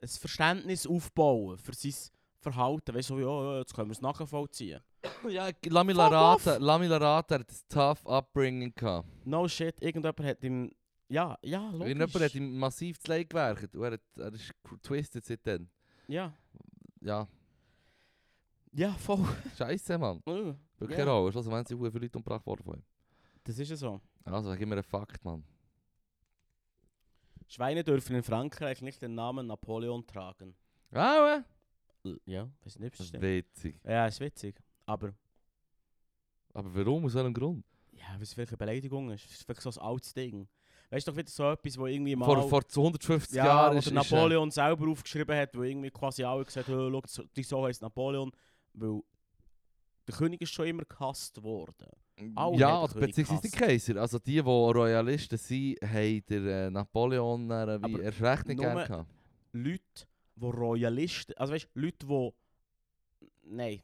[SPEAKER 1] ein Verständnis aufbauen für sein Verhalten. Weißt du, so wie, oh, ja, jetzt können wir es nachvollziehen.
[SPEAKER 2] Ja, Lamila
[SPEAKER 1] Fuck off.
[SPEAKER 2] Rata, Lamila Rata hat ein tough upbringing gehabt.
[SPEAKER 1] No shit, irgendjemand hat ihm. Ja, ja, logisch.
[SPEAKER 2] Irgendjemand hat ihm massiv zu Leid gewerkt und er, hat, er ist getwistet seitdem.
[SPEAKER 1] Ja,
[SPEAKER 2] Ja,
[SPEAKER 1] ja, voll.
[SPEAKER 2] scheisse Mann.
[SPEAKER 1] Äh,
[SPEAKER 2] Wirklich
[SPEAKER 1] ja.
[SPEAKER 2] yeah. auch. Also, wenn sie viele Leute umgebracht worden von ihm.
[SPEAKER 1] Das ist ja so.
[SPEAKER 2] Also, gib mir einen Fakt, Mann.
[SPEAKER 1] Schweine dürfen in Frankreich nicht den Namen Napoleon tragen.
[SPEAKER 2] Ah,
[SPEAKER 1] Äh, Ja, weiß nicht, ob das
[SPEAKER 2] Das ist
[SPEAKER 1] stimmt.
[SPEAKER 2] witzig.
[SPEAKER 1] Ja, ist witzig. Aber
[SPEAKER 2] Aber warum? Aus welchem Grund?
[SPEAKER 1] ja, weil es vielleicht eine Beleidigung ist. Es ist wirklich so ein altes Ding. Weißt du doch wieder so etwas, wo irgendwie mal.
[SPEAKER 2] Vor, vor 150
[SPEAKER 1] ja,
[SPEAKER 2] Jahren
[SPEAKER 1] wo
[SPEAKER 2] ist
[SPEAKER 1] der
[SPEAKER 2] ist,
[SPEAKER 1] Napoleon selber aufgeschrieben hat, wo irgendwie quasi alle gesagt haben, oh, schau, die so heisst Napoleon. Weil der König ist schon immer gehasst worden. Alle
[SPEAKER 2] ja,
[SPEAKER 1] haben den König
[SPEAKER 2] beziehungsweise die Kaiser. Also die, die Royalisten sind, haben der äh, Napoleon äh, wie
[SPEAKER 1] Aber
[SPEAKER 2] erst recht nicht
[SPEAKER 1] nur-
[SPEAKER 2] gerne gehabt.
[SPEAKER 1] Leute, die Royalisten, also weißt du, Leute, die. Nein.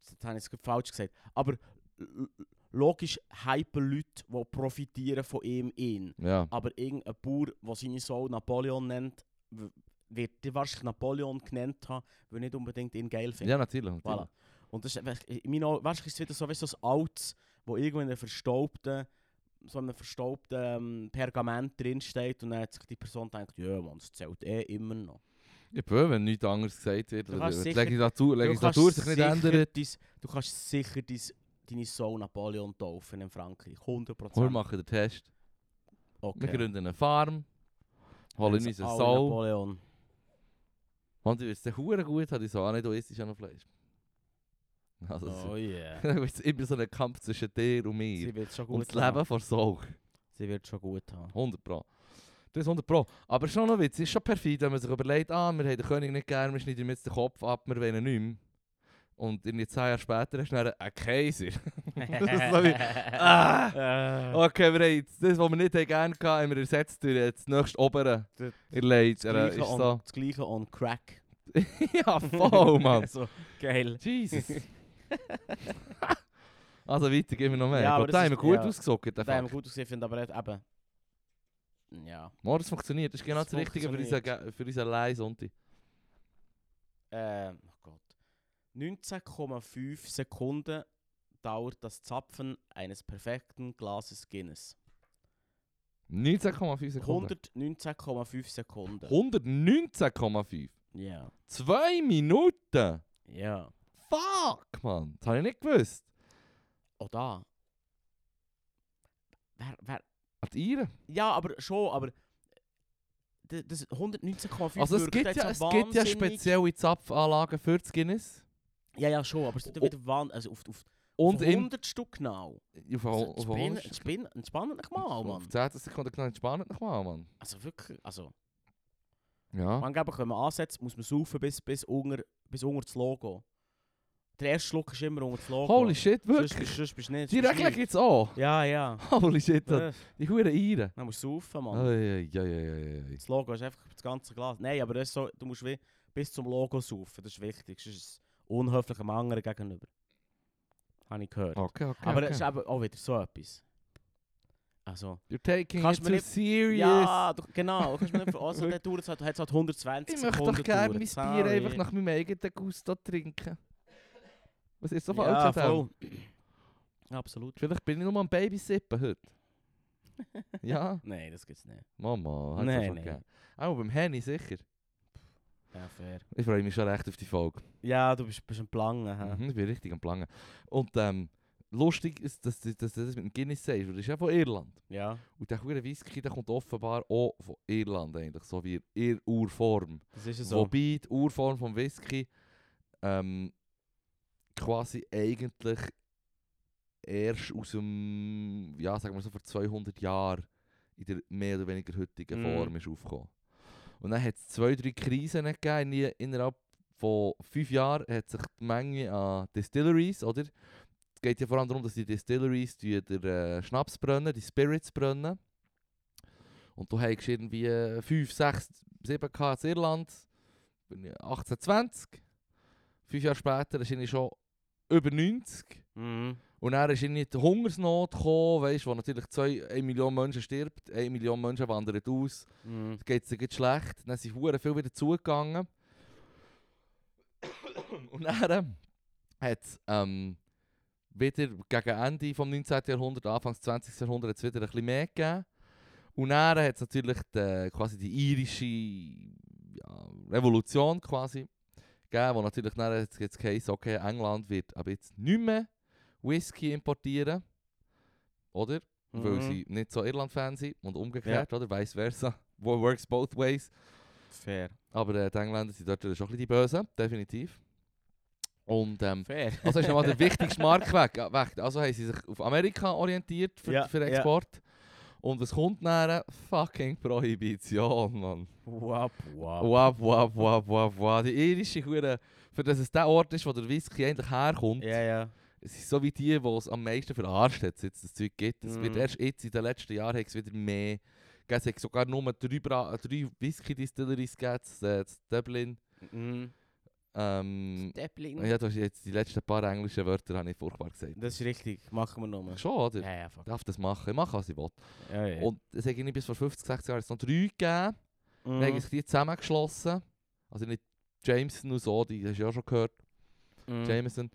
[SPEAKER 1] Das habe ich jetzt gerade falsch gesagt. Aber l- l- logisch hypen Leute, die profitieren von ihm ihn.
[SPEAKER 2] Ja.
[SPEAKER 1] Aber irgendein Bauer, der seine Sohn Napoleon nennt, w- wird die wahrscheinlich Napoleon genannt haben, weil nicht unbedingt ihn geil findet.
[SPEAKER 2] ja, natürlich. natürlich.
[SPEAKER 1] Voilà. Und das ist, einfach- in meinen Augen- wahrscheinlich ist es wieder so, weißt du, so ein altes, wo irgendwo in einem verstaubten, so einem verstaubten ähm, Pergament drinsteht und dann hat sich die Person denkt, ja man, das zählt eh immer noch.
[SPEAKER 2] Ich bin, wenn nichts anderes gesagt wird.
[SPEAKER 1] Du
[SPEAKER 2] oder
[SPEAKER 1] kannst
[SPEAKER 2] Die
[SPEAKER 1] sicher-
[SPEAKER 2] Legislatur, Legislatur
[SPEAKER 1] kannst
[SPEAKER 2] sich nicht
[SPEAKER 1] sicher
[SPEAKER 2] ändert.
[SPEAKER 1] Dies, du kannst sicher dies, deine Sohn Napoleon taufen in Frankreich, 100%.
[SPEAKER 2] Wir machen den Test.
[SPEAKER 1] Okay.
[SPEAKER 2] Wir gründen eine Farm. Holen
[SPEAKER 1] Also
[SPEAKER 2] uns eine
[SPEAKER 1] alle
[SPEAKER 2] Sau.
[SPEAKER 1] Napoleon.
[SPEAKER 2] oh, Und die wird es gut, hat die Sau. Ah, nicht, du isst ja noch Fleisch. Also,
[SPEAKER 1] Oh yeah.
[SPEAKER 2] es ist immer so ein Kampf zwischen dir und mir.
[SPEAKER 1] Sie wird schon gut
[SPEAKER 2] Und das Leben
[SPEAKER 1] haben.
[SPEAKER 2] vor Sau.
[SPEAKER 1] Sie wird schon gut haben.
[SPEAKER 2] 100 Pro. Das ist 100 Pro. Aber es ist schon noch witzig, es ist schon perfid, wenn man sich überlegt, ah, wir haben den König nicht gern, wir schneiden ihm jetzt den Kopf ab, wir wollen ihn nicht mehr. Und irgendwie zwei Jahre später hast du dann einen Kaiser. ist so wie- Ah!
[SPEAKER 1] Äh,
[SPEAKER 2] Okay, wir haben jetzt das, was wir nicht haben gern hatten, haben wir ersetzt durch das nächste obere.
[SPEAKER 1] Das-
[SPEAKER 2] Ihr Leid.
[SPEAKER 1] das,
[SPEAKER 2] Er
[SPEAKER 1] gleiche
[SPEAKER 2] äh, ist
[SPEAKER 1] on,
[SPEAKER 2] so.
[SPEAKER 1] das gleiche on crack.
[SPEAKER 2] ja, voll, Mann.
[SPEAKER 1] so, geil.
[SPEAKER 2] Jesus. also weiter geben wir noch mehr.
[SPEAKER 1] Ja,
[SPEAKER 2] Ja,
[SPEAKER 1] aber das
[SPEAKER 2] Gott, da haben wir
[SPEAKER 1] ist-
[SPEAKER 2] gut
[SPEAKER 1] ja.
[SPEAKER 2] ausgesockt.
[SPEAKER 1] Das haben wir gut gesehen, finde aber eben. Ja.
[SPEAKER 2] Morgen funktioniert. Das ist genau
[SPEAKER 1] Das
[SPEAKER 2] das, Richtige für unseren, Ge- für unseren Leih-Sonntag.
[SPEAKER 1] Äh, oh Gott. 19,5 Sekunden dauert das Zapfen eines perfekten Glases Guinness.
[SPEAKER 2] 19,5 Sekunden.
[SPEAKER 1] 119,5 Sekunden.
[SPEAKER 2] 119,5.
[SPEAKER 1] Ja.
[SPEAKER 2] Zwei Minuten.
[SPEAKER 1] Ja.
[SPEAKER 2] Fuck, Mann. Das habe ich nicht gewusst.
[SPEAKER 1] Oh da. Wer, wer,
[SPEAKER 2] An die Iren.
[SPEAKER 1] ja, aber schon, aber d- das 119,5
[SPEAKER 2] Also es
[SPEAKER 1] wirkt
[SPEAKER 2] gibt,
[SPEAKER 1] jetzt
[SPEAKER 2] ja,
[SPEAKER 1] so
[SPEAKER 2] es gibt ja
[SPEAKER 1] wahnsinnig-
[SPEAKER 2] spezielle Zapfanlagen für das Guinness.
[SPEAKER 1] Ja, ja, schon, aber es tut ja
[SPEAKER 2] Oh.
[SPEAKER 1] wieder wahn, also auf, auf
[SPEAKER 2] Und
[SPEAKER 1] auf
[SPEAKER 2] im...
[SPEAKER 1] 100 Stück genau.
[SPEAKER 2] Auf,
[SPEAKER 1] Also,
[SPEAKER 2] auf, auf,
[SPEAKER 1] spinn- spinn- entspann dich mal,
[SPEAKER 2] auf
[SPEAKER 1] Mann.
[SPEAKER 2] 10 Sekunden genau entspannend nochmal, Mann.
[SPEAKER 1] Also wirklich, also
[SPEAKER 2] Ja.
[SPEAKER 1] Angeblich, wenn man ansetzt, muss man saufen bis, bis, unter, bis unter das Logo. Der erste Schluck ist immer unter das Logo.
[SPEAKER 2] Holy shit,
[SPEAKER 1] Sonst
[SPEAKER 2] wirklich.
[SPEAKER 1] bist- Sonst bist du nicht.
[SPEAKER 2] Die
[SPEAKER 1] sonst bist du
[SPEAKER 2] Regeln
[SPEAKER 1] nicht.
[SPEAKER 2] gibt's auch.
[SPEAKER 1] Ja, ja.
[SPEAKER 2] Holy shit, das-
[SPEAKER 1] Äh,
[SPEAKER 2] die Huren Iren.
[SPEAKER 1] Dann musst du saufen, Mann.
[SPEAKER 2] Eieieiei.
[SPEAKER 1] Das Logo ist einfach das ganze Glas. Nein, aber das ist so, du musst wie bis zum Logo saufen. Das ist wichtig. Sonst ist es unhöflich am anderen gegenüber. Habe ich gehört.
[SPEAKER 2] Okay, okay.
[SPEAKER 1] aber
[SPEAKER 2] okay.
[SPEAKER 1] es ist eben auch wieder so etwas. Also.
[SPEAKER 2] You're taking
[SPEAKER 1] Kannst
[SPEAKER 2] it
[SPEAKER 1] mir
[SPEAKER 2] too
[SPEAKER 1] nicht-
[SPEAKER 2] serious.
[SPEAKER 1] Ja, du, genau. Du kannst mir nicht ver- Also, der dauert es halt, hat's halt 120
[SPEAKER 2] ich möchte
[SPEAKER 1] Sekunden.
[SPEAKER 2] doch gerne mein
[SPEAKER 1] gedauert.
[SPEAKER 2] Bier einfach
[SPEAKER 1] Sorry.
[SPEAKER 2] nach meinem eigenen Gusto trinken. Was ist so falsch?
[SPEAKER 1] Ja,
[SPEAKER 2] an dem?
[SPEAKER 1] voll. Absolut.
[SPEAKER 2] Vielleicht bin ich nur am Babysippen heute. ja,
[SPEAKER 1] Nein, das gibt's nicht.
[SPEAKER 2] Mama, hat's
[SPEAKER 1] Nein,
[SPEAKER 2] schon
[SPEAKER 1] nein.
[SPEAKER 2] gegeben. Auch beim Oh, Henny sicher.
[SPEAKER 1] Ja, fair.
[SPEAKER 2] Ich freue mich schon recht auf die Folge.
[SPEAKER 1] Ja, du bist, bist ein Plangen. hä?
[SPEAKER 2] Mhm, ich bin richtig am Plangen. Und ähm, lustig ist, dass, du- dass du das mit dem Guinness sagst, weil das ist ja von Irland.
[SPEAKER 1] Ja,
[SPEAKER 2] Und der hure Whisky der kommt offenbar auch von Irland eigentlich, so wie ihre Urform.
[SPEAKER 1] das ist ja so.
[SPEAKER 2] Wobei die Urform vom Whisky ähm, quasi eigentlich erst aus dem, ja sagen wir so vor 200 Jahren in der mehr oder weniger heutigen
[SPEAKER 1] Mm.
[SPEAKER 2] Form ist aufgekommen. Und dann hat es zwei, drei Krisen gegeben, in- innerhalb von fünf Jahren hat sich die Menge an Distilleries, oder? Es geht ja vor allem darum, dass die Distilleries die den äh, Schnaps brennen, die Spirits brennen. Und du hast irgendwie äh, fünf, sechs, sieben gehabt in Irland, bin ich 18, 20. Fünf Jahre später ist ich schon über 90.
[SPEAKER 1] Mhm.
[SPEAKER 2] Und dann ist irgendwie die Hungersnot gekommen, weißt, wo natürlich 1 Million Menschen stirbt, 1 Million Menschen wandern aus,
[SPEAKER 1] Mhm.
[SPEAKER 2] geht es dir schlecht. Dann sind Huren viel wieder zugegangen. Und dann hat es ähm, wieder gegen Ende vom 19. Jahrhundert, Anfang des 20. Jahrhunderts wieder ein bisschen mehr gegeben. Und dann hat es natürlich die, quasi die irische ja, Revolution quasi gegeben, wo natürlich dann jetzt, jetzt geheißen, okay, England wird aber jetzt nicht mehr Whisky importieren. Oder?
[SPEAKER 1] Mhm.
[SPEAKER 2] Weil sie nicht so Irland-Fan sind und umgekehrt, oder? Vice versa. Wo- Works both ways.
[SPEAKER 1] Fair.
[SPEAKER 2] Aber äh, die Engländer sind dort schon ein bisschen die Bösen, definitiv. Und ähm,
[SPEAKER 1] Fair.
[SPEAKER 2] also ist nochmal der wichtigste Markt weg, äh, weg. Also haben sie sich auf Amerika orientiert für,
[SPEAKER 1] Ja,
[SPEAKER 2] für
[SPEAKER 1] ja.
[SPEAKER 2] Export. Und was kommt nachher? Fucking Prohibition, Mann.
[SPEAKER 1] Wap, wap.
[SPEAKER 2] Wap, wap, wap, wap, wap. Die irische Hure, für das es der Ort ist, wo der Whisky eigentlich herkommt.
[SPEAKER 1] Ja, ja.
[SPEAKER 2] Es ist so wie die, die es am meisten verarscht hat, seit es das Zeug gibt. Es wird
[SPEAKER 1] Mhm.
[SPEAKER 2] erst jetzt in den letzten Jahren hat es wieder mehr. gegeben. Es hat sogar nur drei, Bra- drei Whisky-Distilleries gegeben, in Dublin. Mm-hmm.
[SPEAKER 1] Mhm.
[SPEAKER 2] Ähm,
[SPEAKER 1] Steppling.
[SPEAKER 2] ja, du hast jetzt die letzten paar englischen Wörter habe ich furchtbar gesagt.
[SPEAKER 1] Das ist richtig. Machen wir nochmal.
[SPEAKER 2] Schon, oder?
[SPEAKER 1] Ja, ja, fuck.
[SPEAKER 2] Ich darf das machen. Ich mache, was ich will.
[SPEAKER 1] Ja, ja.
[SPEAKER 2] Und es hat irgendwie bis vor 50, 60 Jahren jetzt noch drei gegeben.
[SPEAKER 1] Mm. Mhm.
[SPEAKER 2] Dann haben sich die zusammengeschlossen. Also nicht Jameson und so, die hast du ja schon gehört.
[SPEAKER 1] Mhm.
[SPEAKER 2] Jameson.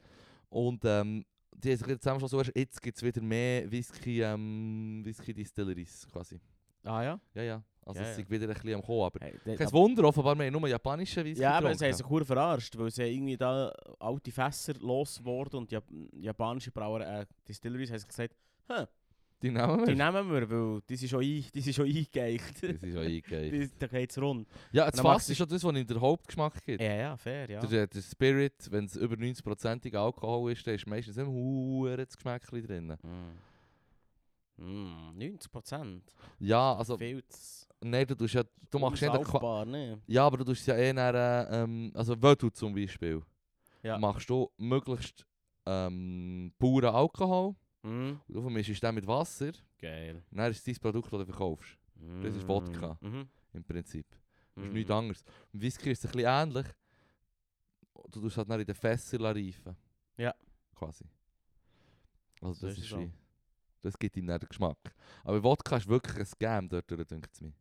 [SPEAKER 2] Und ähm, die haben sich jetzt zusammengeschlossen. Weisst du, Jetzt gibt es wieder mehr Whisky, ähm, Whisky-Distilleries quasi.
[SPEAKER 1] Ah ja?
[SPEAKER 2] Ja, ja. Also
[SPEAKER 1] Ja,
[SPEAKER 2] es
[SPEAKER 1] ja.
[SPEAKER 2] sind wieder ein bisschen am Kommen. Aber
[SPEAKER 1] Hey, der-
[SPEAKER 2] kein Wunder, offenbar, wir haben nur japanischen Whisky
[SPEAKER 1] ja, aber sie haben
[SPEAKER 2] getrunken.
[SPEAKER 1] sich verdammt verarscht, weil sie irgendwie da alte Fässer losgeworden und Jap japanische Brauer, äh, Distilleries haben sich gesagt, hä,
[SPEAKER 2] Die nehmen
[SPEAKER 1] Die
[SPEAKER 2] wir.
[SPEAKER 1] nehmen wir, weil die sind schon, ein, die sind schon eingeeicht.
[SPEAKER 2] Das ist ja eingeil.
[SPEAKER 1] Die- Da geht es rund.
[SPEAKER 2] Ja, das
[SPEAKER 1] Dann machst
[SPEAKER 2] Fass ist schon das, was ihm den Hauptgeschmack gibt.
[SPEAKER 1] Ja, ja, fair, ja.
[SPEAKER 2] Der, der Spirit, wenn es über 90%ig Alkohol ist, dann ist meistens ein hohes Geschmäckchen drin.
[SPEAKER 1] Mm. Mm, 90 Prozent.
[SPEAKER 2] Ja, also,
[SPEAKER 1] Viel zu
[SPEAKER 2] nein, du tust ja, du machst ja nicht
[SPEAKER 1] unsaugbar, ne?
[SPEAKER 2] Ja, aber du tust es ja eh nach, äh, ähm, also wenn du zum Beispiel,
[SPEAKER 1] Ja.
[SPEAKER 2] machst du möglichst ähm, puren Alkohol,
[SPEAKER 1] Mm.
[SPEAKER 2] du vermischst den mit Wasser,
[SPEAKER 1] Geil.
[SPEAKER 2] dann ist es dein Produkt, das du verkaufst, Das ist
[SPEAKER 1] Mm.
[SPEAKER 2] Wodka.
[SPEAKER 1] Mhm.
[SPEAKER 2] im Prinzip. Das ist
[SPEAKER 1] Mhm.
[SPEAKER 2] nichts anderes. Im Whisky ist es ein bisschen ähnlich, du tust halt dann in den Fässern reifen.
[SPEAKER 1] Ja.
[SPEAKER 2] Quasi. Also
[SPEAKER 1] So
[SPEAKER 2] das
[SPEAKER 1] ist es
[SPEAKER 2] ist
[SPEAKER 1] so.
[SPEAKER 2] wie, das gibt ihm dann den Geschmack. Aber Wodka ist wirklich ein Scam dort, denkt es mir.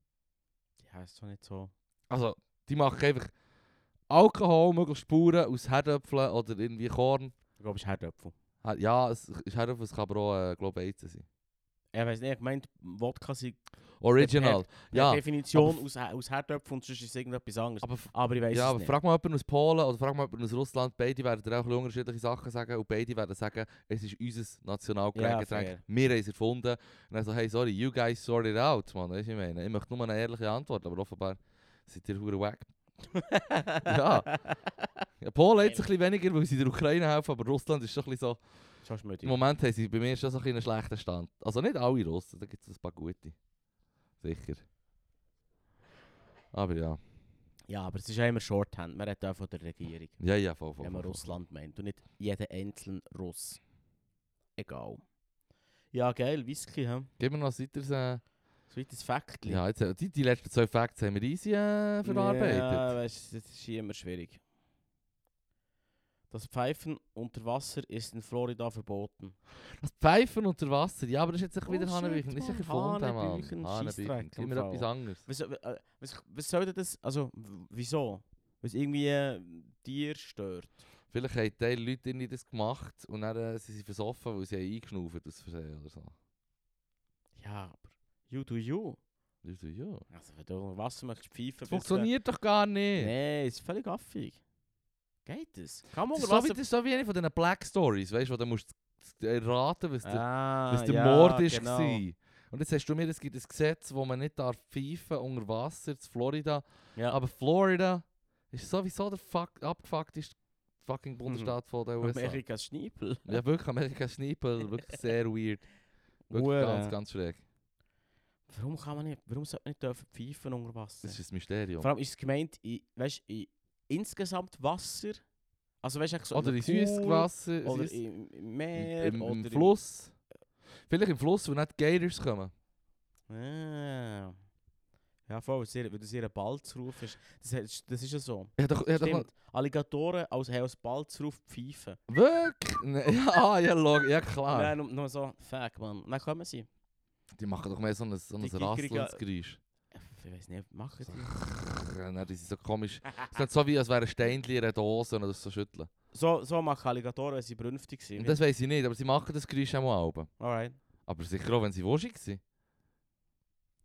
[SPEAKER 1] Ja, ist doch nicht so.
[SPEAKER 2] Also, die machen einfach Alkohol, möglichst Spuren aus Herdöpfeln oder irgendwie Korn.
[SPEAKER 1] Ich glaube, es ist Herdöpfel.
[SPEAKER 2] Her- Ja, es ist Herdöpfel, es kann aber auch, äh, glaube ich, Weizen sein.
[SPEAKER 1] Ich weiß nicht, ich meinte, Wodka sei
[SPEAKER 2] Original.
[SPEAKER 1] per
[SPEAKER 2] Ja,
[SPEAKER 1] Definition
[SPEAKER 2] aber f-
[SPEAKER 1] aus, Her- aus Herdöpfel und sonst ist es irgendetwas anderes.
[SPEAKER 2] aber,
[SPEAKER 1] Aber ich weiß
[SPEAKER 2] ja,
[SPEAKER 1] es
[SPEAKER 2] aber
[SPEAKER 1] nicht.
[SPEAKER 2] frag mal jemanden aus Polen oder frag mal jemanden aus Russland. Beide werden dir auch ein bisschen unterschiedliche Sachen sagen und beide werden sagen, es ist unser Nationalgetränk.
[SPEAKER 1] Ja,
[SPEAKER 2] Getränk.
[SPEAKER 1] fair.
[SPEAKER 2] Wir haben es erfunden. Und dann so, hey, sorry, you guys sort it out, man. Weißt du, ich meine, ich möchte nur eine ehrliche Antwort, aber offenbar seid ihr hure wack. ja. ja. Polen jetzt ein bisschen weniger, weil sie der Ukraine helfen, aber Russland ist schon ein bisschen so...
[SPEAKER 1] Schon schmütig.
[SPEAKER 2] Im Moment haben sie bei mir schon so ein bisschen einen schlechten Stand. Also nicht alle Russen, da gibt es ein paar gute. Sicher. Aber ja.
[SPEAKER 1] Ja, aber es ist ja immer Shorthand. Man redet auch von der Regierung,
[SPEAKER 2] Ja, ja, voll, voll.
[SPEAKER 1] wenn man
[SPEAKER 2] voll, voll.
[SPEAKER 1] Russland meint und nicht jeden einzelnen Russ. Egal. Ja, geil, Whisky, hä?
[SPEAKER 2] Gib mir noch ein weiteres... Äh,
[SPEAKER 1] So weit das Fakt.
[SPEAKER 2] ja, jetzt, äh, die, die letzten zwei Facts haben wir easy äh, verarbeitet.
[SPEAKER 1] Ja, weißt, das ist immer schwierig. Das Pfeifen unter Wasser ist in Florida verboten.
[SPEAKER 2] Das Pfeifen unter Wasser, ja, aber das ist jetzt ein wieder
[SPEAKER 1] Bullshit,
[SPEAKER 2] Hanebüchen. Das ist
[SPEAKER 1] Mann.
[SPEAKER 2] sicher erfunden,
[SPEAKER 1] Hanebüchen,
[SPEAKER 2] Mann. Hanebüchen.
[SPEAKER 1] Scheissdreck,
[SPEAKER 2] Gib mir
[SPEAKER 1] im Fall.
[SPEAKER 2] etwas anderes.
[SPEAKER 1] Was, äh, was, was soll denn das? Also, w- wieso? Weil es irgendwie äh, Tier stört.
[SPEAKER 2] Vielleicht haben die Leute irgendwie das gemacht und dann äh, sie sind versoffen, weil sie haben eingeschnauft aus Versehen oder so.
[SPEAKER 1] Ja, aber you do you.
[SPEAKER 2] Ich so, ja.
[SPEAKER 1] Also, wenn du unter Wasser möchtest pfeifen,
[SPEAKER 2] Das
[SPEAKER 1] bist du-
[SPEAKER 2] funktioniert doch gar nicht.
[SPEAKER 1] Nee, ist völlig affig. Geht das? Kann man
[SPEAKER 2] Das ist,
[SPEAKER 1] unter
[SPEAKER 2] so wie,
[SPEAKER 1] Wasser...
[SPEAKER 2] das ist so wie eine von diesen Black Stories, weißt du, wo du musst erraten, was der,
[SPEAKER 1] ah,
[SPEAKER 2] was der
[SPEAKER 1] ja,
[SPEAKER 2] Mord ist.
[SPEAKER 1] genau.
[SPEAKER 2] gewesen. Und jetzt hast du mir, es gibt ein Gesetz, wo man nicht darf pfeifen unter Wasser, zu Florida.
[SPEAKER 1] Ja,
[SPEAKER 2] Aber Florida ist sowieso der fuck, abgefuckteste fucking Bundesstaat von der USA.
[SPEAKER 1] Mhm. Amerika Schneipel.
[SPEAKER 2] Ja, wirklich, Amerika ist Schneepel, wirklich sehr weird. Wirklich
[SPEAKER 1] Hure.
[SPEAKER 2] ganz, ganz schräg.
[SPEAKER 1] Warum kann man nicht... Warum sollte man nicht dürfen pfeifen unter Wasser?
[SPEAKER 2] Das ist ein Mysterium.
[SPEAKER 1] Vor allem ist es gemeint, in, weißt, in insgesamt Wasser. Also weißt du, so
[SPEAKER 2] Oder
[SPEAKER 1] einem
[SPEAKER 2] in
[SPEAKER 1] Pool
[SPEAKER 2] Süßgewasser,
[SPEAKER 1] Oder
[SPEAKER 2] Süss-
[SPEAKER 1] im, im Meer.
[SPEAKER 2] im, im,
[SPEAKER 1] oder
[SPEAKER 2] im Fluss. Vielleicht im Fluss, wo nicht die Gators kommen.
[SPEAKER 1] Ah. Ja, voll, sehr, weil du sehr ein Balzruf ist. Das, ist- das ist ja so.
[SPEAKER 2] Ich hab doch, ich hab doch mal-
[SPEAKER 1] Stimmt. Alligatoren als, haben als Balzruf pfeifen.
[SPEAKER 2] Wirklich? Nee, ja, ja, log, ja klar.
[SPEAKER 1] Nein, nur, nur so, fuck man. Dann kommen sie.
[SPEAKER 2] Die machen doch mehr so ein, so ein
[SPEAKER 1] Die gigerige-
[SPEAKER 2] rasselndes Geräusch.
[SPEAKER 1] Ich weiß nicht, machen die.
[SPEAKER 2] Nein, die sind so komisch. Es ist so wie, als wäre ein Steinchen in einer Dose und das so schütteln.
[SPEAKER 1] So, so machen Alligatoren, wenn sie brünftig
[SPEAKER 2] Und
[SPEAKER 1] sind.
[SPEAKER 2] das weiss ich nicht, aber sie machen das Geräusch auch mal oben.
[SPEAKER 1] Alright.
[SPEAKER 2] Aber sicher auch, wenn sie wuschig sind.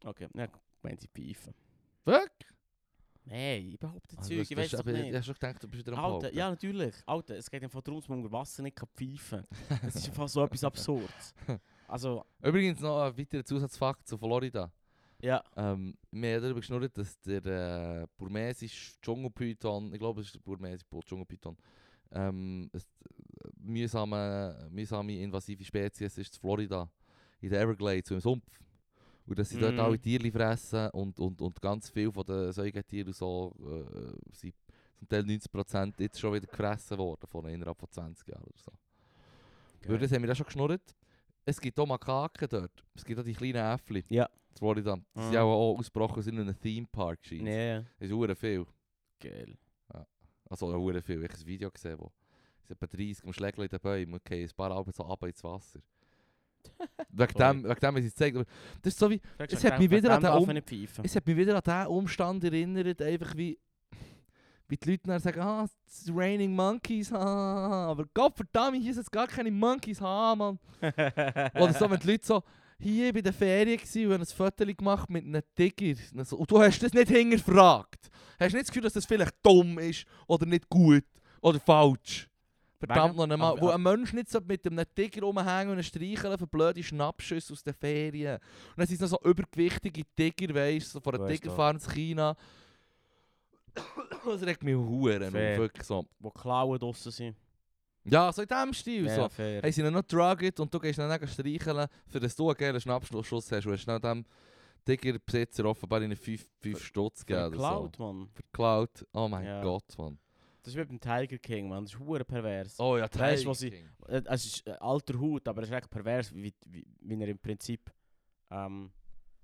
[SPEAKER 1] Okay, ja, ich meine, sie pfeifen.
[SPEAKER 2] Wirklich?
[SPEAKER 1] Nein, überhaupt nicht
[SPEAKER 2] Also,
[SPEAKER 1] Zeug,
[SPEAKER 2] das-
[SPEAKER 1] ich
[SPEAKER 2] das
[SPEAKER 1] weiß
[SPEAKER 2] ist-
[SPEAKER 1] doch
[SPEAKER 2] aber
[SPEAKER 1] nicht.
[SPEAKER 2] Ich habe schon gedacht, du bist wieder am
[SPEAKER 1] Alter,
[SPEAKER 2] Behaupten.
[SPEAKER 1] ja natürlich. Alter, es geht einfach darum, dass man unter Wasser nicht kann pfeifen kann. Das ist einfach so etwas Absurdes. Also,
[SPEAKER 2] Übrigens noch ein weiterer Zusatzfakt zu Florida.
[SPEAKER 1] ja.
[SPEAKER 2] Ähm, wir haben darüber geschnurrt, dass der äh, burmesische Dschungelpython, ich glaube, es ist der burmesische Bu- Dschungelpython, ähm, es- äh, mühsame, mühsame invasive Spezies ist in Florida, in den Everglades, so im Sumpf. Und dass sie dort
[SPEAKER 1] Mhm.
[SPEAKER 2] alle Tiere fressen und, und, und ganz viel von den Säugetieren und so äh, sind zum Teil 90% jetzt schon wieder gefressen worden von innerhalb von 20 Jahren oder so. Weil das haben wir auch schon geschnurrt. Es gibt auch Makaken dort. Es gibt auch die kleinen Äffli.
[SPEAKER 1] Ja.
[SPEAKER 2] In Florida. Die sind
[SPEAKER 1] Mhm.
[SPEAKER 2] auch, auch ausgebrochen sind in einem Theme Park scheint.
[SPEAKER 1] Nee.
[SPEAKER 2] Das ist hure viel.
[SPEAKER 1] Geil.
[SPEAKER 2] Also auch hure viel. Ich habe ein Video gesehen, wo es etwa 30 am Schlägeln in den Bäumen und fallen ein paar Alben so ab ins Wasser. wegen dem, wegen dem, was sie zeigen. Das ist so wie, Es hat mich wieder an den Um-
[SPEAKER 1] nicht pfeifen.
[SPEAKER 2] es hat mich wieder an diesen Umstand erinnert, einfach wie, wie die Leute dann sagen, ah, it's raining monkeys, ah, aber Gottverdammt, hier sind jetzt gar keine Monkeys, ah, Mann. Oder so, wenn die Leute so hier bei der Ferien waren und haben ein Foto gemacht mit einem Tiger. Und, so, und du hast das nicht hinterfragt. Hast nicht das Gefühl, dass das vielleicht dumm ist oder nicht gut oder falsch. Verdammt
[SPEAKER 1] Wegen- Ah,
[SPEAKER 2] noch einmal,
[SPEAKER 1] aber-
[SPEAKER 2] wo ein Mensch nicht so mit einem Tiger rumhängen und streicheln für blöde Schnappschüsse aus den Ferien. Und dann sind es noch so übergewichtige Tiger, weißt du, so von einer
[SPEAKER 1] Weisst du.
[SPEAKER 2] Tigerfarm in China. Das regt mich Huren auf,
[SPEAKER 1] Fair.
[SPEAKER 2] wirklich so.
[SPEAKER 1] wo Klauen draussen sind.
[SPEAKER 2] Ja, so in diesem Stil.
[SPEAKER 1] Ja,
[SPEAKER 2] so.
[SPEAKER 1] fair.
[SPEAKER 2] Hey, sie sind noch drugged und du gehst dann nachher streicheln, für das du einen geilen Schnappschuss hast. Und hast dann dem Tigerbesitzer offenbar in 5
[SPEAKER 1] Ver-
[SPEAKER 2] Stutz gegeben. oder
[SPEAKER 1] Verklaut, Mann.
[SPEAKER 2] So. Verklaut. Oh mein
[SPEAKER 1] Ja.
[SPEAKER 2] Gott, Mann.
[SPEAKER 1] Das ist wie beim Tiger King, Mann. Das ist hure pervers.
[SPEAKER 2] Oh ja,
[SPEAKER 1] Weißt du, was
[SPEAKER 2] Tiger
[SPEAKER 1] ich-
[SPEAKER 2] King.
[SPEAKER 1] Äh, Es ist äh, alter Hut, aber es ist echt pervers, wie, wie, wie er im Prinzip ähm,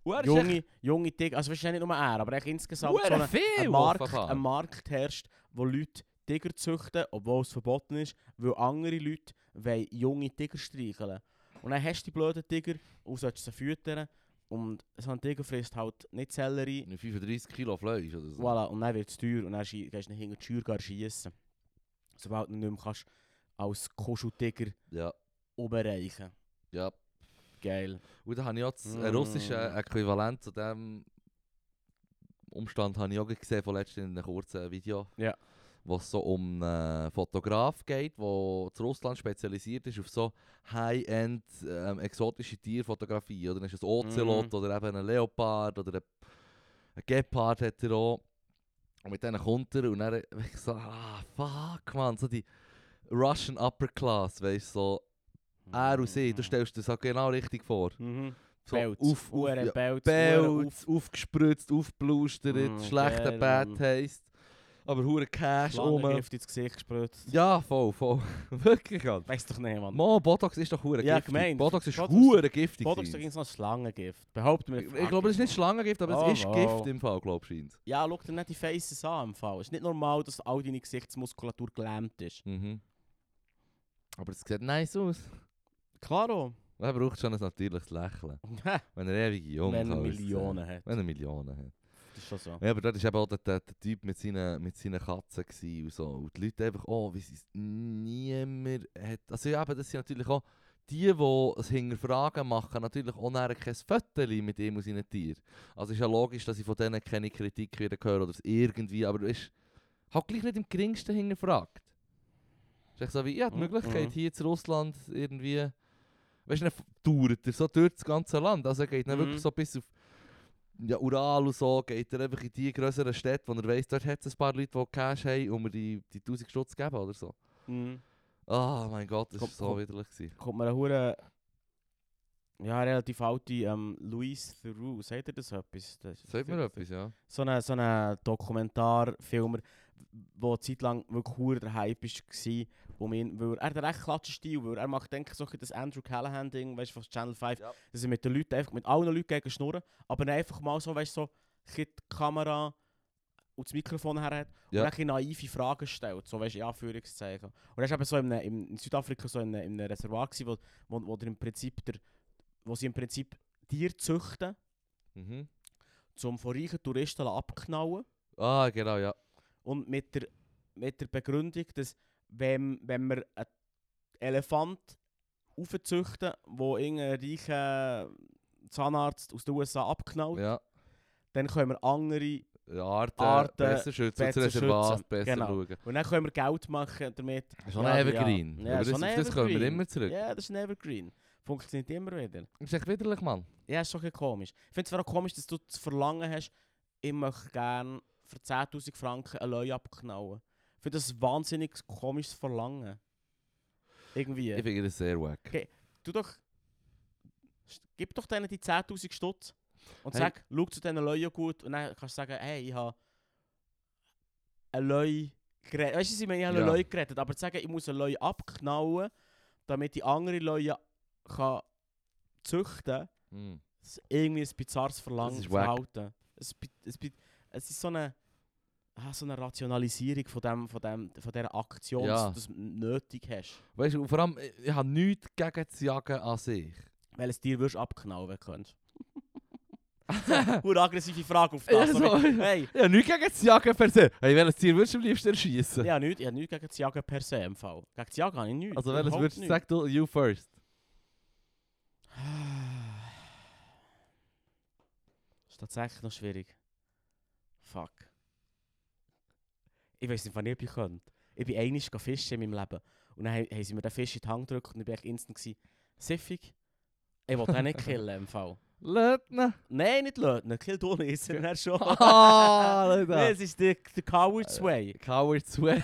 [SPEAKER 2] Und er ist echt-
[SPEAKER 1] junge, junge Tiger, also wahrscheinlich nicht nur er, aber echt insgesamt so
[SPEAKER 2] Hure
[SPEAKER 1] eine,
[SPEAKER 2] viel,
[SPEAKER 1] ein, Markt,
[SPEAKER 2] offenbar.
[SPEAKER 1] ein Markt herrscht, wo Leute Tiger züchten, obwohl es verboten ist, weil andere Leute wollen junge Tiger streicheln. Und dann hast du die blöden Tiger und sollst sie füttern und so ein Tiger frisst halt nicht Sellerie,
[SPEAKER 2] Eine 35 Kilo Fleisch oder so.
[SPEAKER 1] Voilà, und dann wird es teuer und dann schie- gehst du hinter die Schür gar schiessen. Sobald du nicht mehr kannst, als Kuscheltiger
[SPEAKER 2] Ja,
[SPEAKER 1] oberreichen.
[SPEAKER 2] ja.
[SPEAKER 1] Geil.
[SPEAKER 2] Und dann habe ich auch das
[SPEAKER 1] Mm.
[SPEAKER 2] äh, russische Äquivalent zu dem Umstand habe ich auch gesehen von letztem in einem kurzen Video.
[SPEAKER 1] Ja.
[SPEAKER 2] Wo es so um einen Fotograf geht, der zu Russland spezialisiert ist auf so High-End ähm, exotische Tierfotografie. Oder dann ist es ein Ozelot
[SPEAKER 1] Mhm.
[SPEAKER 2] oder eben ein Leopard oder ein, ein Gepard hat er auch. Und mit denen kommt er und dann hab ich so, ah fuck man, so die Russian Upper Class, weißt du, so er und sie, du
[SPEAKER 1] Mm.
[SPEAKER 2] stellst dir Ah, das auch genau richtig vor.
[SPEAKER 1] Mhm.
[SPEAKER 2] So
[SPEAKER 1] Pelz.
[SPEAKER 2] auf, auf,
[SPEAKER 1] Hure
[SPEAKER 2] ja,
[SPEAKER 1] Pelz, hure
[SPEAKER 2] Pelz,
[SPEAKER 1] auf-
[SPEAKER 2] aufgespritzt, aufgeblustert,
[SPEAKER 1] Mm,
[SPEAKER 2] schlechter
[SPEAKER 1] geil,
[SPEAKER 2] Bad
[SPEAKER 1] Mann.
[SPEAKER 2] Taste. Aber hure Cash um.
[SPEAKER 1] Schlangengift ins Gesicht gespritzt.
[SPEAKER 2] Ja, voll, voll. Wirklich halt.
[SPEAKER 1] Weiss doch nicht, Mann.
[SPEAKER 2] Mo, Botox ist doch hure
[SPEAKER 1] Ja,
[SPEAKER 2] giftig.
[SPEAKER 1] gemeint.
[SPEAKER 2] Botox ist
[SPEAKER 1] Botox-
[SPEAKER 2] hure giftig.
[SPEAKER 1] Botox ist
[SPEAKER 2] gewesen.
[SPEAKER 1] übrigens noch Schlangengift. Behaupten wir
[SPEAKER 2] ich, ich glaube, es ist nicht Schlangengift, aber
[SPEAKER 1] Oh,
[SPEAKER 2] es ist
[SPEAKER 1] wow.
[SPEAKER 2] Gift im Fall, glaube ich. scheint.
[SPEAKER 1] Ja, schau dir nicht die Faces an im Fall. Es ist nicht normal, dass all deine Gesichtsmuskulatur gelähmt ist.
[SPEAKER 2] Mhm. Aber es sieht nice aus.
[SPEAKER 1] Klaro.
[SPEAKER 2] Er braucht schon ein natürliches Lächeln. Wenn er ewig jung
[SPEAKER 1] Wenn er
[SPEAKER 2] kann, ist es, äh,
[SPEAKER 1] Millionen hat.
[SPEAKER 2] Wenn er Millionen hat.
[SPEAKER 1] Das ist schon so.
[SPEAKER 2] Ja, aber dort war eben auch der, der, der Typ mit seinen, mit seinen Katzen gsi und so. Und die Leute einfach, oh, wie sie es niemand hat. Also ja, aber das sind natürlich auch die, die es hinterfragen machen, natürlich auch nachher kein Fötterli mit ihm und seinen Tieren. Also ist ja logisch, dass ich von denen keine Kritik wieder höre oder es irgendwie, aber du bist halt gleich nicht im geringsten hinterfragt. Ist echt so wie, ja, die
[SPEAKER 1] Mhm.
[SPEAKER 2] Möglichkeit
[SPEAKER 1] Mhm.
[SPEAKER 2] hier zu Russland irgendwie, weißt du, dann dauert er so durch das ganze Land. Also er geht dann
[SPEAKER 1] Mhm.
[SPEAKER 2] wirklich so bis auf ja, Ural und so, geht er einfach in die grösseren Städte, wo er weiss, dort hat es ein paar Leute, die Cash haben und mir die, die 1000 Stutz geben oder so.
[SPEAKER 1] Mhm.
[SPEAKER 2] Ah, mein Gott, das war
[SPEAKER 1] Komm,
[SPEAKER 2] so
[SPEAKER 1] komm.
[SPEAKER 2] widerlich. Gewesen.
[SPEAKER 1] kommt mir eine hure ja relativ alte ähm, Louis Theroux, sagt ihr das etwas? Das ist-
[SPEAKER 2] Sagt mir etwas, ja.
[SPEAKER 1] So ein so eine Dokumentarfilmer, wo eine Zeit lang wirklich hure der Hype ist gsi, wo man, weil er hat einen recht klatschen Stil, weil er macht denke ich so ein bisschen das Andrew Callahan Ding, weißt du von Channel 5,
[SPEAKER 2] Ja.
[SPEAKER 1] dass er mit den Leuten einfach mit allen Leuten gegen schnurren, aber dann einfach mal so, weißt du, so ein bisschen die Kamera und das Mikrofon her hat
[SPEAKER 2] Ja.
[SPEAKER 1] und dann ein bisschen naive Fragen stellt, so weißt du, in Anführungszeichen. Und er war eben so in, einem- in, in Südafrika so in, einem- in einem Reservat, gewesen, wo, wo, wo, der im Prinzip der, wo sie im Prinzip Tiere züchten,
[SPEAKER 2] Mhm.
[SPEAKER 1] um von reichen Touristen abknallen.
[SPEAKER 2] Ah, genau, ja.
[SPEAKER 1] Und mit der, mit der Begründung, dass wenn, wenn wir einen Elefant aufzüchten, wo irgendein reicher Zahnarzt aus den USA abknallt,
[SPEAKER 2] Ja.
[SPEAKER 1] dann können wir andere
[SPEAKER 2] Arten,
[SPEAKER 1] Arten
[SPEAKER 2] besser schützen,
[SPEAKER 1] besser
[SPEAKER 2] besser Reservat
[SPEAKER 1] schützen.
[SPEAKER 2] besser
[SPEAKER 1] Genau.
[SPEAKER 2] schauen.
[SPEAKER 1] und dann können wir Geld machen damit.
[SPEAKER 2] Das ist schon
[SPEAKER 1] Ja,
[SPEAKER 2] ein
[SPEAKER 1] ja.
[SPEAKER 2] Evergreen.
[SPEAKER 1] Ja,
[SPEAKER 2] Über
[SPEAKER 1] ist
[SPEAKER 2] das,
[SPEAKER 1] schon ein
[SPEAKER 2] auf das kommen wir
[SPEAKER 1] Evergreen.
[SPEAKER 2] immer zurück.
[SPEAKER 1] Ja, das ist ein Evergreen. Funktioniert immer wieder.
[SPEAKER 2] Das ist echt widerlich, Mann.
[SPEAKER 1] Ja, ist schon ein bisschen komisch. Ich finde es auch komisch, dass du das Verlangen hast, ich möchte gerne für 10'000 Franken einen Leu abknallen. Ich finde das ein wahnsinnig komisches Verlangen. Irgendwie.
[SPEAKER 2] Ich finde das sehr wack.
[SPEAKER 1] Ge- du doch... Sch- Gib doch denen die 10'000 Stutz und
[SPEAKER 2] Hey.
[SPEAKER 1] sag, schau zu diesen Leuten gut und dann kannst du sagen, hey, ich habe einen Leu gerettet. Weißt du, was ich meine, ich habe einen
[SPEAKER 2] Ja.
[SPEAKER 1] Leu gerettet, aber zu sagen, ich muss einen Leu abknallen, damit ich andere Leute kann züchten kann,
[SPEAKER 2] Mhm.
[SPEAKER 1] ist irgendwie ein bizarres Verlangen
[SPEAKER 2] Das ist
[SPEAKER 1] zu
[SPEAKER 2] wack.
[SPEAKER 1] halten. Es, bi- es, bi- es ist so eine, ah, so eine Rationalisierung von, dem, von, dem, von dieser Aktion,
[SPEAKER 2] Ja.
[SPEAKER 1] dass du es nötig hast.
[SPEAKER 2] Weißt du, und vor allem, ich, ich habe nichts gegen das Jagen an sich.
[SPEAKER 1] Weil es dir würdest abknallen wenn du könntest. Pure aggressive Frage auf
[SPEAKER 2] Ja,
[SPEAKER 1] das.
[SPEAKER 2] so.
[SPEAKER 1] aber- hey,
[SPEAKER 2] Ja, nichts gegen das Jagen per se. Hey, welches Tier würdest du am liebsten erschießen?
[SPEAKER 1] ich habe nichts, ich hab nichts gegen das Jagen per se im Fall. Gegen das Jagen habe ich nichts.
[SPEAKER 2] Also welches
[SPEAKER 1] überhaupt
[SPEAKER 2] würdest du
[SPEAKER 1] nichts.
[SPEAKER 2] sagen, du, you first?
[SPEAKER 1] ist tatsächlich noch schwierig. Fuck. Ich weiß nicht, wann ich könnte. Ich bin einig fischen in meinem Leben. Und dann he- haben sie mir den Fisch in die Hand gedrückt und ich war echt instant gewesen, siffig. Ich wollte den nicht killen im Fall.
[SPEAKER 2] Lötne.
[SPEAKER 1] Nein, nicht löten. Kill du nicht, sondern er schon.
[SPEAKER 2] Ah, Leute.
[SPEAKER 1] Nein, es ist der, der Coward's Way.
[SPEAKER 2] Coward's Way.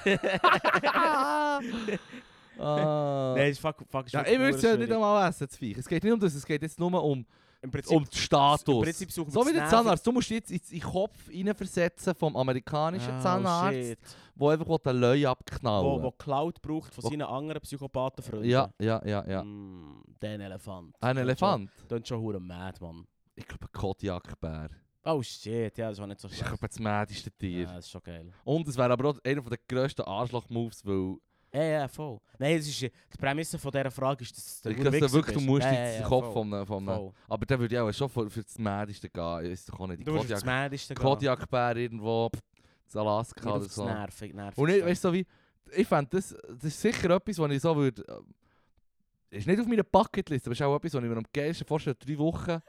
[SPEAKER 2] ah.
[SPEAKER 1] Nein, es ist fuck, fuck, es ist
[SPEAKER 2] ja,
[SPEAKER 1] wirklich
[SPEAKER 2] ich würde es ja
[SPEAKER 1] verdammt
[SPEAKER 2] nicht
[SPEAKER 1] schwierig.
[SPEAKER 2] einmal essen, das Viech. Es geht nicht um das, es geht jetzt nur um,
[SPEAKER 1] Im Prinzip,
[SPEAKER 2] um den Status.
[SPEAKER 1] Im Prinzip suchen wir
[SPEAKER 2] so wie
[SPEAKER 1] das
[SPEAKER 2] der
[SPEAKER 1] Nerven-
[SPEAKER 2] Zahnarzt. Du musst jetzt in den Kopf reinversetzen vom amerikanischen
[SPEAKER 1] Oh,
[SPEAKER 2] Zahnarzt,
[SPEAKER 1] shit.
[SPEAKER 2] der einfach den Löwe abknallen
[SPEAKER 1] Wo,
[SPEAKER 2] will.
[SPEAKER 1] wo Cloud braucht von
[SPEAKER 2] Wo-
[SPEAKER 1] seinen anderen Psychopathenfreunden.
[SPEAKER 2] Ja, ja, ja, ja.
[SPEAKER 1] Mm, den Elefant.
[SPEAKER 2] Ein
[SPEAKER 1] Tönt
[SPEAKER 2] Elefant?
[SPEAKER 1] schon- Tönt schon hure mad, Mann.
[SPEAKER 2] Ich glaube, ein Kodiakbär.
[SPEAKER 1] Oh shit, ja, das war nicht so
[SPEAKER 2] Das ist, ich
[SPEAKER 1] schlecht.
[SPEAKER 2] glaube, das mädeste Tier.
[SPEAKER 1] Ja, das ist schon geil.
[SPEAKER 2] Und es wäre aber auch einer der grössten Arschloch-Moves, weil
[SPEAKER 1] Ja, ja, voll. Nein, das ist, die Prämisse von dieser Frage ist, dass
[SPEAKER 2] ich
[SPEAKER 1] hure
[SPEAKER 2] glaube,
[SPEAKER 1] Wichser
[SPEAKER 2] wirklich, du
[SPEAKER 1] bist.
[SPEAKER 2] musst
[SPEAKER 1] Ja,
[SPEAKER 2] in
[SPEAKER 1] ja,
[SPEAKER 2] den
[SPEAKER 1] ja,
[SPEAKER 2] Kopf
[SPEAKER 1] voll,
[SPEAKER 2] vom... vom
[SPEAKER 1] voll.
[SPEAKER 2] aber der würde ja auch schon für, für das Mädeste gehen. Ich weiß doch auch nicht.
[SPEAKER 1] Du musst das
[SPEAKER 2] Kodiak-
[SPEAKER 1] Mädeste gehen.
[SPEAKER 2] Kodiakbär irgendwo, pff, in
[SPEAKER 1] Nicht
[SPEAKER 2] Alaska
[SPEAKER 1] auf
[SPEAKER 2] oder
[SPEAKER 1] das
[SPEAKER 2] so.
[SPEAKER 1] nervig, nervig.
[SPEAKER 2] Und ich,
[SPEAKER 1] stellen.
[SPEAKER 2] weißt du, so wie, ich fände das, das ist sicher etwas, was ich so würde. ähm, Ist nicht auf meiner Bucketlist, aber ist auch etwas, was ich mir am geilsten vorstelle, drei Wochen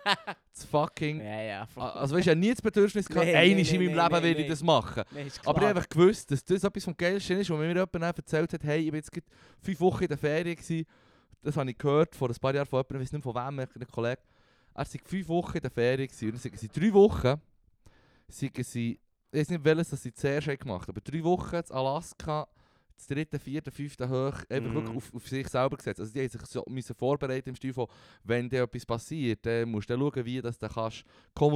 [SPEAKER 2] zu fucking.
[SPEAKER 1] Ja, ja,
[SPEAKER 2] Ah,
[SPEAKER 1] voll.
[SPEAKER 2] Also, weißt du, ich habe nie das Bedürfnis gehabt,
[SPEAKER 1] Nee, nee,
[SPEAKER 2] einmal in
[SPEAKER 1] nee,
[SPEAKER 2] meinem
[SPEAKER 1] nee,
[SPEAKER 2] Leben
[SPEAKER 1] nee,
[SPEAKER 2] werde ich
[SPEAKER 1] nee.
[SPEAKER 2] das machen.
[SPEAKER 1] Nein, ist
[SPEAKER 2] Aber ich
[SPEAKER 1] klar.
[SPEAKER 2] habe einfach gewusst, dass das etwas vom Geilsten ist, und wenn mir jemand dann erzählt hat, hey, ich bin jetzt gerade fünf Wochen in der Ferien gewesen, das habe ich gehört vor ein paar Jahren von jemandem, ich weiß nicht mehr von wem, einem Kollegen, er sei fünf Wochen in der Ferien gewesen, und dann sagen sie, drei Wochen, sagen sie, ich weiß nicht welches, das sie zuerst haben gemacht aber drei Wochen in Alaska, das dritte, vierte, fünfte hoch, einfach
[SPEAKER 1] Mhm.
[SPEAKER 2] wirklich auf, auf sich selber gesetzt. Also die haben sich so müssen vorbereiten im Stil von, wenn dir etwas passiert, dann musst du dann schauen, wie dass du kannst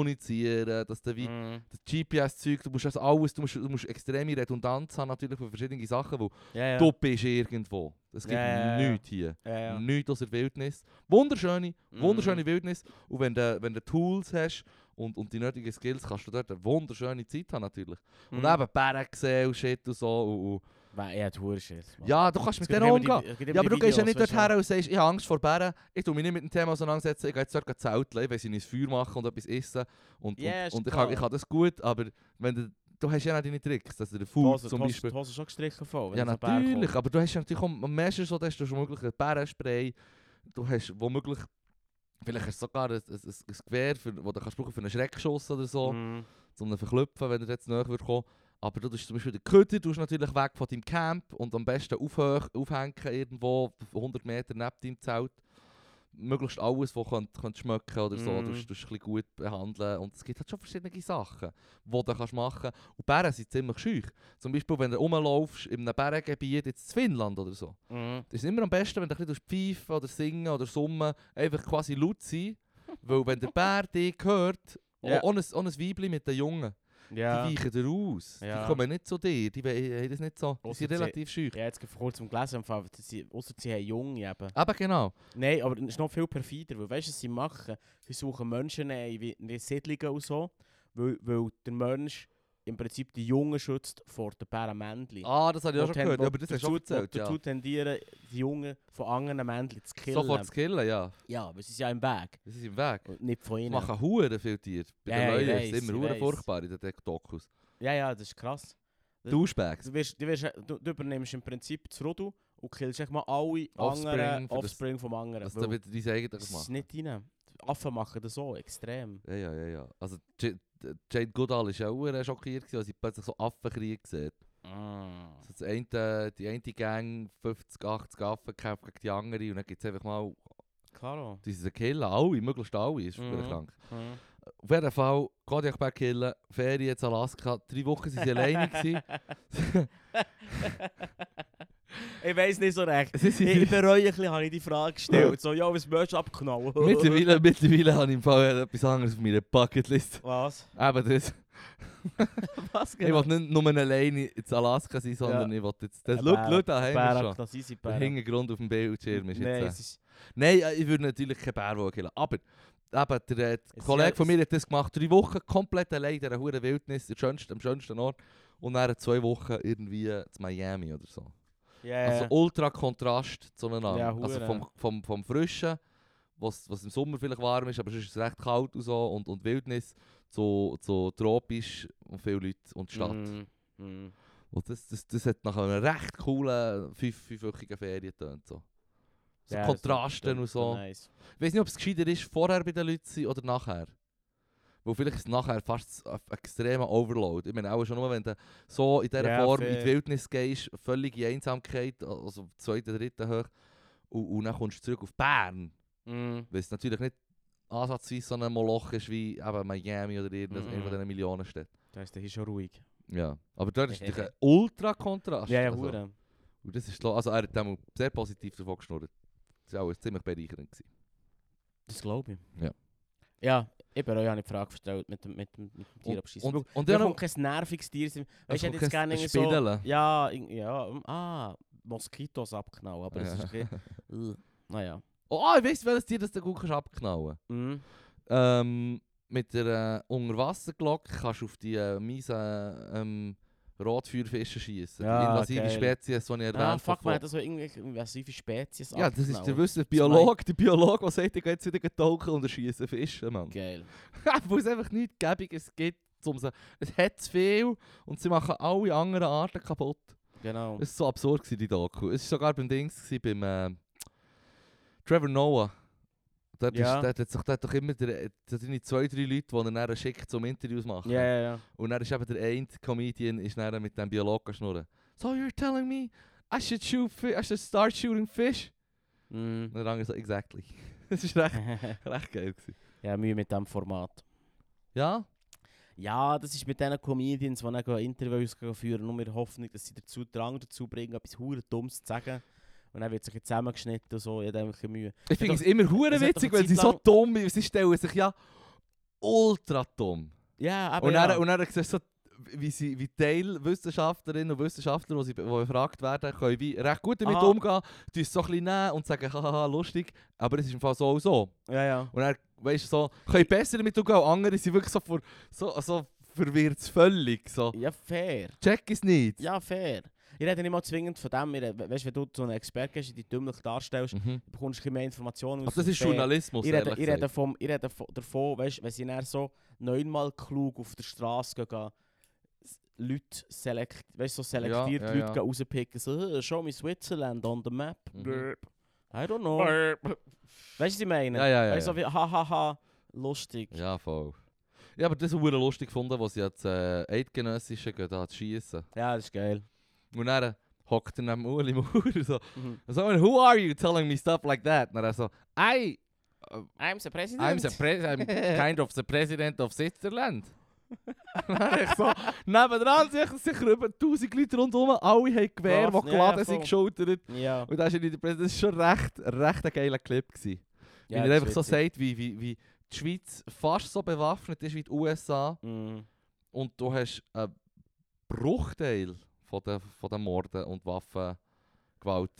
[SPEAKER 2] kommunizieren, dass du wie
[SPEAKER 1] Mm.
[SPEAKER 2] das GPS-Zeug, du musst das alles, du musst, du musst extreme Redundanz haben natürlich für verschiedene Sachen, wo
[SPEAKER 1] Ja, ja.
[SPEAKER 2] du bist irgendwo. Es gibt
[SPEAKER 1] Ja, ja, ja.
[SPEAKER 2] nichts hier.
[SPEAKER 1] Ja, ja.
[SPEAKER 2] Nichts aus der Wildnis. Wunderschöne,
[SPEAKER 1] Mhm.
[SPEAKER 2] wunderschöne Wildnis. Und wenn du, wenn du Tools hast und, und die nötigen Skills, kannst du dort eine wunderschöne Zeit haben natürlich. Und
[SPEAKER 1] Mhm.
[SPEAKER 2] eben Bären gesehen und shit und so. Und, und.
[SPEAKER 1] Weil, ja, du hast es. Mann.
[SPEAKER 2] Ja, du
[SPEAKER 1] Es
[SPEAKER 2] kannst mit
[SPEAKER 1] gibt
[SPEAKER 2] denen
[SPEAKER 1] immer die-
[SPEAKER 2] umgehen.
[SPEAKER 1] es gibt immer
[SPEAKER 2] Ja, aber
[SPEAKER 1] die
[SPEAKER 2] du gehst ja
[SPEAKER 1] Videos,
[SPEAKER 2] nicht
[SPEAKER 1] weißt du,
[SPEAKER 2] dorthin und sagst, ich habe Angst vor Bären, ich tu mich nicht mit dem Thema auseinandersetzen, ich gehe jetzt dort gleich zelteln, weil sie ins Feuer machen und etwas essen. Und,
[SPEAKER 1] Ja,
[SPEAKER 2] und,
[SPEAKER 1] ist
[SPEAKER 2] und ich, kann,
[SPEAKER 1] klar.
[SPEAKER 2] ich kann das gut, aber wenn du, du hast ja auch deine Tricks, dass du den
[SPEAKER 1] Die
[SPEAKER 2] Fuß
[SPEAKER 1] Hose-
[SPEAKER 2] zum
[SPEAKER 1] die Hose-
[SPEAKER 2] Beispiel...
[SPEAKER 1] Die Hose ist schon gestrichen voll. wenn
[SPEAKER 2] Ja,
[SPEAKER 1] es ein Bär kommt.
[SPEAKER 2] natürlich, aber du hast ja natürlich auch am Messer so, dass du schon möglich ein Bärenspray, du hast womöglich, vielleicht hast du sogar ein, ein, ein, ein Gewehr, für, das du kannst brauchen für einen Schreckschuss oder so,
[SPEAKER 1] Mhm.
[SPEAKER 2] zum ihn verklüpfen, wenn er jetzt näher würde kommen. Aber du tust zum Beispiel den Köder tust natürlich weg von deinem Camp und am besten aufhöch, aufhängen irgendwo 100 Meter neben deinem Zelt. Möglichst alles, was könnte, könnte schmecken oder so,
[SPEAKER 1] Mhm.
[SPEAKER 2] du tust du ein bisschen gut behandeln. Und es gibt halt schon verschiedene Sachen, die du kannst machen kannst. Und Bären sind ziemlich schüch. Zum Beispiel, wenn du rumlaufst in einem Bärengebiet, jetzt in Finnland oder so.
[SPEAKER 1] Mhm.
[SPEAKER 2] Das ist immer am besten, wenn du ein bisschen pfeifen oder singen oder summen, einfach quasi laut sein. Weil wenn der Bär dich hört,
[SPEAKER 1] Ja.
[SPEAKER 2] yeah. ohne, ohne ein oh, Weibli mit den Jungen,
[SPEAKER 1] Ja.
[SPEAKER 2] die weichen dir aus.
[SPEAKER 1] Ja.
[SPEAKER 2] Die kommen nicht zu dir. Die we- haben das nicht so. Die
[SPEAKER 1] Ausser
[SPEAKER 2] sind
[SPEAKER 1] sie-
[SPEAKER 2] relativ scheu.
[SPEAKER 1] Ja, jetzt vor kurzem gelesen, im Fall, dass sie, ausser sie haben Junge eben.
[SPEAKER 2] Aber Ah, genau.
[SPEAKER 1] Nein, aber es ist noch viel perfider, weil weißt du, was sie machen? Sie suchen Menschen ein, wie, wie Siedlungen und so, weil, weil der Mensch im Prinzip die Jungen schützt vor den Bärenmännchen.
[SPEAKER 2] Ah, das habe ich auch
[SPEAKER 1] Wo
[SPEAKER 2] schon
[SPEAKER 1] ten-
[SPEAKER 2] gehört.
[SPEAKER 1] wo
[SPEAKER 2] Ja, Aber das hast du schon
[SPEAKER 1] dazu- wo
[SPEAKER 2] erzählt.
[SPEAKER 1] Dazu
[SPEAKER 2] Ja.
[SPEAKER 1] tendieren die Jungen von anderen Männchen zu killen.
[SPEAKER 2] Sofort zu killen, ja.
[SPEAKER 1] Ja, weil sie sind ja im Weg
[SPEAKER 2] Das ist im Weg.
[SPEAKER 1] und nicht von
[SPEAKER 2] Das
[SPEAKER 1] ihnen.
[SPEAKER 2] machen Huren viel Tiere. Bei
[SPEAKER 1] Ja, ja,
[SPEAKER 2] den
[SPEAKER 1] ich
[SPEAKER 2] Leuten ist
[SPEAKER 1] weiss,
[SPEAKER 2] es immer
[SPEAKER 1] ich
[SPEAKER 2] Huren
[SPEAKER 1] weiss.
[SPEAKER 2] furchtbar in den Dokus.
[SPEAKER 1] Ja, ja, das ist krass. Das-
[SPEAKER 2] Du Specs.
[SPEAKER 1] Du, wirst, du, wirst, du, du übernimmst im Prinzip das Rudel und killst echt mal alle
[SPEAKER 2] Offspring
[SPEAKER 1] anderen
[SPEAKER 2] für das-
[SPEAKER 1] Offspring vom anderen.
[SPEAKER 2] Dass
[SPEAKER 1] weil
[SPEAKER 2] du wieder dein eigenes
[SPEAKER 1] es
[SPEAKER 2] machst.
[SPEAKER 1] ist nicht rein. Affen machen das so extrem.
[SPEAKER 2] Ja, ja, ja, ja. Also J- d- Jade Goodall ist ja auch äh, schockiert, gewesen, als sie plötzlich so Affenkrieg sieht. Also das eine, Dus die eine Gang 50, 80 Affen kämpft gegen die andere und dann gibt es einfach mal
[SPEAKER 1] Klaro.
[SPEAKER 2] diese Killer, alle, möglichst alle, ist mhm.
[SPEAKER 1] Mhm.
[SPEAKER 2] krank.
[SPEAKER 1] Mhm.
[SPEAKER 2] Auf jeden Fall, Kodiakberg killen, Ferien in Alaska, drei Wochen sind sie alleine gewesen.
[SPEAKER 1] ich weiß nicht so recht.
[SPEAKER 2] Sie
[SPEAKER 1] Ich, ich
[SPEAKER 2] sind
[SPEAKER 1] bereue ein bisschen, habe ich die Frage gestellt. So, ja, was möchtest du abknallen?
[SPEAKER 2] mittlerweile, mittlerweile habe ich im Fall etwas anderes auf meiner Bucketlist.
[SPEAKER 1] Was?
[SPEAKER 2] Eben das.
[SPEAKER 1] Was
[SPEAKER 2] Ich will nicht nur alleine in Alaska sein, sondern ich will jetzt... Das,
[SPEAKER 1] Ein
[SPEAKER 2] schau,
[SPEAKER 1] Bär.
[SPEAKER 2] schau, da haben wir
[SPEAKER 1] Bären,
[SPEAKER 2] schon.
[SPEAKER 1] das ist easy
[SPEAKER 2] Der
[SPEAKER 1] Bären.
[SPEAKER 2] Hintergrund auf dem Bildschirm ist
[SPEAKER 1] Nein, es
[SPEAKER 2] jetzt... Äh.
[SPEAKER 1] ist...
[SPEAKER 2] Nein, äh, ich würde natürlich keinen Bär wollen killen, aber... Eben, der äh, der
[SPEAKER 1] Es-
[SPEAKER 2] Kollege
[SPEAKER 1] ja,
[SPEAKER 2] von
[SPEAKER 1] es-
[SPEAKER 2] mir hat das gemacht, drei Wochen komplett allein in dieser verdammten Wildnis, am schönsten, am schönsten Ort. Und dann zwei Wochen irgendwie in Miami oder so.
[SPEAKER 1] Ja, ja.
[SPEAKER 2] Also ultra Kontrast zueinander.
[SPEAKER 1] Äh. Ja,
[SPEAKER 2] also
[SPEAKER 1] hure.
[SPEAKER 2] vom, vom, vom Frischen, was, was im Sommer vielleicht warm ist, aber sonst ist es recht kalt und so und, und Wildnis zu, zu tropisch und viele Leute und die Stadt.
[SPEAKER 1] Mhm. Mhm.
[SPEAKER 2] Und das, das, das hat nach einer recht coolen fünf, fünfwöchigen Ferien getönt. So, so
[SPEAKER 1] Ja, das
[SPEAKER 2] Kontrasten
[SPEAKER 1] klingt
[SPEAKER 2] und so.
[SPEAKER 1] Nice.
[SPEAKER 2] Ich weiß nicht, ob es gescheiter ist, vorher bei den Leuten zu sein oder nachher. Weil vielleicht ist es nachher fast ein extremer Overload. Ich meine, auch schon nur, wenn du so in dieser
[SPEAKER 1] Ja,
[SPEAKER 2] Form in
[SPEAKER 1] fair.
[SPEAKER 2] die Wildnis gehst, völlige Einsamkeit, also zweite, dritte hoch, und, und dann kommst du zurück auf Bern.
[SPEAKER 1] Mhm.
[SPEAKER 2] Weil es natürlich nicht ansatzweise so ein Moloch ist wie eben Miami oder irgendeine
[SPEAKER 1] Mhm.
[SPEAKER 2] von diesen Millionenstädten.
[SPEAKER 1] Da ist der hier schon ruhig.
[SPEAKER 2] Ja. Aber dort ist natürlich ein Ultra-Kontrast.
[SPEAKER 1] ja, ja,
[SPEAKER 2] also,
[SPEAKER 1] hure.
[SPEAKER 2] und das ist, lo- also er hat dem sehr positiv davon geschnurrt. Das war auch ziemlich bereichernd. Gewesen.
[SPEAKER 1] Das glaube ich.
[SPEAKER 2] Ja.
[SPEAKER 1] Ja, ich habe euch auch nicht die Frage gestellt mit dem, mit dem, mit dem Tier
[SPEAKER 2] Und,
[SPEAKER 1] abschießen.
[SPEAKER 2] und, und
[SPEAKER 1] Da
[SPEAKER 2] dann
[SPEAKER 1] kommt kein nerviges Tier. Weißt Also du, ich hätte jetzt gerne irgendwie so...
[SPEAKER 2] Spiedeln.
[SPEAKER 1] Ja, irgend- ja, ähm, ah, Moskitos abknallen, aber das
[SPEAKER 2] Ja.
[SPEAKER 1] ist ein bisschen... Äh, naja.
[SPEAKER 2] Oh, ah, ich weiss, welches Tier das du gut kannst abknallen
[SPEAKER 1] Mhm.
[SPEAKER 2] ähm, Mit der äh, Unterwasserglocke kannst du auf die äh, miesen ähm, Rotfeuerfische schießen.
[SPEAKER 1] Ja,
[SPEAKER 2] die invasive
[SPEAKER 1] geil.
[SPEAKER 2] Spezies, die ich erwähnt
[SPEAKER 1] Ah,
[SPEAKER 2] habe.
[SPEAKER 1] fuck, man hat das so irgendwelche invasive Spezies
[SPEAKER 2] Ja, das ist der
[SPEAKER 1] abknallen.
[SPEAKER 2] wüsste Biologe, der Biologe, der sagt, ich gehe jetzt wieder tauchen und erschieße Fische, Mann.
[SPEAKER 1] Geil.
[SPEAKER 2] Weil es einfach nichts Gäbiges gibt, um sie... Es hat zu viel und sie machen alle anderen Arten kaputt.
[SPEAKER 1] Genau.
[SPEAKER 2] Es war so absurd, gewesen, die Doku. Es war sogar beim Dings, gewesen, beim äh, Trevor Noah. Dort,
[SPEAKER 1] Ja.
[SPEAKER 2] ist, dort hat sich dort doch immer der, da sind die zwei, drei Leute, die er dann schickt, um Interviews machen.
[SPEAKER 1] Ja, ja, ja.
[SPEAKER 2] Und dann ist eben der eine Comedian ist dann mit dem Biologen schnurren. So you're telling me, I should shoot fi- I should start shooting fish? Und
[SPEAKER 1] Mhm.
[SPEAKER 2] der andere so, exactly. Es war recht, recht geil. Gewesen.
[SPEAKER 1] ja, Mühe mit diesem Format.
[SPEAKER 2] Ja?
[SPEAKER 1] Ja, das ist mit diesen Comedians, die dann Interviews führen, nur mit der Hoffnung, dass sie dazu Drang dazu bringen, etwas hure Dummes zu sagen. Und dann wird sich zusammengeschnitten und so, ich habe einfach Mühe.
[SPEAKER 2] Ich finde
[SPEAKER 1] doch-
[SPEAKER 2] es immer
[SPEAKER 1] es
[SPEAKER 2] hure
[SPEAKER 1] hat doch
[SPEAKER 2] witzig,
[SPEAKER 1] eine
[SPEAKER 2] wenn sie
[SPEAKER 1] Zeit
[SPEAKER 2] so
[SPEAKER 1] lang-
[SPEAKER 2] dumm sind. Sie stellen sich ja ultra dumm.
[SPEAKER 1] Ja, aber
[SPEAKER 2] Und
[SPEAKER 1] ja.
[SPEAKER 2] dann, und dann siehst du so, wie, sie, wie Teilwissenschaftlerinnen und Wissenschaftler, die, sie, die befragt werden, können wie recht gut damit
[SPEAKER 1] Aha.
[SPEAKER 2] umgehen, die es so ein bisschen nehmen und sagen, haha, lustig, aber es ist im Fall so und so.
[SPEAKER 1] ja, ja.
[SPEAKER 2] Und dann, weißt du, so, können besser damit umgehen, und andere sind wirklich so, vor, so, so verwirrt völlig, so,
[SPEAKER 1] Ja, fair.
[SPEAKER 2] check es nicht.
[SPEAKER 1] Ja, fair. Ich rede nicht mal zwingend von dem. Weißt du, wenn du so einen Experten bist, den du dümmlich darstellst,
[SPEAKER 2] Mhm.
[SPEAKER 1] bekommst du ein bisschen mehr Informationen.
[SPEAKER 2] Also das ist Journalismus,
[SPEAKER 1] Ich rede,
[SPEAKER 2] ehrlich
[SPEAKER 1] ich rede,
[SPEAKER 2] gesagt.
[SPEAKER 1] vom, ich rede vo- davon, weißt, wenn sie dann so neunmal klug auf der Straße gehen, gehen, s- Leute selekt, weißt, so selektiert
[SPEAKER 2] ja,
[SPEAKER 1] Leute
[SPEAKER 2] ja.
[SPEAKER 1] gehen rauspicken, so, «Äh, show me Switzerland on the map.
[SPEAKER 2] Mhm.
[SPEAKER 1] I don't know. weißt du, was ich meine?
[SPEAKER 2] Ja, ja, ja,
[SPEAKER 1] Weißt du,
[SPEAKER 2] ja.
[SPEAKER 1] so wie, hahaha, lustig.
[SPEAKER 2] Ja, voll. Ja, aber das habe ich verdammt lustig gefunden, als sie jetzt äh, Eidgenössische gehen, da zu schiessen.
[SPEAKER 1] Ja, das ist geil.
[SPEAKER 2] Und dann hockt er neben Ueli Maurer so,
[SPEAKER 1] Mhm.
[SPEAKER 2] So, and who are you telling me stuff like that? And I so, I,
[SPEAKER 1] I'm the president.
[SPEAKER 2] I'm the pres I'm kind of the president of Switzerland. ich so, nebendran sind sicher über 1000 Leute rundherum, alle haben Gewehr,
[SPEAKER 1] Krass,
[SPEAKER 2] die
[SPEAKER 1] ja, ja,
[SPEAKER 2] geladen sind,
[SPEAKER 1] voll.
[SPEAKER 2] geschultert.
[SPEAKER 1] ja.
[SPEAKER 2] Und das ist nicht der Präsident, das war schon recht, recht ein geiler Clip. Gewesen.
[SPEAKER 1] ja, das
[SPEAKER 2] weil er
[SPEAKER 1] ist
[SPEAKER 2] einfach so
[SPEAKER 1] witzig.
[SPEAKER 2] sagt, wie, wie, wie die Schweiz fast so bewaffnet ist wie die USA
[SPEAKER 1] Mhm.
[SPEAKER 2] und du hast einen Bruchteil von den, von den Morden und Waffengewalt.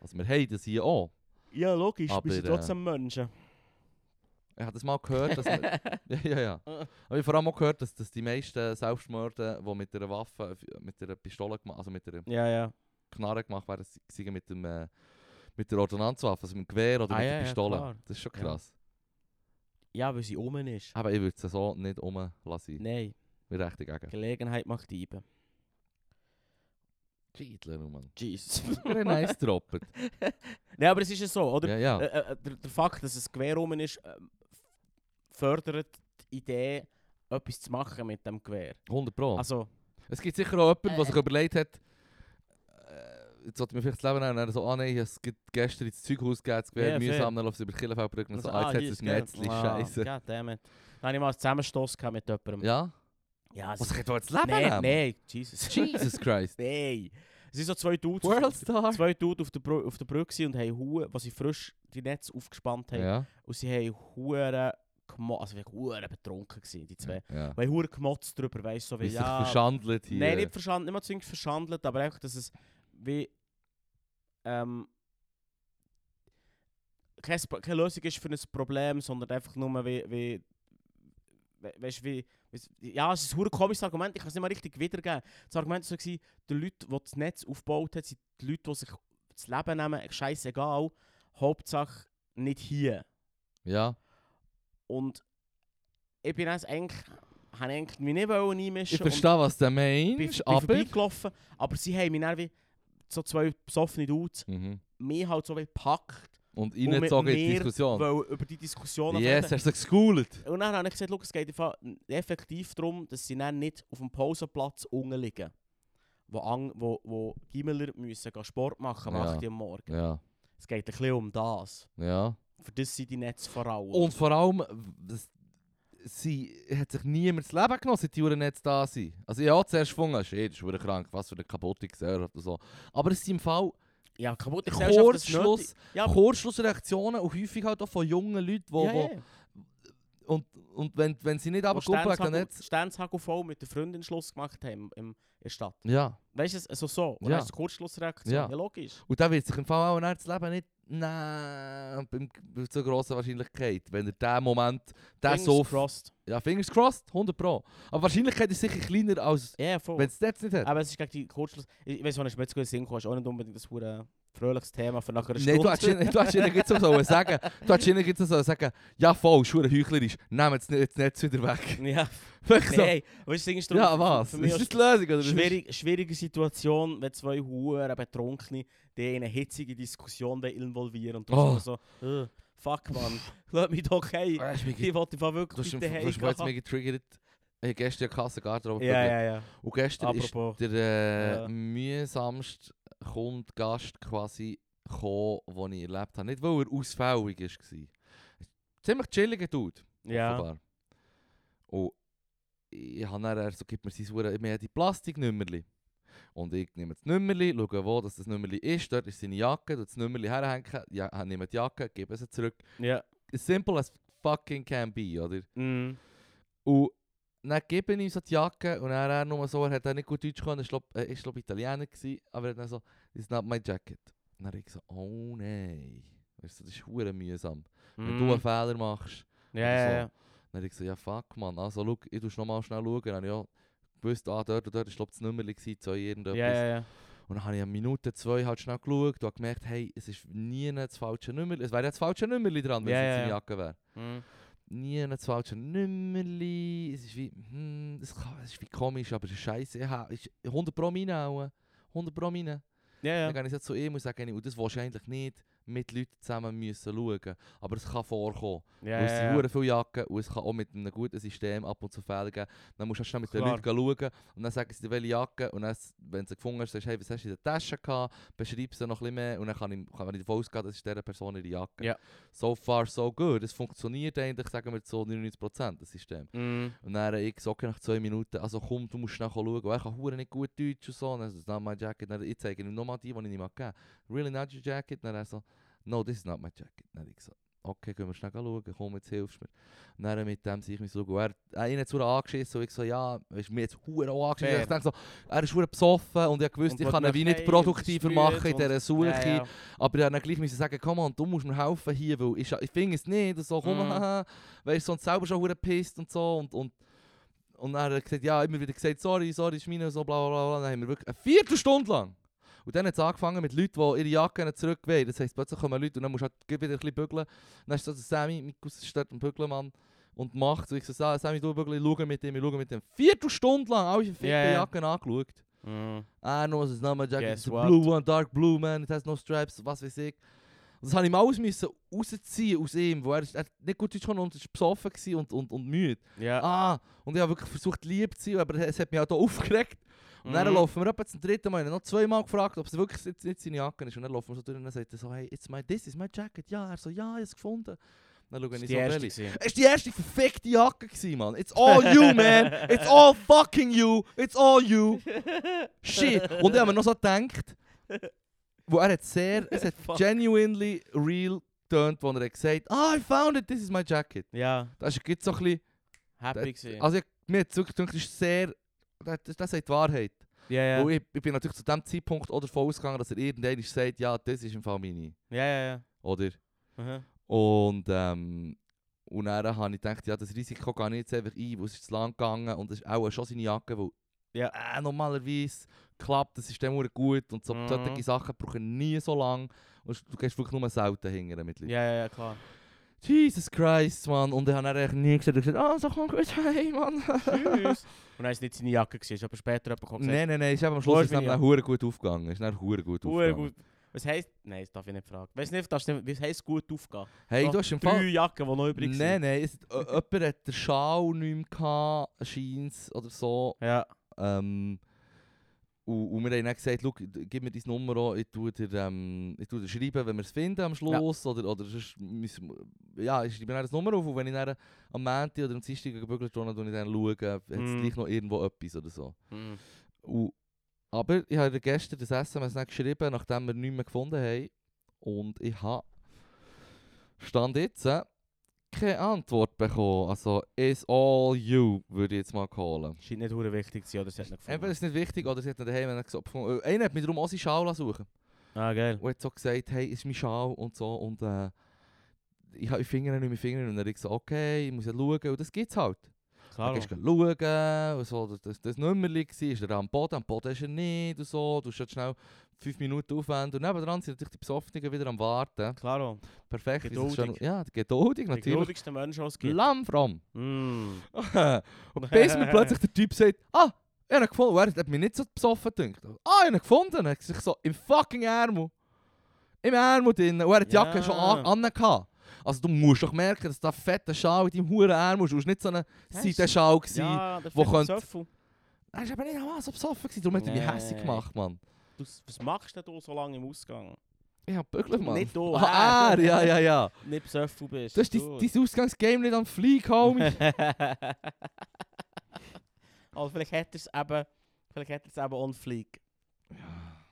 [SPEAKER 2] Also wir haben das hier auch.
[SPEAKER 1] Ja, logisch,
[SPEAKER 2] Aber,
[SPEAKER 1] wir sind
[SPEAKER 2] äh,
[SPEAKER 1] trotzdem Menschen.
[SPEAKER 2] Ich habe das mal gehört, dass... ja, ja, ja. Aber ich habe vor allem auch gehört, dass, dass die meisten Selbstmorde, die mit einer Waffe, mit einer Pistole, gema- also mit einer
[SPEAKER 1] Ja, ja.
[SPEAKER 2] Knarre gemacht werden, sie- seien mit dem... Äh, mit der Ordnanzwaffe, also mit dem Gewehr oder
[SPEAKER 1] Ah,
[SPEAKER 2] mit
[SPEAKER 1] ja,
[SPEAKER 2] der
[SPEAKER 1] ja,
[SPEAKER 2] Pistole.
[SPEAKER 1] klar.
[SPEAKER 2] das ist schon
[SPEAKER 1] Ja.
[SPEAKER 2] krass.
[SPEAKER 1] Ja, weil sie oben ist.
[SPEAKER 2] Aber ich würde es so nicht rumlassen. Nee.
[SPEAKER 1] Nein,
[SPEAKER 2] Mir recht dagegen.
[SPEAKER 1] Gelegenheit macht Diebe.
[SPEAKER 2] Schiedler, Mann.
[SPEAKER 1] Jesus.
[SPEAKER 2] Wäre nice droppert.
[SPEAKER 1] Nein, aber es ist ja so, oder?
[SPEAKER 2] Ja, ja.
[SPEAKER 1] Äh, äh, der, der Fakt, dass es Gewehr rum ist, ähm, fördert die Idee, etwas zu machen mit dem Gewehr.
[SPEAKER 2] 100 Pro.
[SPEAKER 1] Also,
[SPEAKER 2] Es gibt sicher auch jemanden, der sich
[SPEAKER 1] Äh.
[SPEAKER 2] überlegt hat, äh, jetzt sollte mir vielleicht das Leben nehmen, und dann so, ah nein, ich habe es ge- gestern ins Zeughaus gegeben, das Gewehr
[SPEAKER 1] Ja, fair. Also,
[SPEAKER 2] mühsam, dann läuft es über die Kirchenfeldbrücke und so, ah,
[SPEAKER 1] hier
[SPEAKER 2] jetzt
[SPEAKER 1] ist
[SPEAKER 2] hat es ein Netzli,
[SPEAKER 1] Gewehr.
[SPEAKER 2] scheiße.
[SPEAKER 1] Ah, goddammit. Da habe ich mal einen Zusammenstoss gehabt mit jemandem.
[SPEAKER 2] Ja?
[SPEAKER 1] ja es
[SPEAKER 2] Was
[SPEAKER 1] ist-
[SPEAKER 2] ich jetzt Leben
[SPEAKER 1] Nein,
[SPEAKER 2] nehmen?
[SPEAKER 1] nein, Jesus.
[SPEAKER 2] Jesus Christ.
[SPEAKER 1] nein. Es sind so zwei Dudes, auf-
[SPEAKER 2] Worldstar.
[SPEAKER 1] zwei Dudes auf der, Brü auf der Brücke gewesen und haben Huhe, was sie frisch die Netze aufgespannt haben.
[SPEAKER 2] Ja.
[SPEAKER 1] Und sie haben Huren gemotzt, also wir waren Huren betrunken, gewesen, die zwei.
[SPEAKER 2] ja.
[SPEAKER 1] Wir haben Huren gemotzt drüber, weißt du, so
[SPEAKER 2] Wie
[SPEAKER 1] wie,
[SPEAKER 2] sich
[SPEAKER 1] ja...
[SPEAKER 2] verschandelt hier.
[SPEAKER 1] Nein, nicht verschandelt, nicht mal zwingend verschandelt, aber einfach, dass es wie ähm, keine, Sp- keine Lösung ist für ein Problem, sondern einfach nur wie, wie we, weißt, wie, wie's- ja, es ist ein hure komisches Argument, ich kann es nicht mal richtig wiedergeben. Das Argument war so, die Leute, die das Netz aufgebaut haben, sind die Leute, die sich das Leben nehmen, scheißegal, Hauptsache nicht hier.
[SPEAKER 2] Ja.
[SPEAKER 1] Und ich bin also eigentlich, habe ich eigentlich mich nicht wollen einmischen
[SPEAKER 2] Ich
[SPEAKER 1] und-
[SPEAKER 2] verstehe, was du
[SPEAKER 1] bin,
[SPEAKER 2] meinst,
[SPEAKER 1] bin
[SPEAKER 2] aber...
[SPEAKER 1] vorbeigelaufen, aber sie haben mich dann wie so zwei besoffene Dudes
[SPEAKER 2] Mhm.
[SPEAKER 1] mich halt so wie gepackt
[SPEAKER 2] Und
[SPEAKER 1] mit
[SPEAKER 2] reingezogen in die
[SPEAKER 1] mir
[SPEAKER 2] Diskussion.
[SPEAKER 1] Weil über die Diskussion
[SPEAKER 2] Yes, hast du geschoolt.
[SPEAKER 1] Und dann habe ich gesagt, schau, es geht im Fall effektiv darum, dass sie dann nicht auf dem Pausenplatz unten liegen. Wo, ang, wo, wo Gimmeler müssen gehen Sport machen
[SPEAKER 2] Ja.
[SPEAKER 1] macht die am Morgen.
[SPEAKER 2] Ja,
[SPEAKER 1] Es geht ein bisschen um das.
[SPEAKER 2] ja.
[SPEAKER 1] Für das sind die Netze vor allem.
[SPEAKER 2] Und vor allem, das, sie hat sich niemand das Leben genommen, seit die Uhren jetzt da sind. Also ich habe auch zuerst gefunden, shit, das ist verdammt krank, was für eine kaputte Gesellschaft und so. Aber es sind im Fall
[SPEAKER 1] ja, kaputte Gesellschaft, das ist nötig.
[SPEAKER 2] Kurzschluss,
[SPEAKER 1] Ja, aber-
[SPEAKER 2] Kurzschlussreaktionen und häufig halt auch von jungen Leuten, wo,
[SPEAKER 1] ja,
[SPEAKER 2] wo,
[SPEAKER 1] ja.
[SPEAKER 2] Und, und wenn, wenn sie nicht runterkumpeln, wegen den Netz...
[SPEAKER 1] Sternshagel voll mit der Freundin Schluss gemacht haben im, im, in der Stadt.
[SPEAKER 2] Ja.
[SPEAKER 1] Weißt du, es- also so. Und
[SPEAKER 2] Ja.
[SPEAKER 1] dann ist es eine Kurzschlussreaktion.
[SPEAKER 2] Ja.
[SPEAKER 1] Ja. logisch.
[SPEAKER 2] Und der wird sich im Fall auch dann das Leben nicht... Nein, beim- bei so grosser Wahrscheinlichkeit. Wenn er diesen Moment, der
[SPEAKER 1] Fingers
[SPEAKER 2] so...
[SPEAKER 1] crossed.
[SPEAKER 2] Ja, Fingers crossed, 100 pro. Aber die Wahrscheinlichkeit ist sicher kleiner, als
[SPEAKER 1] Ja, voll.
[SPEAKER 2] wenn es das nicht hat.
[SPEAKER 1] Aber es ist gegen die Kurzschluss. Ich weiß, wenn ich mir jetzt gut Sinn komme, ist auch nicht unbedingt das hure fröhliches Thema für nachher eine
[SPEAKER 2] Nein, du hättest
[SPEAKER 1] Stunde.
[SPEAKER 2] ihnen- du hättest ihnen jetzt auch sollen sagen Du hättest ihnen jetzt auch sollen sagen Ja voll, Schuhe heuchlerisch, nehmen das Netz- das Netz wieder weg.
[SPEAKER 1] ja,
[SPEAKER 2] Wirklich so.
[SPEAKER 1] nein. Weißt du, das Ding ist darum,
[SPEAKER 2] ja,
[SPEAKER 1] für-
[SPEAKER 2] was?
[SPEAKER 1] Für mich
[SPEAKER 2] Ist das
[SPEAKER 1] ist
[SPEAKER 2] die Lösung? Oder?
[SPEAKER 1] es schwierig, schwierige Situation, wenn zwei Huren Betrunkene die in eine hitzige Diskussion wollen involvieren und du
[SPEAKER 2] Oh.
[SPEAKER 1] bist immer so, äh, fuck man, lass mich doch hey.
[SPEAKER 2] Ah, ist mir ge-
[SPEAKER 1] Ich wollte
[SPEAKER 2] Du hast
[SPEAKER 1] wirklich
[SPEAKER 2] im-
[SPEAKER 1] bitte
[SPEAKER 2] du hast mich jetzt mega
[SPEAKER 1] hey.
[SPEAKER 2] getriggert. Ich habe gestern eine Kasse Garderobe
[SPEAKER 1] Ja,
[SPEAKER 2] geprügelt.
[SPEAKER 1] ja, ja.
[SPEAKER 2] Und gestern
[SPEAKER 1] Apropos.
[SPEAKER 2] ist der äh,
[SPEAKER 1] Ja.
[SPEAKER 2] mühsamste Kunde, Gast quasi gekommen, den ich erlebt habe. Nicht, weil er ausfällig war. Ein Ziemlich chilliger Dude,
[SPEAKER 1] Ja.
[SPEAKER 2] offenbar. Und ich habe dann, er so, gibt mir sein Hure, mir die Plastiknümmerli. Und ich nehme das Nummerli, schaue, wo das, das Nummerli ist. Dort ist seine Jacke, tue das Nummerli herhängen, ja, nehme die Jacke, gebe sie zurück.
[SPEAKER 1] Ja.
[SPEAKER 2] As simple as fucking can be, oder?
[SPEAKER 1] Mm.
[SPEAKER 2] Und dann gebe ich ihm so die Jacke und er, er nur so, er hat auch nicht gut Deutsch können, ich glaube, er war Italiener, gewesen, aber er hat dann so, it's not my jacket. Und dann habe ich gesagt, oh nein. Weißt du, das ist hure mühsam. Wenn
[SPEAKER 1] Mm.
[SPEAKER 2] du einen Fehler machst,
[SPEAKER 1] Ja, ja, ja.
[SPEAKER 2] dann habe ich gesagt, ja fuck man, also schau, ich muss nochmal schnell schauen. Dann habe ich auch gewusst, ah, dort und dort ist glaub ich, das Nummer, zwei irgendetwas.
[SPEAKER 1] Ja, ja, ja.
[SPEAKER 2] Und dann habe ich eine Minute, zwei halt schnell geschaut und habe gemerkt, hey, es ist nie das falsche Nummer, es wäre ja das falsche Nummer dran, wenn
[SPEAKER 1] Ja,
[SPEAKER 2] es jetzt
[SPEAKER 1] ja,
[SPEAKER 2] seine
[SPEAKER 1] ja.
[SPEAKER 2] Jacke wäre
[SPEAKER 1] Mm.
[SPEAKER 2] nie ein falsches Nummerli. Es ist wie, hm, es, kann, es ist wie komisch, aber es ist scheiße. Ich habe 100 pro Mine auch. 100 pro Mine.
[SPEAKER 1] Ja,
[SPEAKER 2] Dann
[SPEAKER 1] ja.
[SPEAKER 2] gehe ich jetzt zu ihm und sage, und das willst du eigentlich nicht mit Leuten zusammen müssen schauen. Aber es kann vorkommen.
[SPEAKER 1] Ja,
[SPEAKER 2] weil es sind
[SPEAKER 1] ja, ja.
[SPEAKER 2] hure viele Jacken und es kann auch mit einem guten System ab und zu Fehler geben. Dann musst du schnell mit den
[SPEAKER 1] Klar.
[SPEAKER 2] Leuten schauen und dann sagen sie dir, welche Jacke. Und dann, wenn du sie gefunden hast, sagst du, hey, was hast du in der Tasche gehabt? Beschreib sie noch ein bisschen mehr. Und dann kann ich, kann ich davon ausgehen, das ist dieser Person ihre Jacke.
[SPEAKER 1] Ja.
[SPEAKER 2] So far, so good. Es funktioniert eigentlich, sagen wir so, 99% das System.
[SPEAKER 1] Mm.
[SPEAKER 2] Und dann habe ich gesagt, nach zwei Minuten, also komm, du musst nachher schauen. Und Er kann hure nicht gut Deutsch und so. Und dann so, it's not my jacket. Dann, ich zeige ihm nochmal die, die ich ihm gegeben habe. Really not your jacket? Dann er so, no, this is not my jacket. Dann habe ich gesagt, okay, können wir schnell schauen, komm, jetzt hilfst du mir. Und dann mit dem sehe ich mich so, und er hat ihn jetzt hure angeschissen und ich so, ja, ist mir jetzt hure auch angeschissen.
[SPEAKER 1] Fair.
[SPEAKER 2] Ich denke so, er ist hure besoffen und ich habe gewusst,
[SPEAKER 1] Und
[SPEAKER 2] ich
[SPEAKER 1] was
[SPEAKER 2] kann ihn wie
[SPEAKER 1] möchte
[SPEAKER 2] nicht
[SPEAKER 1] er?
[SPEAKER 2] produktiver
[SPEAKER 1] Und
[SPEAKER 2] machen in
[SPEAKER 1] spürt
[SPEAKER 2] dieser Suche.
[SPEAKER 1] Ja, ja.
[SPEAKER 2] Aber dann gleich müssen sagen, komm on, du musst mir helfen hier, weil ich, scha- ich finde es nicht. Und so, komm,
[SPEAKER 1] Mhm.
[SPEAKER 2] haha. weißt du, sonst selber schon hure pisst und so. Und, und, und dann hat er gesagt, ja, immer wieder gesagt, sorry, sorry, ist meine, und so, bla, bla, bla. Dann haben wir wirklich eine Viertelstunde lang. Und dann hat es angefangen mit Leuten, die ihre Jacken zurückwehen. Das heisst, plötzlich kommen Leute und dann musst du halt gleich wieder ein bisschen bügeln. Dann ist so der Sammy, mein Cousin ist dort am Bügeln, Mann. Und macht. Und ich so, «Sa- Sammy, du bügeln, ich schaue mit ihm, ich schaue mit ihm. Viertelstunde lang alle vier
[SPEAKER 1] Ja, ja.
[SPEAKER 2] Jacken angeschaut.
[SPEAKER 1] Mm.
[SPEAKER 2] Ah, no, es ist nicht mein Jacket.
[SPEAKER 1] Guess
[SPEAKER 2] It's a
[SPEAKER 1] what?
[SPEAKER 2] blue one, dark blue, man. It has no stripes, was Dus weiß ich. Und das habe ich mal alles müssen rausziehen aus ihm, weil er, ist- er hat nicht gut Deutsch konnte und ist besoffen gewesen und, und, und müde.
[SPEAKER 1] Ja.
[SPEAKER 2] Ah, und ich habe wirklich versucht, lieb zu sein, aber es hat mich auch hier aufgeregt. Und dann
[SPEAKER 1] Mhm.
[SPEAKER 2] laufen wir etwa zum dritten Mal, ich habe noch zweimal gefragt, ob es wirklich jetzt nicht seine Jacke ist. Und dann laufen wir so durch und dann sagt er so, hey, it's my, this is my jacket. Ja, er so, ja, ich habe es gefunden. Dann schaue
[SPEAKER 1] Das
[SPEAKER 2] ich
[SPEAKER 1] ist
[SPEAKER 2] so,
[SPEAKER 1] die erste
[SPEAKER 2] welche?
[SPEAKER 1] gewesen.
[SPEAKER 2] Es war die erste verfickte Jacke, gewesen, Mann. It's all you, man. It's all fucking you. It's all you. Shit. Und ich habe mir noch so gedacht, wo er hat sehr, es hat
[SPEAKER 1] Fuck.
[SPEAKER 2] genuinely real getönt, wo er hat gesagt ah, I found it, this is my jacket.
[SPEAKER 1] Ja, ah,
[SPEAKER 2] Das ist jetzt so ein bisschen,
[SPEAKER 1] happy gewesen.
[SPEAKER 2] also ich, mir hat es wirklich gedacht, das ist sehr, das, das- das sagt die Wahrheit.
[SPEAKER 1] Ja, ja.
[SPEAKER 2] Und ich, ich bin natürlich zu dem Zeitpunkt auch davon ausgegangen, dass er irgendwann sagt, ja, das ist im Fall meine,
[SPEAKER 1] Ja, ja, ja.
[SPEAKER 2] oder?
[SPEAKER 1] Mhm.
[SPEAKER 2] Und, ähm, und dann habe ich gedacht, ja, das Risiko gehe ich jetzt einfach ein, weil es ist zu lang gegangen und es ist auch schon seine Jacke, weil
[SPEAKER 1] Ja.
[SPEAKER 2] äh, normalerweise klappt das System verdammt gut und so,
[SPEAKER 1] Mhm.
[SPEAKER 2] solche Sachen brauchen nie so lange und du gehst wirklich nur selten hinterher mit Leuten.
[SPEAKER 1] Ja, ja, ja, klar.
[SPEAKER 2] Jesus Christ, Mann! Und ich habe dann eigentlich nie gesagt, ich habe gesagt, ah, so komm gut hey, Mann!
[SPEAKER 1] Tschüss. Und dann war es nicht seine Jacke, gewesen, ist aber später jemand gekommen und
[SPEAKER 2] Nein, nein, nein, ist eben am
[SPEAKER 1] Wo
[SPEAKER 2] Schluss
[SPEAKER 1] ist
[SPEAKER 2] ist es
[SPEAKER 1] meine
[SPEAKER 2] dann
[SPEAKER 1] Jacke?
[SPEAKER 2] verdammt gut aufgegangen. Ist dann verdammt gut
[SPEAKER 1] gesagt,
[SPEAKER 2] aufgegangen.
[SPEAKER 1] gut. Was heisst. Nein, das darf ich nicht fragen. Weißt nicht, das nicht, was heisst gut aufgehen?
[SPEAKER 2] Hey,
[SPEAKER 1] Doch,
[SPEAKER 2] du hast im
[SPEAKER 1] Drei
[SPEAKER 2] Fall...
[SPEAKER 1] Jacken, die noch übrig sind.
[SPEAKER 2] Nein, nein, es, äh, jemand hat den Schal nicht mehr gehabt, scheint's, oder so.
[SPEAKER 1] Ja.
[SPEAKER 2] Ähm, und, und wir haben dann gesagt, «Schau, gib mir deine Nummer an, ich tue dir, ähm, ich tue dir schreiben, wenn wir es finden am Schluss. Oder, oder sonst müssen, wir- ja, ich schreibe dann das Nummer auf und wenn ich dann am Montag oder am Dienstag gebügelt stehe, dann schaue ich, dann, ob es
[SPEAKER 1] Mm.
[SPEAKER 2] gleich noch irgendwo etwas oder so. Und, aber ich habe ihr gestern das SMS nicht geschrieben, nachdem wir nichts mehr gefunden haben. Und ich habe Stand jetzt äh, keine Antwort bekommen. Also, is all you, würde ich jetzt mal callen.
[SPEAKER 1] Scheint nicht hure wichtig zu sein, oder sie hat nicht
[SPEAKER 2] Entweder
[SPEAKER 1] gefunden.
[SPEAKER 2] ist es nicht wichtig oder sie hat nicht daheim nicht gesagt. gefunden. Äh, Einer hat mich darum auch seinen Schal lassen suchen
[SPEAKER 1] Ah, geil.
[SPEAKER 2] und hat so gesagt, hey, ist mein Schal und so. Und äh, ich habe die Finger nicht, meine Finger nicht. Und dann habe ich gesagt, okay, ich muss ja schauen. Und das gibt es halt.
[SPEAKER 1] Klar.
[SPEAKER 2] Dann gehst du schauen, und so, das, das, das Nummerli war, ist er am Boden, am Boden ist er nicht und so. Du schaust schnell fünf Minuten aufwenden und nebenan sind natürlich die Besoffenen wieder am Warten.
[SPEAKER 1] Klar.
[SPEAKER 2] Perfekt. wie sie
[SPEAKER 1] Geduldig.
[SPEAKER 2] schon- Ja, geduldig
[SPEAKER 1] Der
[SPEAKER 2] natürlich.
[SPEAKER 1] geduldigste Mensch, den es gibt.
[SPEAKER 2] Lammframm.
[SPEAKER 1] Mm.
[SPEAKER 2] und bis mir plötzlich der Typ sagt, ah, ich habe ihn gefunden. Und Er hat mich nicht so besoffen gedacht. Ah, ich habe ihn gefunden. Er hat sich so im fucking Ärmel. Im Ärmel drin. Und er hat die Jacke
[SPEAKER 1] Ja.
[SPEAKER 2] schon an, an gehabt. Also du musst doch merken, dass da fette Schal in deinem huren Ärmel ist. Du warst nicht so ein
[SPEAKER 1] Hast du-
[SPEAKER 2] Seidenschal. gewesen.
[SPEAKER 1] Ja, der
[SPEAKER 2] wo
[SPEAKER 1] fette
[SPEAKER 2] könnte-
[SPEAKER 1] Söffel.
[SPEAKER 2] Er war aber nicht am Anfang besoffen, gewesen, darum hat er mich
[SPEAKER 1] Nee.
[SPEAKER 2] hässlich gemacht, Mann.
[SPEAKER 1] Du, was machst denn du so lange im Ausgang?
[SPEAKER 2] Ich hab Böckler, Mann.
[SPEAKER 1] Nicht du,
[SPEAKER 2] Ah,
[SPEAKER 1] er.
[SPEAKER 2] er, ja, ja, ja. Dus
[SPEAKER 1] Nicht Söffel bist.
[SPEAKER 2] Du hast dein,
[SPEAKER 1] du.
[SPEAKER 2] dein Ausgangsgame nicht am Flieg,
[SPEAKER 1] Oh,
[SPEAKER 2] Homie.
[SPEAKER 1] Aber vielleicht hätte es eben, vielleicht hätte es eben dus on fleek.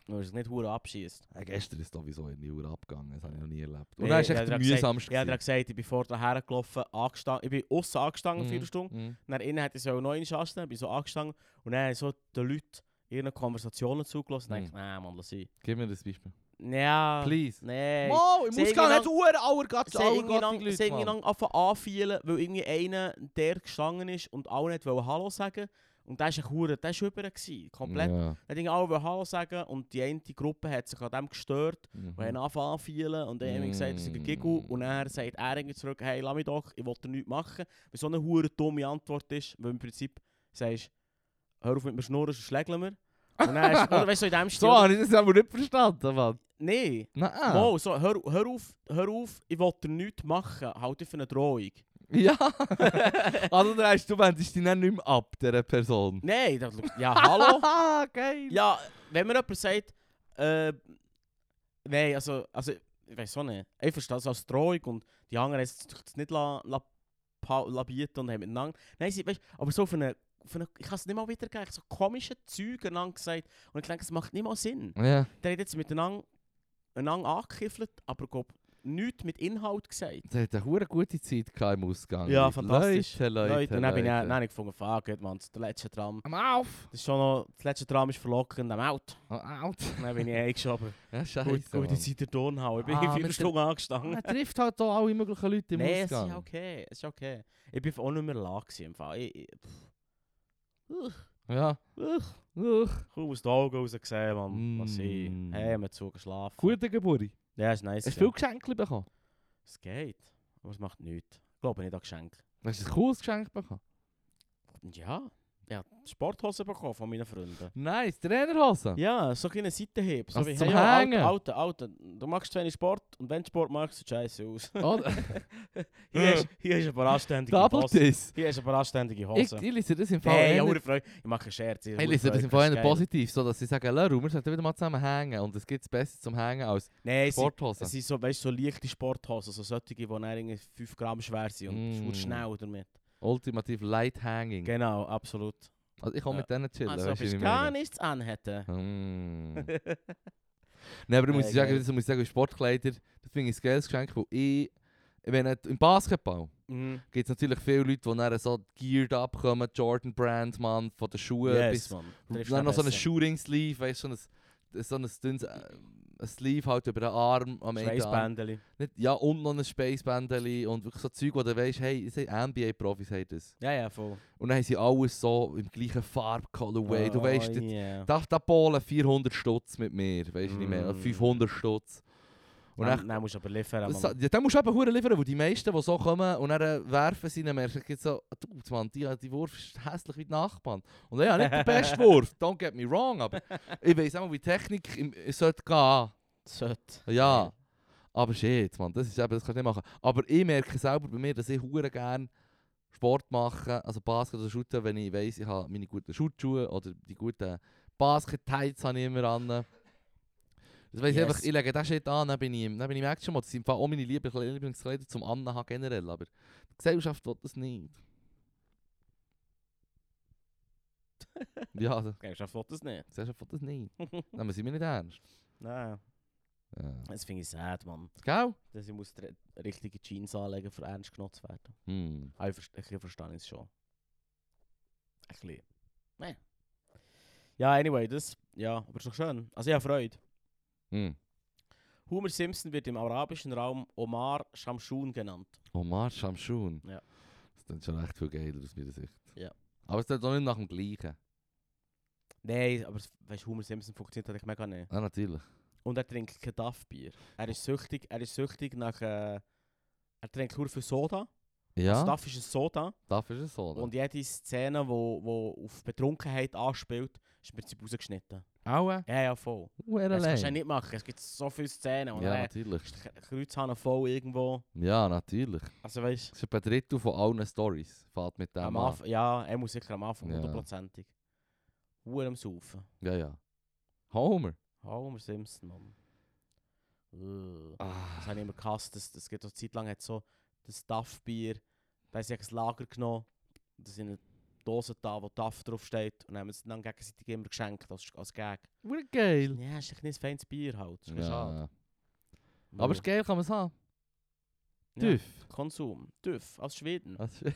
[SPEAKER 1] Nur dass es nicht hure abschießt.
[SPEAKER 2] ja, gestern ist sowieso in die Uhr abgegangen, das habe ich noch nie erlebt. Und
[SPEAKER 1] Nee,
[SPEAKER 2] dann
[SPEAKER 1] ich
[SPEAKER 2] ist echt
[SPEAKER 1] hab
[SPEAKER 2] der
[SPEAKER 1] dir gesagt-
[SPEAKER 2] mühsamste.
[SPEAKER 1] Ich habe gesagt, ich bin vorher hergelaufen, angestanden. Ich bin aussen angestanden,
[SPEAKER 2] Mhm,
[SPEAKER 1] vier Stunden.
[SPEAKER 2] mhm.
[SPEAKER 1] Nach innen hätte ich so noch einen Schasten, bin so angestanden. Und dann haben so die Leute ihren Konversationen zugelassen. Und
[SPEAKER 2] Mhm.
[SPEAKER 1] dachte, ich, nein, Mann, lass ich.
[SPEAKER 2] Gib mir das Beispiel.
[SPEAKER 1] Ja.
[SPEAKER 2] Please.
[SPEAKER 1] Nee.
[SPEAKER 2] Mo, im
[SPEAKER 1] Sing
[SPEAKER 2] Ausgang
[SPEAKER 1] ihn
[SPEAKER 2] hat
[SPEAKER 1] an-
[SPEAKER 2] Uhr, aller Gatsch,
[SPEAKER 1] Sie
[SPEAKER 2] aller
[SPEAKER 1] haben
[SPEAKER 2] Gatsch,
[SPEAKER 1] irgendwie lang anfielen, weil irgendwie einer der gestanden ist und alle nicht wollen Hallo sagen. Und der ist ein Hure, der war über. gewesen, Komplett.
[SPEAKER 2] Ja.
[SPEAKER 1] Dann wollten alle wollen Hallo sagen und die eine Gruppe hat sich an dem gestört.
[SPEAKER 2] Mhm.
[SPEAKER 1] Wir haben angefangen anfielen und dann haben wir gesagt, das ist ein
[SPEAKER 2] Mm.
[SPEAKER 1] Giggle. Und er sagt er irgendwie zurück, hey, lass mich doch, ich will dir nichts machen. Weil so eine hure dumme Antwort ist, weil im Prinzip sagst, hör auf mit mir schnurren, sonst schlägeln wir. Und dann ist, oder weißt du, so in dem Stil.
[SPEAKER 2] So Ah. habe ich das aber nicht verstanden, Mann.
[SPEAKER 1] Nein.
[SPEAKER 2] Nein.
[SPEAKER 1] Mo, so, hör, hör auf, hör auf, ich will dir nichts machen, halt dich für eine Drohung.
[SPEAKER 2] Ja. also dann hast du, wendest dich dann nicht mehr ab, dieser Person.
[SPEAKER 1] Nein, das, ja, hallo?
[SPEAKER 2] Haha, geil.
[SPEAKER 1] ja, wenn mir jemand sagt, äh, nein, also, also, ich weiß auch nicht. Ich verstehe das als Drohung und die anderen haben es sich nicht la, la, pa- la bieten und haben miteinander. Nein, sie, weißt, aber so von einer, von einer, ich kann es nicht mal wiedergeben, so komische Zeug einander gesagt und ich denke, es macht nicht mal Sinn.
[SPEAKER 2] Ja.
[SPEAKER 1] Der hat jetzt miteinander einander angekiffelt, aber glaub, nichts mit Inhalt gesagt.
[SPEAKER 2] Der hat eine hure gute Zeit gehabt im Ausgang.
[SPEAKER 1] Ja, fantastisch.
[SPEAKER 2] Leute, Leute,
[SPEAKER 1] Leute, und dann bin ich, dann
[SPEAKER 2] Leute.
[SPEAKER 1] habe ich gefunden, fuck it, man, der letzte Tram.
[SPEAKER 2] Am auf!
[SPEAKER 1] Das ist schon noch, das letzte Tram ist verlockend, am Out.
[SPEAKER 2] Am out!
[SPEAKER 1] Dann bin ich eingeschoben.
[SPEAKER 2] Ja, scheiße.
[SPEAKER 1] Gut, gut, ich seid der Turnhau. Ich bin
[SPEAKER 2] Ah,
[SPEAKER 1] ah,
[SPEAKER 2] mit
[SPEAKER 1] vier
[SPEAKER 2] der-
[SPEAKER 1] Stunden angestanden.
[SPEAKER 2] Man trifft halt hier alle möglichen Leute im
[SPEAKER 1] Nee, es ist
[SPEAKER 2] Ausgang.
[SPEAKER 1] ja okay, es ist okay. Ich bin auch nicht mehr la gewesen, im Fall. Ich, ich, pff. Uch,
[SPEAKER 2] Ja.
[SPEAKER 1] uch.
[SPEAKER 2] Uch.
[SPEAKER 1] Komm aus den Augen raus gesehen, Mann.
[SPEAKER 2] Mm.
[SPEAKER 1] Was ich. Hey, wir zu geschlafen.
[SPEAKER 2] Gute Geburt.
[SPEAKER 1] Ja, ist nice.
[SPEAKER 2] Hast du
[SPEAKER 1] gewesen.
[SPEAKER 2] viel Geschenke bekommen?
[SPEAKER 1] Es geht. Aber es macht nichts. Ich glaube nicht an Geschenke.
[SPEAKER 2] Hast du ein cooles Geschenk bekommen?
[SPEAKER 1] Ja. Ja, Sporthosen bekommen von meinen Freunden.
[SPEAKER 2] Nice, Trainerhose.
[SPEAKER 1] Ja, so kleine Seitenhieb. So
[SPEAKER 2] Also
[SPEAKER 1] wie,
[SPEAKER 2] zum
[SPEAKER 1] hey, ja,
[SPEAKER 2] Hängen.
[SPEAKER 1] Alter, Alter, Alter, du machst zu wenig Sport und wenn du Sport machst, sieht scheiße aus.
[SPEAKER 2] Oder?
[SPEAKER 1] hier, ist, hier ist ein paar anständige
[SPEAKER 2] Double
[SPEAKER 1] Hosen.
[SPEAKER 2] Diss.
[SPEAKER 1] Hier ist ein paar anständige
[SPEAKER 2] Ich,
[SPEAKER 1] Hosen.
[SPEAKER 2] ich lese das im Fall.
[SPEAKER 1] Hey, ja,
[SPEAKER 2] eher-
[SPEAKER 1] hure Freude. Ich mache einen Scherz.
[SPEAKER 2] ich lese das im Fall eher positiv, so dass sie sagen, Leru, wir sollten wieder mal zusammen hängen. Und es gibt es besser zum Hängen als
[SPEAKER 1] Nein, es sind,
[SPEAKER 2] Sporthosen.
[SPEAKER 1] es sind so, weißt, so leichte Sporthosen, so solche, die dann irgendwie 5 Gramm schwer sind und
[SPEAKER 2] Mm.
[SPEAKER 1] mm. schnell damit.
[SPEAKER 2] Ultimativ Light Hanging.
[SPEAKER 1] Genau, absolut.
[SPEAKER 2] Also ich kann
[SPEAKER 1] Ja.
[SPEAKER 2] mit denen chillen.
[SPEAKER 1] also, ob
[SPEAKER 2] weißt du,
[SPEAKER 1] ich
[SPEAKER 2] wie ich
[SPEAKER 1] gar
[SPEAKER 2] meine?
[SPEAKER 1] nichts anhätte.
[SPEAKER 2] Mm. Nein, aber ich muss
[SPEAKER 1] Äh,
[SPEAKER 2] sagen,
[SPEAKER 1] geil.
[SPEAKER 2] das muss ich sagen, Sportkleider, das finde ich ein geiles Geschenk, weil ich, ich meine, im Basketball
[SPEAKER 1] Mhm.
[SPEAKER 2] gibt es natürlich viele Leute, die dann so geared up kommen, Jordan Brand, Mann, von den Schuhen
[SPEAKER 1] Yes,
[SPEAKER 2] bis...
[SPEAKER 1] Mann.
[SPEAKER 2] Und
[SPEAKER 1] Triffst
[SPEAKER 2] äh, dann
[SPEAKER 1] du
[SPEAKER 2] noch so einen
[SPEAKER 1] besser.
[SPEAKER 2] Shooting Sleeve, weißt du, so ein, so ein dünnes äh, ein Sleeve halt über den Arm am Ende. Arm.
[SPEAKER 1] Schweißbändeli.
[SPEAKER 2] Nicht, ja, und noch ein Spacebändeli und wirklich so Zeug, wo du weißt, hey, es sind NBA-Profis haben das.
[SPEAKER 1] Ja, ja, voll.
[SPEAKER 2] Und dann haben sie alles so im gleichen Farb-Colorway. du weißt, das-
[SPEAKER 1] Oh, yeah.
[SPEAKER 2] Darf da Polen 400 Stutz mit mir, weißt du nicht mehr, oder
[SPEAKER 1] Mm.
[SPEAKER 2] 500 Stutz. Und
[SPEAKER 1] Nein,
[SPEAKER 2] dann,
[SPEAKER 1] nein, musst du aber liefern.
[SPEAKER 2] das,
[SPEAKER 1] Mann.
[SPEAKER 2] ja, dann musst du eben Huren liefern, weil die meisten, die so kommen und dann äh, werfen sie ihn, merken jetzt so, du Mann, die, die Wurf ist hässlich wie die Nachbarn. Und ja, nicht der beste Wurf, don't get me wrong, aber ich weiss auch, wie die Technik im, es sollte gehen.
[SPEAKER 1] Sollte.
[SPEAKER 2] Ja. Aber shit, man, das ist eben, das kannst du nicht machen. Aber ich merke selber bei mir, dass ich hure gerne Sport mache, also Basket oder Shooten, wenn ich weiss, ich habe meine guten Schutzschuhe oder die guten Basket-Tights habe ich immer an. Das weiss ich
[SPEAKER 1] Yes.
[SPEAKER 2] einfach, ich lege den Shit an, dann bin ich, im- dann bin ich im Action Mode. Das sind im Fall auch meine Liebe- Lieblingskleider zum Anhaben generell, aber die Gesellschaft will das nicht. ja, die
[SPEAKER 1] Okay, ich will das nicht.
[SPEAKER 2] Gesellschaft will das nicht. Nehmen sie mir nicht ernst.
[SPEAKER 1] Nein,
[SPEAKER 2] Ja.
[SPEAKER 1] das finde ich sad, Mann.
[SPEAKER 2] Gell?
[SPEAKER 1] Dass ich muss dre- richtige Jeans anlegen, für ernst genommen zu werden.
[SPEAKER 2] Hm.
[SPEAKER 1] Aber ich verste- ein bisschen verstehe ich es schon. Ein bisschen. Nein. Ja, anyway, das, ja, aber ist doch schön. Also ich habe Freude.
[SPEAKER 2] Hm.
[SPEAKER 1] Homer Simpson wird im arabischen Raum Omar Shamshun genannt.
[SPEAKER 2] Omar Shamshun.
[SPEAKER 1] Ja.
[SPEAKER 2] Das klingt schon echt viel geiler aus meiner Sicht.
[SPEAKER 1] Ja.
[SPEAKER 2] Aber es klingt auch nicht nach dem gleichen.
[SPEAKER 1] Nein, aber weißt, Homer Simpson funktioniert eigentlich mega nicht.
[SPEAKER 2] Ah, natürlich.
[SPEAKER 1] Und er trinkt kein Duff-Bier. Er ist süchtig, er ist süchtig nach... Äh, er trinkt nur für Soda.
[SPEAKER 2] Ja,
[SPEAKER 1] Also Duff ist ein Soda.
[SPEAKER 2] darf ist es so. oder?
[SPEAKER 1] Und jede Szene, die wo, wo auf Betrunkenheit anspielt, ist im Prinzip rausgeschnitten.
[SPEAKER 2] Aua,
[SPEAKER 1] Ja, ja, voll.
[SPEAKER 2] wer
[SPEAKER 1] Das kannst du ja
[SPEAKER 2] allein.
[SPEAKER 1] nicht machen. Es gibt so viele Szenen. Und
[SPEAKER 2] Ja,
[SPEAKER 1] dann
[SPEAKER 2] natürlich.
[SPEAKER 1] ist der Kreuzhahn voll irgendwo.
[SPEAKER 2] Ja, natürlich.
[SPEAKER 1] Also weißt
[SPEAKER 2] Das ist etwa ein Drittel von allen Stories. Fährt mit
[SPEAKER 1] du,
[SPEAKER 2] dem
[SPEAKER 1] am
[SPEAKER 2] an.
[SPEAKER 1] Anfang, ja, er muss sicher am Anfang,
[SPEAKER 2] Ja.
[SPEAKER 1] hundertprozentig. Uhr am Saufen.
[SPEAKER 2] Ja, ja. Homer.
[SPEAKER 1] Homer Simpson, Mann. Ugh.
[SPEAKER 2] Ah.
[SPEAKER 1] Das habe ich immer gehasst. Das, das gibt auch eine Zeit lang hat so das Duff-Bier. Da haben sie ein Lager genommen. und Da sind eine Dose da, wo Duff draufsteht. Und haben es dann gegenseitig immer geschenkt als, als Gag.
[SPEAKER 2] Wurde geil.
[SPEAKER 1] Ja, ist echt nicht ein feines Bier halt. Das ist ja. schade.
[SPEAKER 2] Ja. Aber es ist geil, kann man es haben.
[SPEAKER 1] Ja.
[SPEAKER 2] Tief.
[SPEAKER 1] Konsum. Duff. Aus Schweden.
[SPEAKER 2] Also-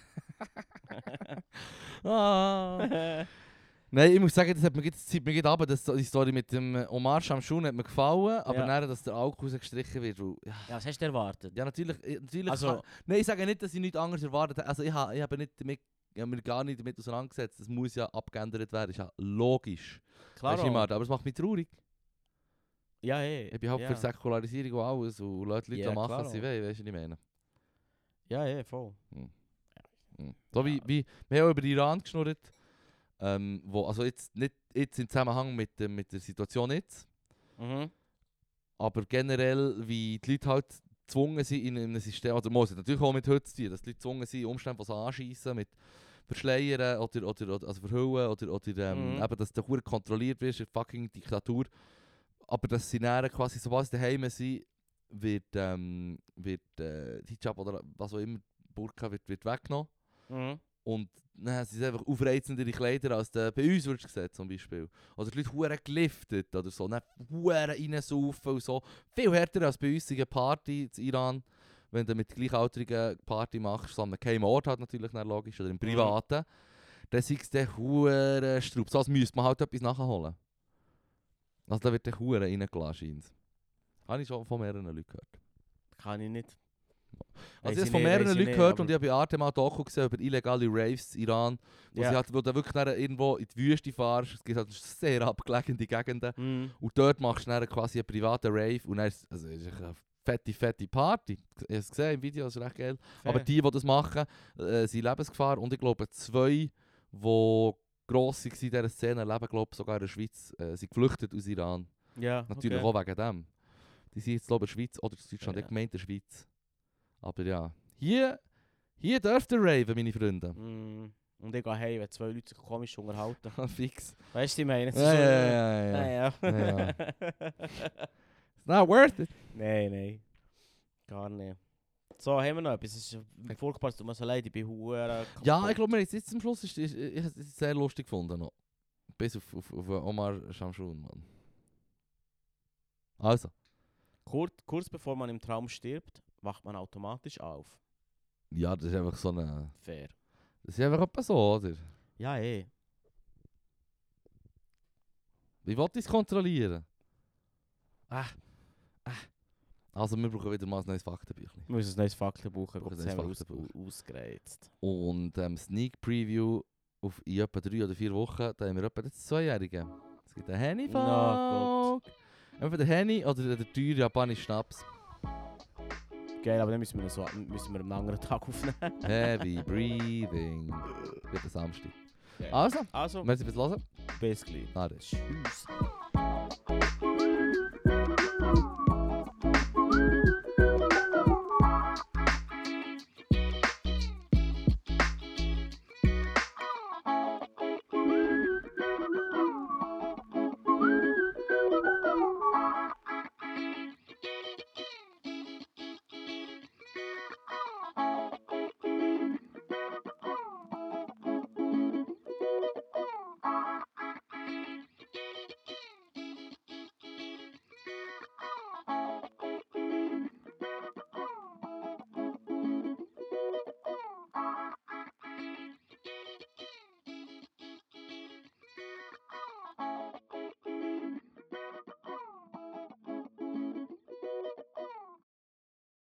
[SPEAKER 2] ah. Nein, ich muss sagen, das hat mir jetzt zieht mir geht ab, dass die Story mit dem äh, Omar Shamshun hat mir gefallen, aber
[SPEAKER 1] Ja.
[SPEAKER 2] nachher, dass der Alkohol gestrichen wird, weil, ja,
[SPEAKER 1] Ja, was hast du erwartet?
[SPEAKER 2] ja natürlich, äh, natürlich
[SPEAKER 1] Also,
[SPEAKER 2] kann- nein, ich sage nicht, dass ich nichts anderes erwartet habe, also ich habe, ich habe nicht damit, ich habe mich gar nicht damit auseinandergesetzt, das muss ja abgeändert werden, ist ja logisch,
[SPEAKER 1] klar.
[SPEAKER 2] Weisst du, Martin, aber es macht mich traurig,
[SPEAKER 1] Ja, hey.
[SPEAKER 2] ich bin halt
[SPEAKER 1] ja.
[SPEAKER 2] für Säkularisierung und alles und lasse die Leute
[SPEAKER 1] Ja,
[SPEAKER 2] machen, was
[SPEAKER 1] klaro.
[SPEAKER 2] sie wollen, weißt du, was ich meine.
[SPEAKER 1] Ja, hey, voll.
[SPEAKER 2] Mhm. So wie, wie, wir haben auch über den Iran geschnurrt, ähm, wo, also jetzt, nicht, jetzt im Zusammenhang mit, dem- mit der Situation jetzt,
[SPEAKER 1] Mhm.
[SPEAKER 2] Aber generell, wie die Leute halt gezwungen sind in einem System, oder muss es natürlich auch mit heute zu tun, dass die Leute gezwungen sind, Umstände, was anschießen, mit Verschleiern oder, oder, oder also verhüllen oder, oder ähm,
[SPEAKER 1] Mhm.
[SPEAKER 2] eben, dass du verdammt kontrolliert wirst, eine fucking Diktatur. Aber dass sie näher quasi, sobald sie daheim sind, wird, ähm, wird äh, Hijab oder was auch immer, Burka wird, wird weggenommen.
[SPEAKER 1] Mhm.
[SPEAKER 2] Und dann sind es einfach aufreizendere Kleider, als du bei uns würdest sehen, zum Beispiel. Oder die Leute hure geliftet oder so, dann hure reinsaufen und so. Viel härter als bei uns in einer Party in Iran, wenn du mit gleichaltrigen Party machst, so an einem geheimen Ort halt natürlich, dann logisch, oder im Privaten. Dann sind es dann hure Strub. So als müsste man halt etwas nachholen. Also da wird dann hure reingelassen, scheint. Habe ich schon von mehreren Leuten gehört.
[SPEAKER 1] Kann ich nicht. Weiss
[SPEAKER 2] Also ich habe
[SPEAKER 1] ich
[SPEAKER 2] von
[SPEAKER 1] nicht,
[SPEAKER 2] mehreren
[SPEAKER 1] weiss ich
[SPEAKER 2] Leuten
[SPEAKER 1] nicht,
[SPEAKER 2] gehört
[SPEAKER 1] aber-
[SPEAKER 2] und ich habe bei Arte mal Doku gesehen über illegale Raves in Iran, wo
[SPEAKER 1] Ja.
[SPEAKER 2] sie halt, wo du wirklich dann irgendwo in die Wüste fahrst, es gibt halt sehr abgelegene Gegenden
[SPEAKER 1] Mhm.
[SPEAKER 2] und dort machst du dann quasi einen privaten Rave und dann ist, also es ist eine fette, fette Party. Ich habe es gesehen im Video, das ist recht geil. Aber
[SPEAKER 1] Fair.
[SPEAKER 2] die, die das machen, äh, sind Lebensgefahr und ich glaube zwei, die gross waren in dieser Szene, leben glaube ich sogar in der Schweiz, äh, sind geflüchtet aus Iran.
[SPEAKER 1] ja,
[SPEAKER 2] Natürlich
[SPEAKER 1] okay.
[SPEAKER 2] auch wegen dem. Die sind jetzt, glaube ich, in der Schweiz oder in Deutschland.
[SPEAKER 1] Ja.
[SPEAKER 2] Ich meinte Schweiz. Aber ja. Hier, hier dürft ihr raven, meine Freunde.
[SPEAKER 1] Mhm. Und ich gehe heim, wenn zwei Leute sich komisch unterhalten.
[SPEAKER 2] Fix.
[SPEAKER 1] Weißt du, was ich meine? Es ist
[SPEAKER 2] Ja,
[SPEAKER 1] so- Ah,
[SPEAKER 2] ja, ja, ja, ja.
[SPEAKER 1] eh, nou Ja,
[SPEAKER 2] Ja,
[SPEAKER 1] ja.
[SPEAKER 2] It's not Nou, worth it.
[SPEAKER 1] nein, nein. Gar nicht. So, haben wir noch etwas? Es ist furchtbar, es tut mir so leid, ich bin verdammt kaputt.
[SPEAKER 2] Ja, ich glaube, wir haben es jetzt zum Schluss ist, ist, ist, ich habe es sehr lustig gefunden. Noch. Bis auf, auf, auf Omar Shamshun, Mann. Also.
[SPEAKER 1] Kurz, kurz bevor man im Traum stirbt, wacht man automatisch auf.
[SPEAKER 2] Ja, das ist einfach so eine...
[SPEAKER 1] Fair.
[SPEAKER 2] Das ist einfach etwas so, oder?
[SPEAKER 1] Ja, eh.
[SPEAKER 2] Wie wollt ihr es kontrollieren? Ah. Ah. Also, wir brauchen wieder mal ein neues Faktenbüchlein.
[SPEAKER 1] Ich muss ein neues Faktenbuch haben,
[SPEAKER 2] Brauche ein
[SPEAKER 1] das haben wir
[SPEAKER 2] neues
[SPEAKER 1] aus,
[SPEAKER 2] Faktenbuch.
[SPEAKER 1] ausgereizt.
[SPEAKER 2] Und ähm, Sneak Preview auf in etwa drei oder vier Wochen, da haben wir etwa den Zweijährigen. Es gibt einen henny
[SPEAKER 1] Na,
[SPEAKER 2] Folge. Entweder der Henny oder der der teure japanische Schnaps.
[SPEAKER 1] Geil, aber dann müssen wir, noch so, müssen wir einen anderen Tag aufnehmen.
[SPEAKER 2] Heavy Breathing. Wird der Samstag.
[SPEAKER 1] Geil.
[SPEAKER 2] Also,
[SPEAKER 1] Also,
[SPEAKER 2] merci fürs Hören.
[SPEAKER 1] bis gleich.
[SPEAKER 2] Na, das ist-
[SPEAKER 1] Tschüss.